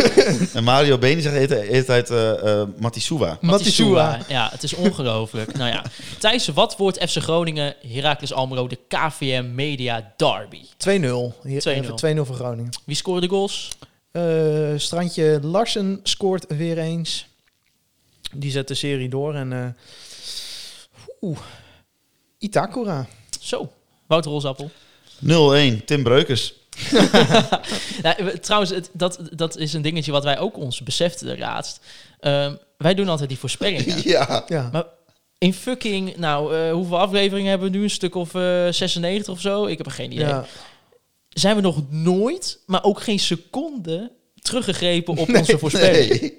S6: en Mario Been die zegt de hele tijd- de hele tijd eh, eh, Matisua.
S5: Matisua.
S4: eh, Ja, het is ongelooflijk. nou ja. Thijs, wat wordt FC Groningen, Heracles Almelo, de KVM Media Derby?
S5: 2-0. Hier
S4: 2-0.
S5: even 2-0 voor Groningen.
S4: Wie scoorde de goals?
S5: Eh, Strandje Larsen scoort weer eens. Die zet de serie door. En eh, oeh, Itakura.
S4: Zo, Wouter Rosappel.
S6: 0-1, Tim Breukers.
S4: Nou, we- trouwens, het- dat, dat is een dingetje wat wij ook ons beseften laatst. Ehm, wij doen altijd die voorspellingen.
S6: Ja.
S5: Ja.
S4: Maar in fucking, nou, eh, hoeveel afleveringen hebben we nu? Een stuk of eh, 96 of zo? Ik heb er geen idee.
S5: ja.
S4: Zijn we nog nooit, maar ook geen seconde teruggegrepen op onze voorspelling?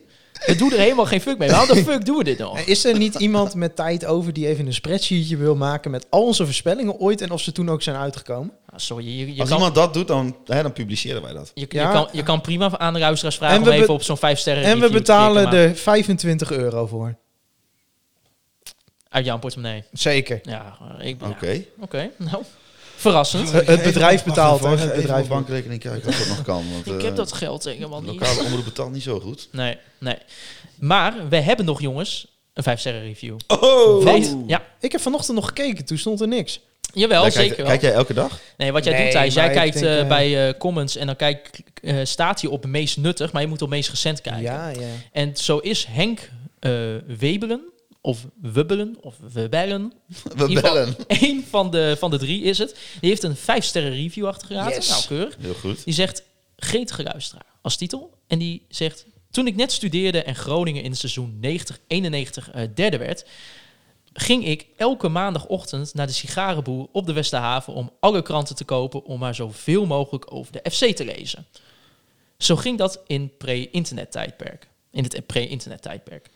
S4: We doen er helemaal geen fuck mee. Waarom de fuck doen we dit nog?
S5: En Is er niet iemand met tijd over die even een spreadsheetje wil maken met al onze voorspellingen ooit en of ze toen ook zijn uitgekomen?
S4: Ah, Sorry, je, je,
S6: Als
S4: kan,
S6: iemand dat doet, dan, hè, dan publiceren wij dat.
S4: je, je
S5: Ja.
S4: kan, je kan prima aan de luisteraars vragen
S5: En
S4: om
S5: we be-
S4: even op zo'n 5 sterren
S5: En we
S4: review te klikken,
S5: betalen
S4: maar
S5: er 25 euro voor.
S4: Uit jouw portemonnee.
S5: Zeker.
S4: Ja, ik ben...
S6: Oké.
S4: ja. Oké, nou. Verrassend.
S5: Het- Het bedrijf betaalt. hè,
S6: Wacht even,
S5: Het
S6: even
S5: bedrijf
S6: op bankrekening kijken of dat nog kan. Want,
S4: Ik
S6: eh,
S4: heb dat geld helemaal niet.
S6: Lokale omroep betaalt niet zo goed.
S4: Nee, nee. Maar we hebben nog, jongens, een 5-sterren review.
S6: Oh!
S4: Weet- Ja,
S5: Ik heb vanochtend nog gekeken, toen stond er niks.
S4: jawel,
S6: kijk,
S4: zeker wel.
S6: kijk jij elke dag?
S4: nee, wat jij
S5: Nee,
S4: doet, Thijs, jij
S5: maar ik
S4: kijkt
S5: denk,
S4: eh,
S5: eh,
S4: bij eh, comments en dan kijk, eh, staat hij op meest nuttig, maar je moet op meest recent kijken.
S5: Ja, ja.
S4: En zo is Henk eh, Webelen, of Wubbelen, of Webellen,
S6: We
S4: Ivo-
S6: bellen.
S4: één van de, van de drie is het. Die heeft een 5-sterren review achtergelaten,
S5: Yes.
S4: nou keurig.
S6: Heel goed.
S4: Die zegt Gretige Luisteraar als titel. En die zegt... Toen ik net studeerde en Groningen in het seizoen 90-91 eh, derde werd... ging ik elke maandagochtend naar de sigarenboer op de Westerhaven... om alle kranten te kopen om maar zoveel mogelijk over de FC te lezen. Zo ging dat in pre-internet tijdperk. In het pre-internet tijdperk.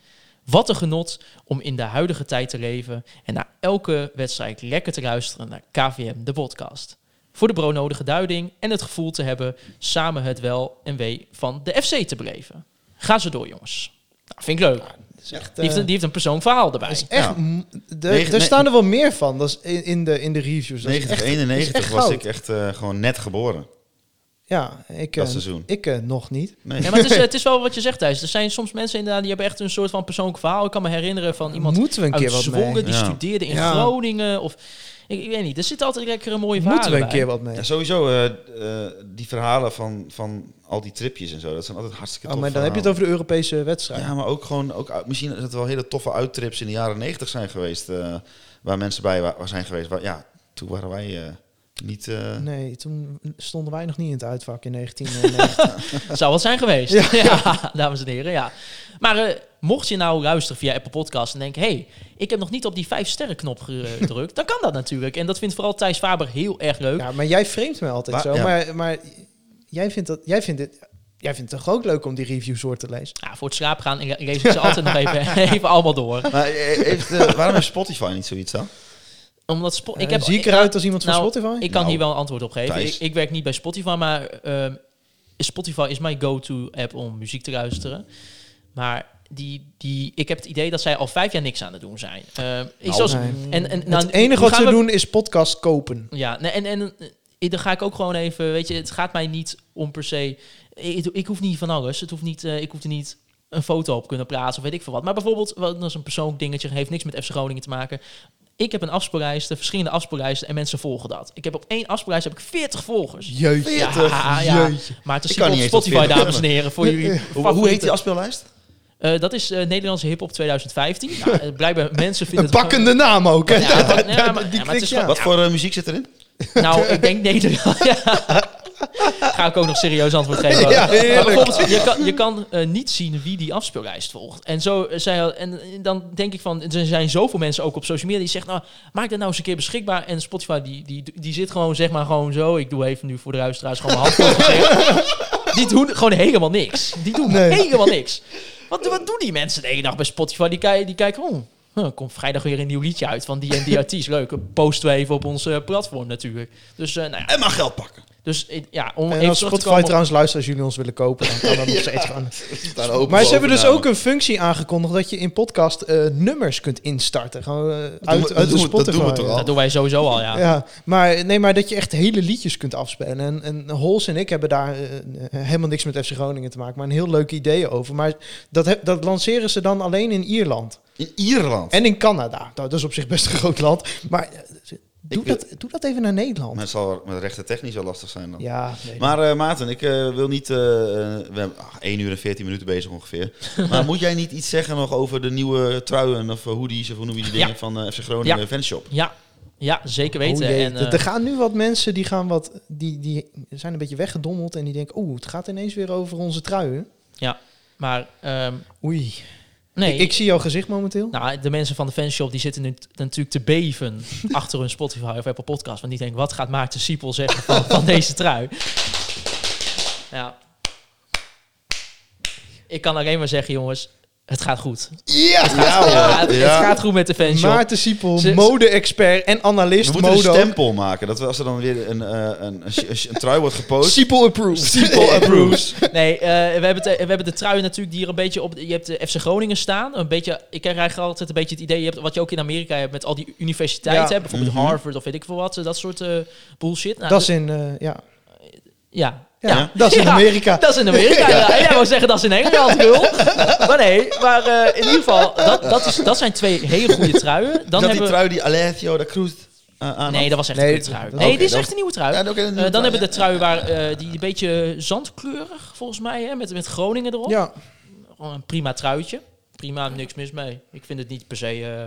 S4: Wat een genot om in de huidige tijd te leven en na elke wedstrijd lekker te luisteren naar KVM, de podcast. Voor de broodnodige duiding en het gevoel te hebben samen het wel en wee van de FC te beleven. Ga ze door, jongens. Nou, vind ik leuk.
S5: Echt,
S4: Die heeft, een- die heeft een persoonlijk verhaal erbij.
S5: is echt
S6: Ja.
S5: m- de-
S6: Nou, Negen-
S5: Daar staan er wel meer van dat is in, in de, in de reviews. Dat is echt-
S6: 1991
S5: echt
S6: was
S5: goud.
S6: ik echt eh, gewoon net geboren.
S5: ja, ik,
S6: Dat
S5: eh,
S6: seizoen.
S5: ik eh, nog niet.
S6: Nee.
S4: Ja, maar het is, het is wel wat je zegt, Thijs. Er zijn soms mensen inderdaad die hebben echt een soort van persoonlijk verhaal. Ik kan me herinneren van iemand
S5: Moeten we een
S4: uit
S5: keer wat
S4: Zwolle
S5: mee?
S4: die
S6: Ja.
S4: studeerde in
S5: Ja.
S4: Groningen. Of, ik, ik weet niet, er zit altijd lekker een mooie verhaal
S5: Moeten we een
S4: bij.
S5: keer wat mee?
S6: Ja, sowieso, eh, eh, die verhalen van, van al die tripjes en zo, dat zijn altijd hartstikke
S5: Oh,
S6: tof
S5: maar dan heb je het over de Europese wedstrijd.
S6: Ja, maar ook gewoon, ook, uit- misschien dat er wel hele toffe uittrips in de jaren 90 zijn geweest, eh, waar mensen bij wa- zijn geweest. Waar, ja, toen waren wij eh, niet... eh,
S5: Nee, toen stonden wij nog niet in het uitvak in eh, 1990.
S4: Dat zou wat zijn geweest. Ja, dames en heren, ja. Maar eh, mocht je nou luisteren via Apple Podcast en denken... hé, hey, ik heb nog niet op die vijf sterren knop gedrukt... dan kan dat natuurlijk. En dat vindt vooral Thijs Faber heel erg leuk.
S5: ja, maar jij framet me altijd
S6: Maar-
S5: zo.
S6: ja.
S5: Maar, maar jij vindt dat jij vindt dit, jij vindt het toch ook leuk om die reviews door te lezen.
S4: Ja, voor het slapen gaan le- lees ik ze altijd nog even, even allemaal door.
S6: maar eh, heeft, eh, waarom heeft Spotify niet zoiets dan?
S4: Omdat Spo- ik
S5: Eh,
S4: heb,
S5: zie ik
S4: ik-
S5: eruit als iemand van
S4: nou,
S5: Spotify?
S4: Ik kan
S6: Nou,
S4: hier wel een antwoord op geven. Ik,
S6: Thijs.
S4: ik werk niet bij Spotify, maar ehm, Spotify is mijn go-to-app om muziek te luisteren. Maar die, die, ik heb het idee dat zij al vijf jaar niks aan het doen zijn. Ehm, ik zoals,
S5: nee.
S4: en, en, nou,
S5: het enige
S4: hoe
S5: wat
S4: gaan
S5: ze
S4: we-
S5: doen is podcast kopen.
S4: Ja, nee, en, en eh, dan ga ik ook gewoon even, weet je, het gaat mij niet om per se. Ik, ik hoef niet van alles. Het hoeft niet, eh, ik hoef er niet een foto op kunnen plaatsen of weet ik veel wat. Maar bijvoorbeeld, wel, dat is een persoonlijk dingetje, heeft niks met FC Groningen te maken. Ik heb een afspeellijsten, verschillende afspeellijsten en mensen volgen dat. Ik heb op één afspeellijst heb ik 40 volgers.
S5: Jeetje.
S4: Ja, ja. Maar het
S6: Ik
S4: is
S6: kan
S4: op
S6: niet eens tot
S4: Spotify,
S6: 40
S4: dames en heren, voor jullie.
S6: Hoe, Eh, hoe heet die
S4: favoriete-
S6: afspeellijst?
S4: Eh, dat is eh, Nederlandse hip-hop 2015. Nou, eh, blijkbaar mensen vinden
S5: Een
S4: het gewoon-
S5: pakkende naam ook. Hè?
S4: Ja, pak- nee, maar-
S5: die
S4: ja, maar het is
S5: klik je
S4: gewoon-
S5: aan.
S6: Wat voor eh, muziek zit erin?
S4: Nou, ik denk Nederland. Ja. Ga ik ook nog serieus antwoord geven.
S5: Ja, heerlijk.
S4: Maar bijvoorbeeld, je kan, je kan eh, niet zien wie die afspeellijst volgt. En, zo, eh, zei, en eh, dan denk ik van, er zijn zoveel mensen ook op social media die zeggen, nou, maak dat nou eens een keer beschikbaar. En Spotify, die, die, die zit gewoon, zeg maar, gewoon zo. Ik doe even nu voor de luisteraars gewoon mijn hand voor het gezicht. Die doen gewoon helemaal niks. Die doen
S5: Nee.
S4: helemaal niks. Wat, wat doen die mensen de ene dag bij Spotify? Die, kij- die kijken, oh, huh, komt vrijdag weer een nieuw liedje uit van die en die artiest. Leuk, posten we even op ons eh, platform natuurlijk. Dus eh, nou ja,
S6: En maar geld pakken.
S4: Dus eh, ja, om
S5: En
S4: even
S5: als
S4: terug te
S5: Spotify
S4: komen...
S5: trouwens luistert, als jullie ons willen kopen, dan kan dat nog steeds gaan.
S6: Daar hopen
S5: Maar
S6: we
S5: ze hebben dus
S6: overname.
S5: ook een functie aangekondigd dat je in podcast eh, nummers kunt instarten. Gewoon eh,
S6: we-
S5: uit,
S6: dat
S5: uit de
S6: doen we- dat
S5: Spotify.
S6: doen we toch al?
S5: ja.
S4: Dat doen wij sowieso al, ja.
S5: Ja, maar, nee, maar dat je echt hele liedjes kunt afspelen. En, en Hols en ik hebben daar eh, helemaal niks met FC Groningen te maken, maar een heel leuk idee over. Maar dat, he- dat lanceren ze dan alleen in Ierland
S6: In Ierland.
S5: en in Canada. Nou, dat is op zich best een groot land. Maar eh, doe,
S6: Ik wil-
S5: dat, doe dat even naar Nederland.
S6: Maar het zal met rechten technisch wel lastig zijn dan.
S5: Ja, nee.
S6: Maar eh Maarten, ik eh, wil niet... eh, we hebben ah, 1 uur en 14 minuten bezig ongeveer. maar moet jij niet iets zeggen nog over de nieuwe truien of eh, hoodies of hoe noem je die
S4: Ja.
S6: dingen van eh, FC Groningen
S4: Ja.
S6: Fanshop?
S4: Ja, ja zeker
S5: Oh
S4: weten.
S5: jee,
S4: en,
S5: er-
S4: eh,
S5: er gaan nu wat mensen die gaan wat, die, die zijn een beetje weggedommeld en die denken, oeh, het gaat ineens weer over onze truien.
S4: maar ehm,
S5: Oei.
S4: nee,
S5: Ik, ik zie jouw gezicht momenteel.
S4: nou, de mensen van de fanshop die zitten nu t- natuurlijk te beven achter hun Spotify of Apple podcast. Want die denken, wat gaat Maarten Siepel zeggen van, van deze trui? Ja. Ik kan alleen maar zeggen, jongens, het gaat goed.
S6: Ja! Ja,
S4: Ja, het, het
S6: Ja.
S4: gaat goed met de fanshop.
S5: Maarten Siepel,
S4: Ze-
S5: mode-expert en analist
S6: We moeten een
S5: mode. ook.
S6: stempel maken. Dat we, als er dan weer een, eh, een, een, een, een trui wordt gepost...
S5: Siepel approved.
S6: People approves.
S4: Nee, eh, we, hebben de, we hebben de trui natuurlijk die er een beetje op. Je hebt de FC Groningen staan. Een beetje, ik krijg eigenlijk altijd een beetje het idee. Je hebt, wat je ook in Amerika hebt met al die universiteiten. hè,
S5: Ja.
S4: bijvoorbeeld Harvard of weet ik veel wat. eh, Dat soort eh, bullshit. Nou,
S5: Dat is in, eh, ja.
S4: ja.
S5: Ja, dat is in
S4: Ja,
S5: Amerika.
S4: Dat is in Amerika. ja. En jij wou zeggen dat is in Engeland, lul. Maar nee, maar eh, in ieder geval, dat, dat, is, dat zijn twee hele goede truien. Dan
S6: dat
S4: hebben
S6: die
S4: we-
S6: trui die Alessio da Cruz eh, aan
S4: Nee, dat was echt
S5: Nee,
S4: een kut trui.
S5: dat-
S4: Nee,
S6: oké,
S4: dit is
S6: dat-
S4: echt een nieuwe trui.
S6: Ja, oké, een nieuwe
S4: Eh, dan
S6: trui,
S4: hebben we
S6: ja.
S4: de trui waar, eh, die een beetje zandkleurig, volgens mij, hè, met, met Groningen erop.
S5: Ja.
S4: Gewoon Oh, een prima truitje. Prima, niks mis mee. Ik vind het niet per se. eh,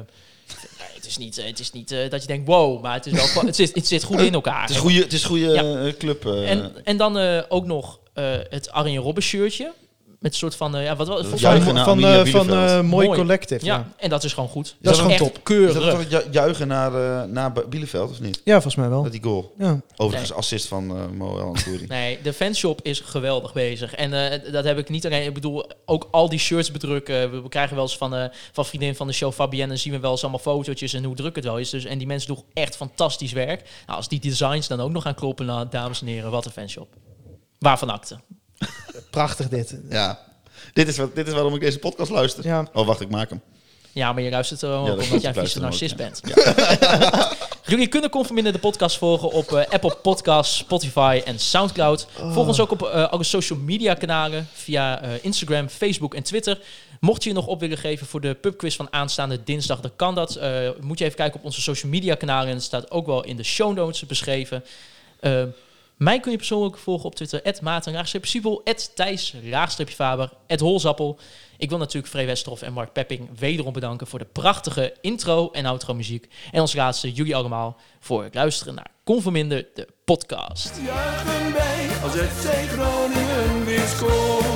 S4: nee, het is niet, eh, het is niet eh, dat je denkt, wow, maar het, is wel, het, zit, het zit goed in elkaar.
S6: Het is goede, het is goede
S4: Ja.
S6: eh, club. eh,
S4: en, en dan eh, ook nog eh, het Arjen Robben shirtje. Met een soort van, eh, ja, wat wel. volgens mij-
S6: juichen
S5: Van,
S6: naar
S5: van,
S6: Arminia
S5: eh, van
S6: Bielefeld.
S5: eh, Mooi
S4: Mooi.
S5: Collective. Ja.
S4: ja, en dat is gewoon goed.
S5: Dat is gewoon
S4: echt
S5: top.
S6: is dat toch
S4: Keurig.
S6: het ju- juichen naar, eh, naar B- Bielefeld, of niet?
S5: ja, volgens mij wel.
S6: Dat die goal.
S5: Ja.
S6: Overigens assist van eh Mo El Antouri.
S4: Nee, de fanshop is geweldig bezig. En eh, dat heb ik niet alleen. Ik bedoel, ook al die shirts bedrukken. We, we krijgen wel eens van, eh, van vriendin van de show Fabienne. En zien we wel eens allemaal fotootjes en hoe druk het wel is. Dus, en die mensen doen echt fantastisch werk. Nou, als die designs dan ook nog gaan kloppen, nou, dames en heren, wat een fanshop. Waarvan acte.
S5: Prachtig dit.
S6: ja. Dit is, wat, dit is waarom ik deze podcast luister.
S5: Ja.
S6: Oh, wacht, ik maak hem.
S4: Ja, maar je luistert er wel
S6: Ja,
S4: op
S6: dat
S4: omdat jij
S6: klopt,
S4: een vieze
S6: ik luister
S4: narcist
S6: hem
S4: bent. Jullie kunnen Conforminder de podcast volgen op eh, Apple Podcasts, Spotify en Soundcloud.
S6: Oh.
S4: Volg ons ook op eh, alle social media kanalen via eh, Instagram, Facebook en Twitter. Mocht je je nog op willen geven voor de pubquiz van aanstaande dinsdag, dan kan dat. Eh, moet je even kijken op onze social media kanalen. En het staat ook wel in de show notes beschreven. Eh, mij kun je persoonlijk volgen op Twitter. @maarten_siebel, Thijs-Faber, Holzappel. Ik wil natuurlijk Free Westerhof en Mark Pepping wederom bedanken voor de prachtige intro en outro muziek. En als laatste jullie allemaal voor het luisteren naar Conforminder, de podcast.
S1: Juichen bij als FC Groningen weer scoort.